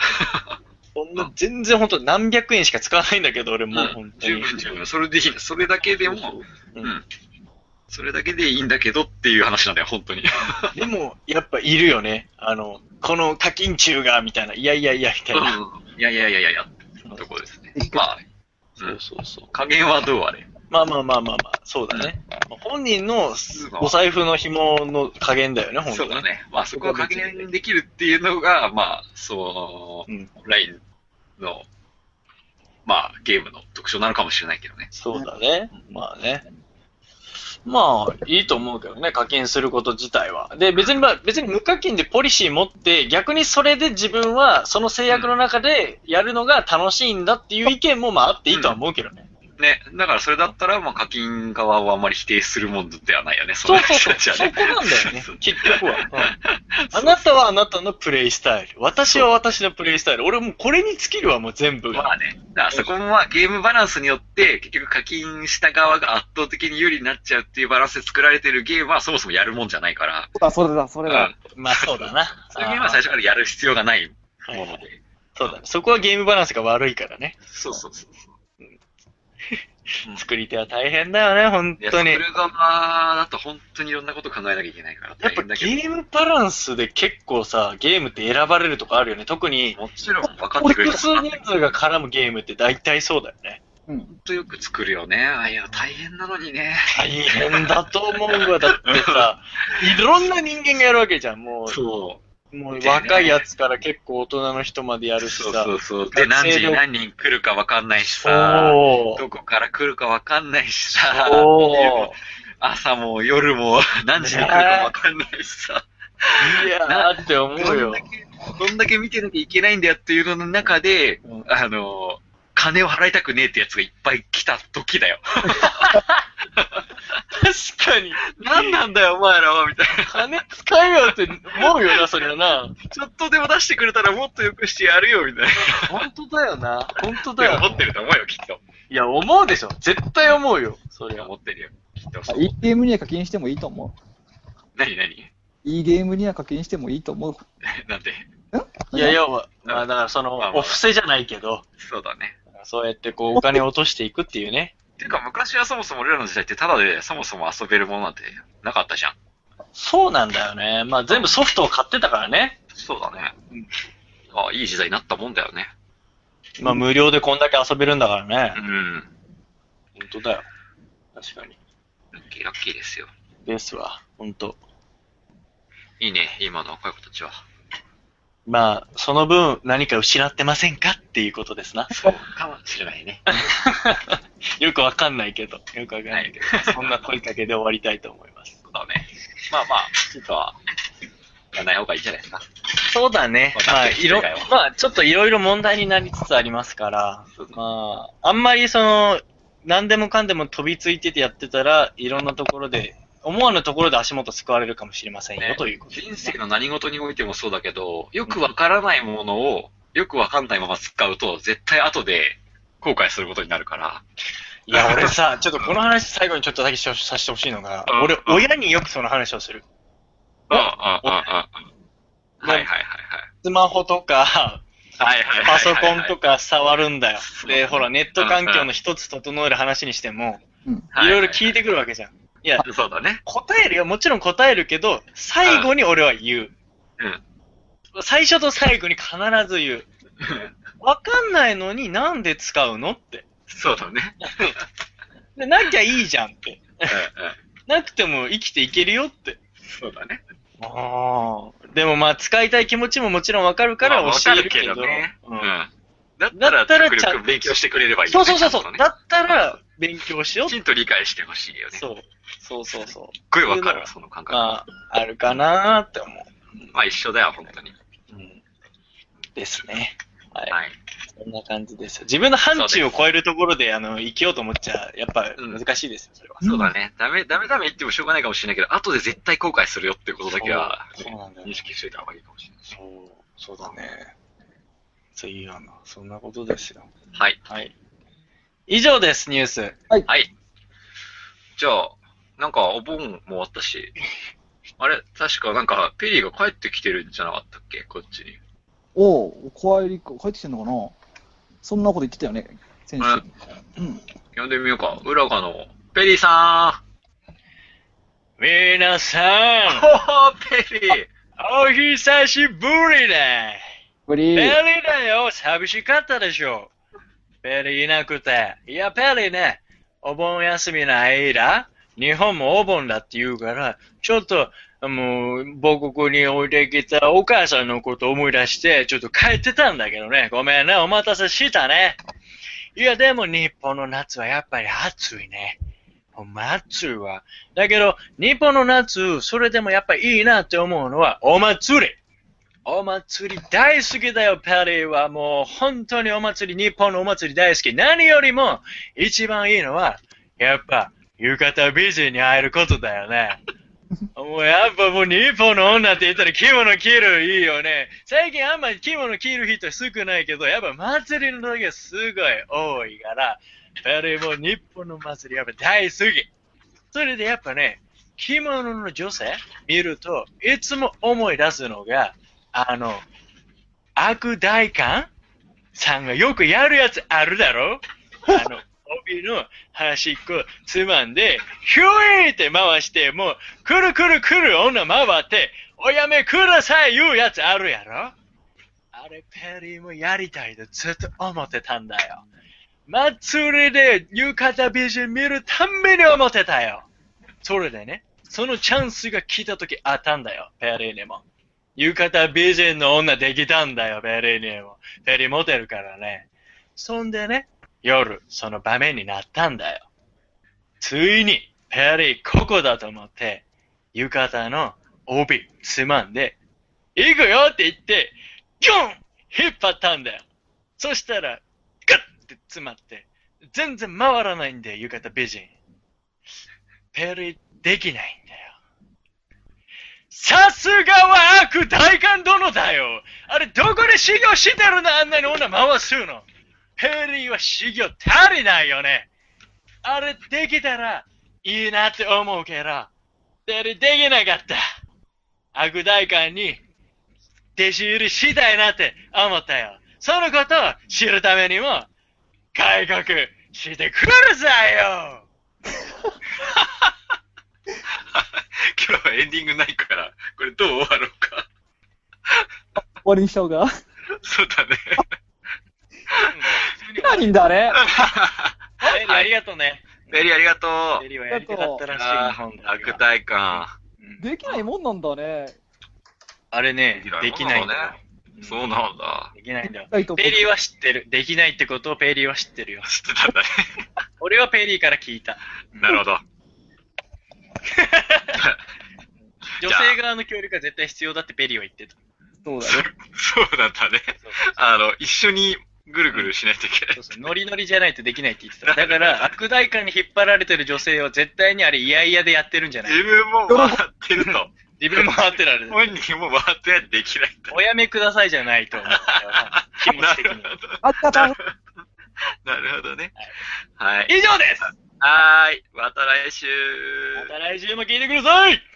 Speaker 4: もうそんな全然本当何百円しか使わないんだけど、俺もう本当
Speaker 2: 十
Speaker 4: に。
Speaker 2: 分十分。それでいい。それだけでも、
Speaker 4: うん
Speaker 2: うん。それだけでいいんだけどっていう話なんだよ、本当に。
Speaker 4: でも、やっぱいるよね。あの、この課金中が、みたいな。いやいやいや、みたいな。
Speaker 2: いやいやいやいやいや、ところですね。まあ、
Speaker 4: そうそうそう。
Speaker 2: 加減はどうあれ。
Speaker 4: まあまあまあまあまあ、そうだね。本人のお財布の紐の加減だよね、本当
Speaker 2: そう
Speaker 4: に
Speaker 2: だ。ね。まあそこは加減できるっていうのが、まあ、そ
Speaker 4: うん。
Speaker 2: の、ラインの、まあ、ゲームの特徴なのかもしれないけどね。
Speaker 4: そうだね。まあね。まあ、いいと思うけどね、課金すること自体は。で、別にまあ、別に無課金でポリシー持って、逆にそれで自分は、その制約の中でやるのが楽しいんだっていう意見も、まあ、あっていいとは思うけどね。
Speaker 2: ね。だからそれだったら、まあ課金側はあんまり否定するもんではないよね、
Speaker 4: そう
Speaker 2: の
Speaker 4: そう
Speaker 2: 人
Speaker 4: そう、
Speaker 2: たちは
Speaker 4: そこなんだよね
Speaker 2: そう、
Speaker 4: 結局は、うんあなたはあなたのプレイスタイル。私は私のプレイスタイル。俺もうこれに尽きるわ、もう全部
Speaker 2: ま
Speaker 4: が。
Speaker 2: あね、だからそこもまあゲームバランスによって、結局課金した側が圧倒的に有利になっちゃうっていうバランスで作られてるゲームはそもそもやるもんじゃないから、
Speaker 3: あ、それだ、それ
Speaker 2: う
Speaker 3: だ
Speaker 2: ん。
Speaker 4: まあそう だな。
Speaker 2: そういうゲームは最初からやる必要がないもので。
Speaker 4: そうだね。そこはゲームバランスが悪いからね。
Speaker 2: そうそうそう。
Speaker 4: 作り手は大変だよね、本
Speaker 2: いや、
Speaker 4: 当
Speaker 2: 作
Speaker 4: に。
Speaker 2: る側だと本当にいろんなこと考えなきゃいけないから
Speaker 4: やっ
Speaker 2: 大
Speaker 4: ぱ
Speaker 2: 変だけど、
Speaker 4: ゲームバランスで結構さ、ゲームって選ばれるとかあるよね。特に、
Speaker 2: もちろん分かってくれる
Speaker 4: 複
Speaker 2: 人
Speaker 4: 数
Speaker 2: は
Speaker 4: 人数が絡むゲームって大体そうだよね。
Speaker 3: うん。
Speaker 2: とよく作るよね。あいや、大変なのにね。
Speaker 4: 大変だと思うわ。だってさ、 いろんな人間がやるわけじゃん。も、
Speaker 2: そう
Speaker 4: もう
Speaker 2: でね
Speaker 4: 若いやつから結構大人の人までや
Speaker 2: う。
Speaker 4: るし
Speaker 2: そう
Speaker 4: さ
Speaker 2: そ。うそう。で、何時に何人来るか分かんないしさ、
Speaker 4: そう
Speaker 2: どこから来るか分かんないしさ、
Speaker 4: そう
Speaker 2: 朝も夜も何時に来るか分かんないしさ、
Speaker 4: いやーって思う
Speaker 2: どん
Speaker 4: よ
Speaker 2: だ。け、どんだけ見てなきゃいけないんだよっていうのの中で、
Speaker 4: うん
Speaker 2: あの、金を払いたくねえってやつがいっぱい来た時だよ。
Speaker 4: 確かに、
Speaker 2: 何なんだよ、お前らは、みたいな。
Speaker 4: 金使えよって思うよな、それはな。
Speaker 2: ちょっとでも出してくれたらもっと良くしてやるよ、みたい
Speaker 4: 本当だよな。本当だ
Speaker 2: な。
Speaker 4: よ
Speaker 2: 思ってると思うよ、きっと。
Speaker 4: いや、思うでしょ。絶対思うよ。そりゃ。
Speaker 2: 思ってるよ、きっと。
Speaker 3: あいいゲームには課金してもいいと思う。
Speaker 2: 何何
Speaker 3: いいゲームには課金してもいいと思う。
Speaker 2: なんで。
Speaker 4: いや、
Speaker 3: い
Speaker 4: 要は、まあだからその、
Speaker 2: まあまあ
Speaker 4: お布施じゃないけど、
Speaker 2: そうだね。
Speaker 4: そうやってこう、お金を落としていくっていうね。
Speaker 2: ていうか、昔はそもそも俺らの時代ってただでそもそも遊べるものなんてなかったじゃん。
Speaker 4: そうなんだよね。まあ全部ソフトを買ってたからね。
Speaker 2: そうだね。あいい時代になったもんだよね。
Speaker 4: まあ無料でこんだけ遊べるんだからね
Speaker 2: う。ん。
Speaker 4: 本当だよ。確かに。
Speaker 2: ラッキーラッキーですよ。
Speaker 4: ですわ。本当。
Speaker 2: いいね、今の若い子たちは。。
Speaker 4: まあ、その分何か失ってませんかっていうことです な
Speaker 2: そうかもしれないね。
Speaker 4: よくわかんないけど。よくわかんないけ
Speaker 2: は
Speaker 4: ど。そんな声かけで終わりたいと思います。
Speaker 2: そうだね。まあまあ、ちょっとは、やらない方がいいんじゃないですか。
Speaker 4: そうだね
Speaker 2: わ。
Speaker 4: ま
Speaker 2: か
Speaker 4: あ、
Speaker 2: って
Speaker 4: い
Speaker 2: る
Speaker 4: ろ
Speaker 2: 世界は、
Speaker 4: まあ、ちょっといろいろ問題になりつつありますから、
Speaker 2: そうそう
Speaker 4: まあ、あんまりその、何でもかんでも飛びついててやってたら、いろんなところで、思わぬところで足元救われるかもしれませんよ、
Speaker 2: ね
Speaker 4: ということです、
Speaker 2: 人生の何事においてもそうだけど、よくわからないものを、よくわかんないまま使うと、絶対後で後悔することになるから。
Speaker 4: いや、俺さ、ちょっとこの話最後にちょっとだけしょさせてほしいのが
Speaker 2: うん、
Speaker 4: 俺、親によくその話をする。
Speaker 2: うんうんうんうん。はいはいはいはい。
Speaker 4: スマホとか、
Speaker 2: はいはいはいはいはい。
Speaker 4: パソコンとか触るんだよ。で、ほら、ネット環境
Speaker 2: うんう
Speaker 4: の一つ整える話にしても、
Speaker 3: うん。
Speaker 2: はいは
Speaker 4: ろい
Speaker 2: は
Speaker 4: ろ聞いてくるわけじゃん。いや、
Speaker 2: そうだね。
Speaker 4: 答えるよ。もちろん答えるけど、最後に俺は言う。
Speaker 2: うん。
Speaker 4: 最初と最後に必ず言う。わかんないのになんで使うのって。
Speaker 2: そうだね。
Speaker 4: で、なきゃいいじゃんって。
Speaker 2: うんうん
Speaker 4: なくても生きていけるよって。
Speaker 2: そうだね。
Speaker 4: ああ。でもまあ、使いたい気持ちももちろんわかるから
Speaker 2: まあ
Speaker 4: 教えるけ
Speaker 2: わ
Speaker 4: ど。
Speaker 2: かね。う
Speaker 4: うんん。
Speaker 2: だったら、
Speaker 4: だったら
Speaker 2: 極
Speaker 4: ちゃん
Speaker 2: 力勉強してくれればいいよ
Speaker 4: そう
Speaker 2: ね。
Speaker 4: そうそう
Speaker 2: ち
Speaker 4: そ
Speaker 2: ゃんと
Speaker 4: う。
Speaker 2: ね
Speaker 4: だったら、勉強しようっ
Speaker 2: き
Speaker 4: て。
Speaker 2: ちんと理解してほしいよね。すっ
Speaker 4: そう。そうそうそう。
Speaker 2: ごいわかる、その感覚。
Speaker 4: まあ、あるかなーって思
Speaker 2: まあ一緒だよ、本当に。
Speaker 4: う。うん。ですね。はい。
Speaker 2: はい。
Speaker 4: そんな感じですよ。自分の範疇を超えるところで、あの、生きようと思っちゃ、やっぱ
Speaker 2: うん
Speaker 4: 難しいですよ、それは。
Speaker 2: そうだね。ダメ、ダメダメ言ってもしょうがないかもしれないけど、後で絶対後悔するよってことだけは、
Speaker 4: そうそうなんだよ
Speaker 2: 認識しといた方がいいかもしれないし。
Speaker 4: そう、そうだね。そういうような、そんなことですよ。
Speaker 2: はい。
Speaker 4: はい。以上です、ニュース。
Speaker 2: はい。じゃあ、なんかお盆も終わった し、あれ、確かなんか、ペリーが帰ってきてるんじゃなかったっけこっちに。
Speaker 3: おうお帰りか、帰ってきてんのかなそんなこと言ってたよね、先週。
Speaker 2: ね呼んでみようか。浦賀の、ペリーさ
Speaker 4: 皆さ
Speaker 2: ーん
Speaker 4: ん、
Speaker 2: おおペリー
Speaker 4: お久しぶりだ。
Speaker 3: ぶり
Speaker 4: ペリ
Speaker 3: ー。
Speaker 4: だよ、寂しかったでしょ。ペリいなくて。いや、ペリね、お盆休みの間、日本もお盆だって言うから、ちょっと、もう、母国に置いてきたお母さんのこと思い出して、ちょっと帰ってたんだけどね。ごめんね、お待たせしたね。いや、でも日本の夏はやっぱり暑いね。お祭りは。だけど、日本の夏、それでもやっぱいいなって思うのは、お祭り。お祭り大好きだよ、パリは。もう本当にお祭り、日本のお祭り大好き。何よりも一番いいのは、やっぱ浴衣美人に会えることだよね。もうやっぱもう日本の女って言ったら着物着るいいよね。最近あんまり着物着る人少ないけど、やっぱ祭りの時はすごい多いから、パリも日本の祭りやっぱ大好き。それでやっぱね、着物の女性見ると、いつも思い出すのが、あの、悪大官さんがよくやるやつあるだろあの、帯の端っこつまんで、ヒュイーって回して、もう、くるくるくる女回って、おやめください言うやつあるやろあれ、ペリーもやりたいとずっと思ってたんだよ。祭りで浴衣美人見るたんびに思ってたよ。それでね、そのチャンスが来た時あったんだよ、ペリーにも。浴衣美人の女できたんだよ、ベリーにも。ベリーモテるからね。そんでね、夜、その場面になったんだよ。ついに、ペリーここだと思って、浴衣の帯つまんで、行くよって言って、ギョン引っ張ったんだよ。そしたら、ガッて詰まって、全然回らないんだよ、浴衣美人。ペリーできないんだよ。さすがは悪大官殿だよあれ、どこで修行してるのあんなに女回すのペリーは修行足りないよねあれ、できたらいいなって思うけど、ペリーできなかった悪大官に弟子入りしたいなって思ったよそのことを知るためにも、改革してくるさよ
Speaker 2: 今日はエンディングないから、これどう終わろうか。
Speaker 3: 終わりにした方が。
Speaker 2: そうだ ね。
Speaker 3: 何だね。
Speaker 4: ペリーありがとうね。
Speaker 2: ペリーありがと
Speaker 4: ペ
Speaker 2: う。
Speaker 4: リーはやりたかったらしい
Speaker 2: あ
Speaker 4: 日本
Speaker 2: ー
Speaker 4: が
Speaker 2: 悪態か。
Speaker 3: できないもんなんだね。
Speaker 4: あれね、できないんだよ。
Speaker 2: そうなんだ。
Speaker 4: できないんだよ。
Speaker 3: ライト
Speaker 4: ペリーは知ってる。できないってことをペリーは知って るよ。
Speaker 2: 知ってたんだね。
Speaker 4: 俺はペリーから聞いた。
Speaker 2: なるほど。
Speaker 4: 女性側の協力が絶対必要だってペリーは言ってた。
Speaker 3: そうだね。
Speaker 2: そうだったね。あの、一緒にぐるぐるしないといけない。
Speaker 4: そうそうノリノリじゃないとできないって言ってた。だから、悪代官に引っ張られてる女性は絶対にあれ嫌々でやってるんじゃない
Speaker 2: 自分も笑ってると。
Speaker 4: 自分も当てられる。
Speaker 2: 本人も笑ってないとできないんだ。
Speaker 4: おやめくださいじゃないと思う。気持ち的 に
Speaker 2: な。るほど
Speaker 3: あったあった。
Speaker 2: なるほどね。はい。
Speaker 4: 以上です
Speaker 2: はーい。また来週。
Speaker 4: また来週も聞いてください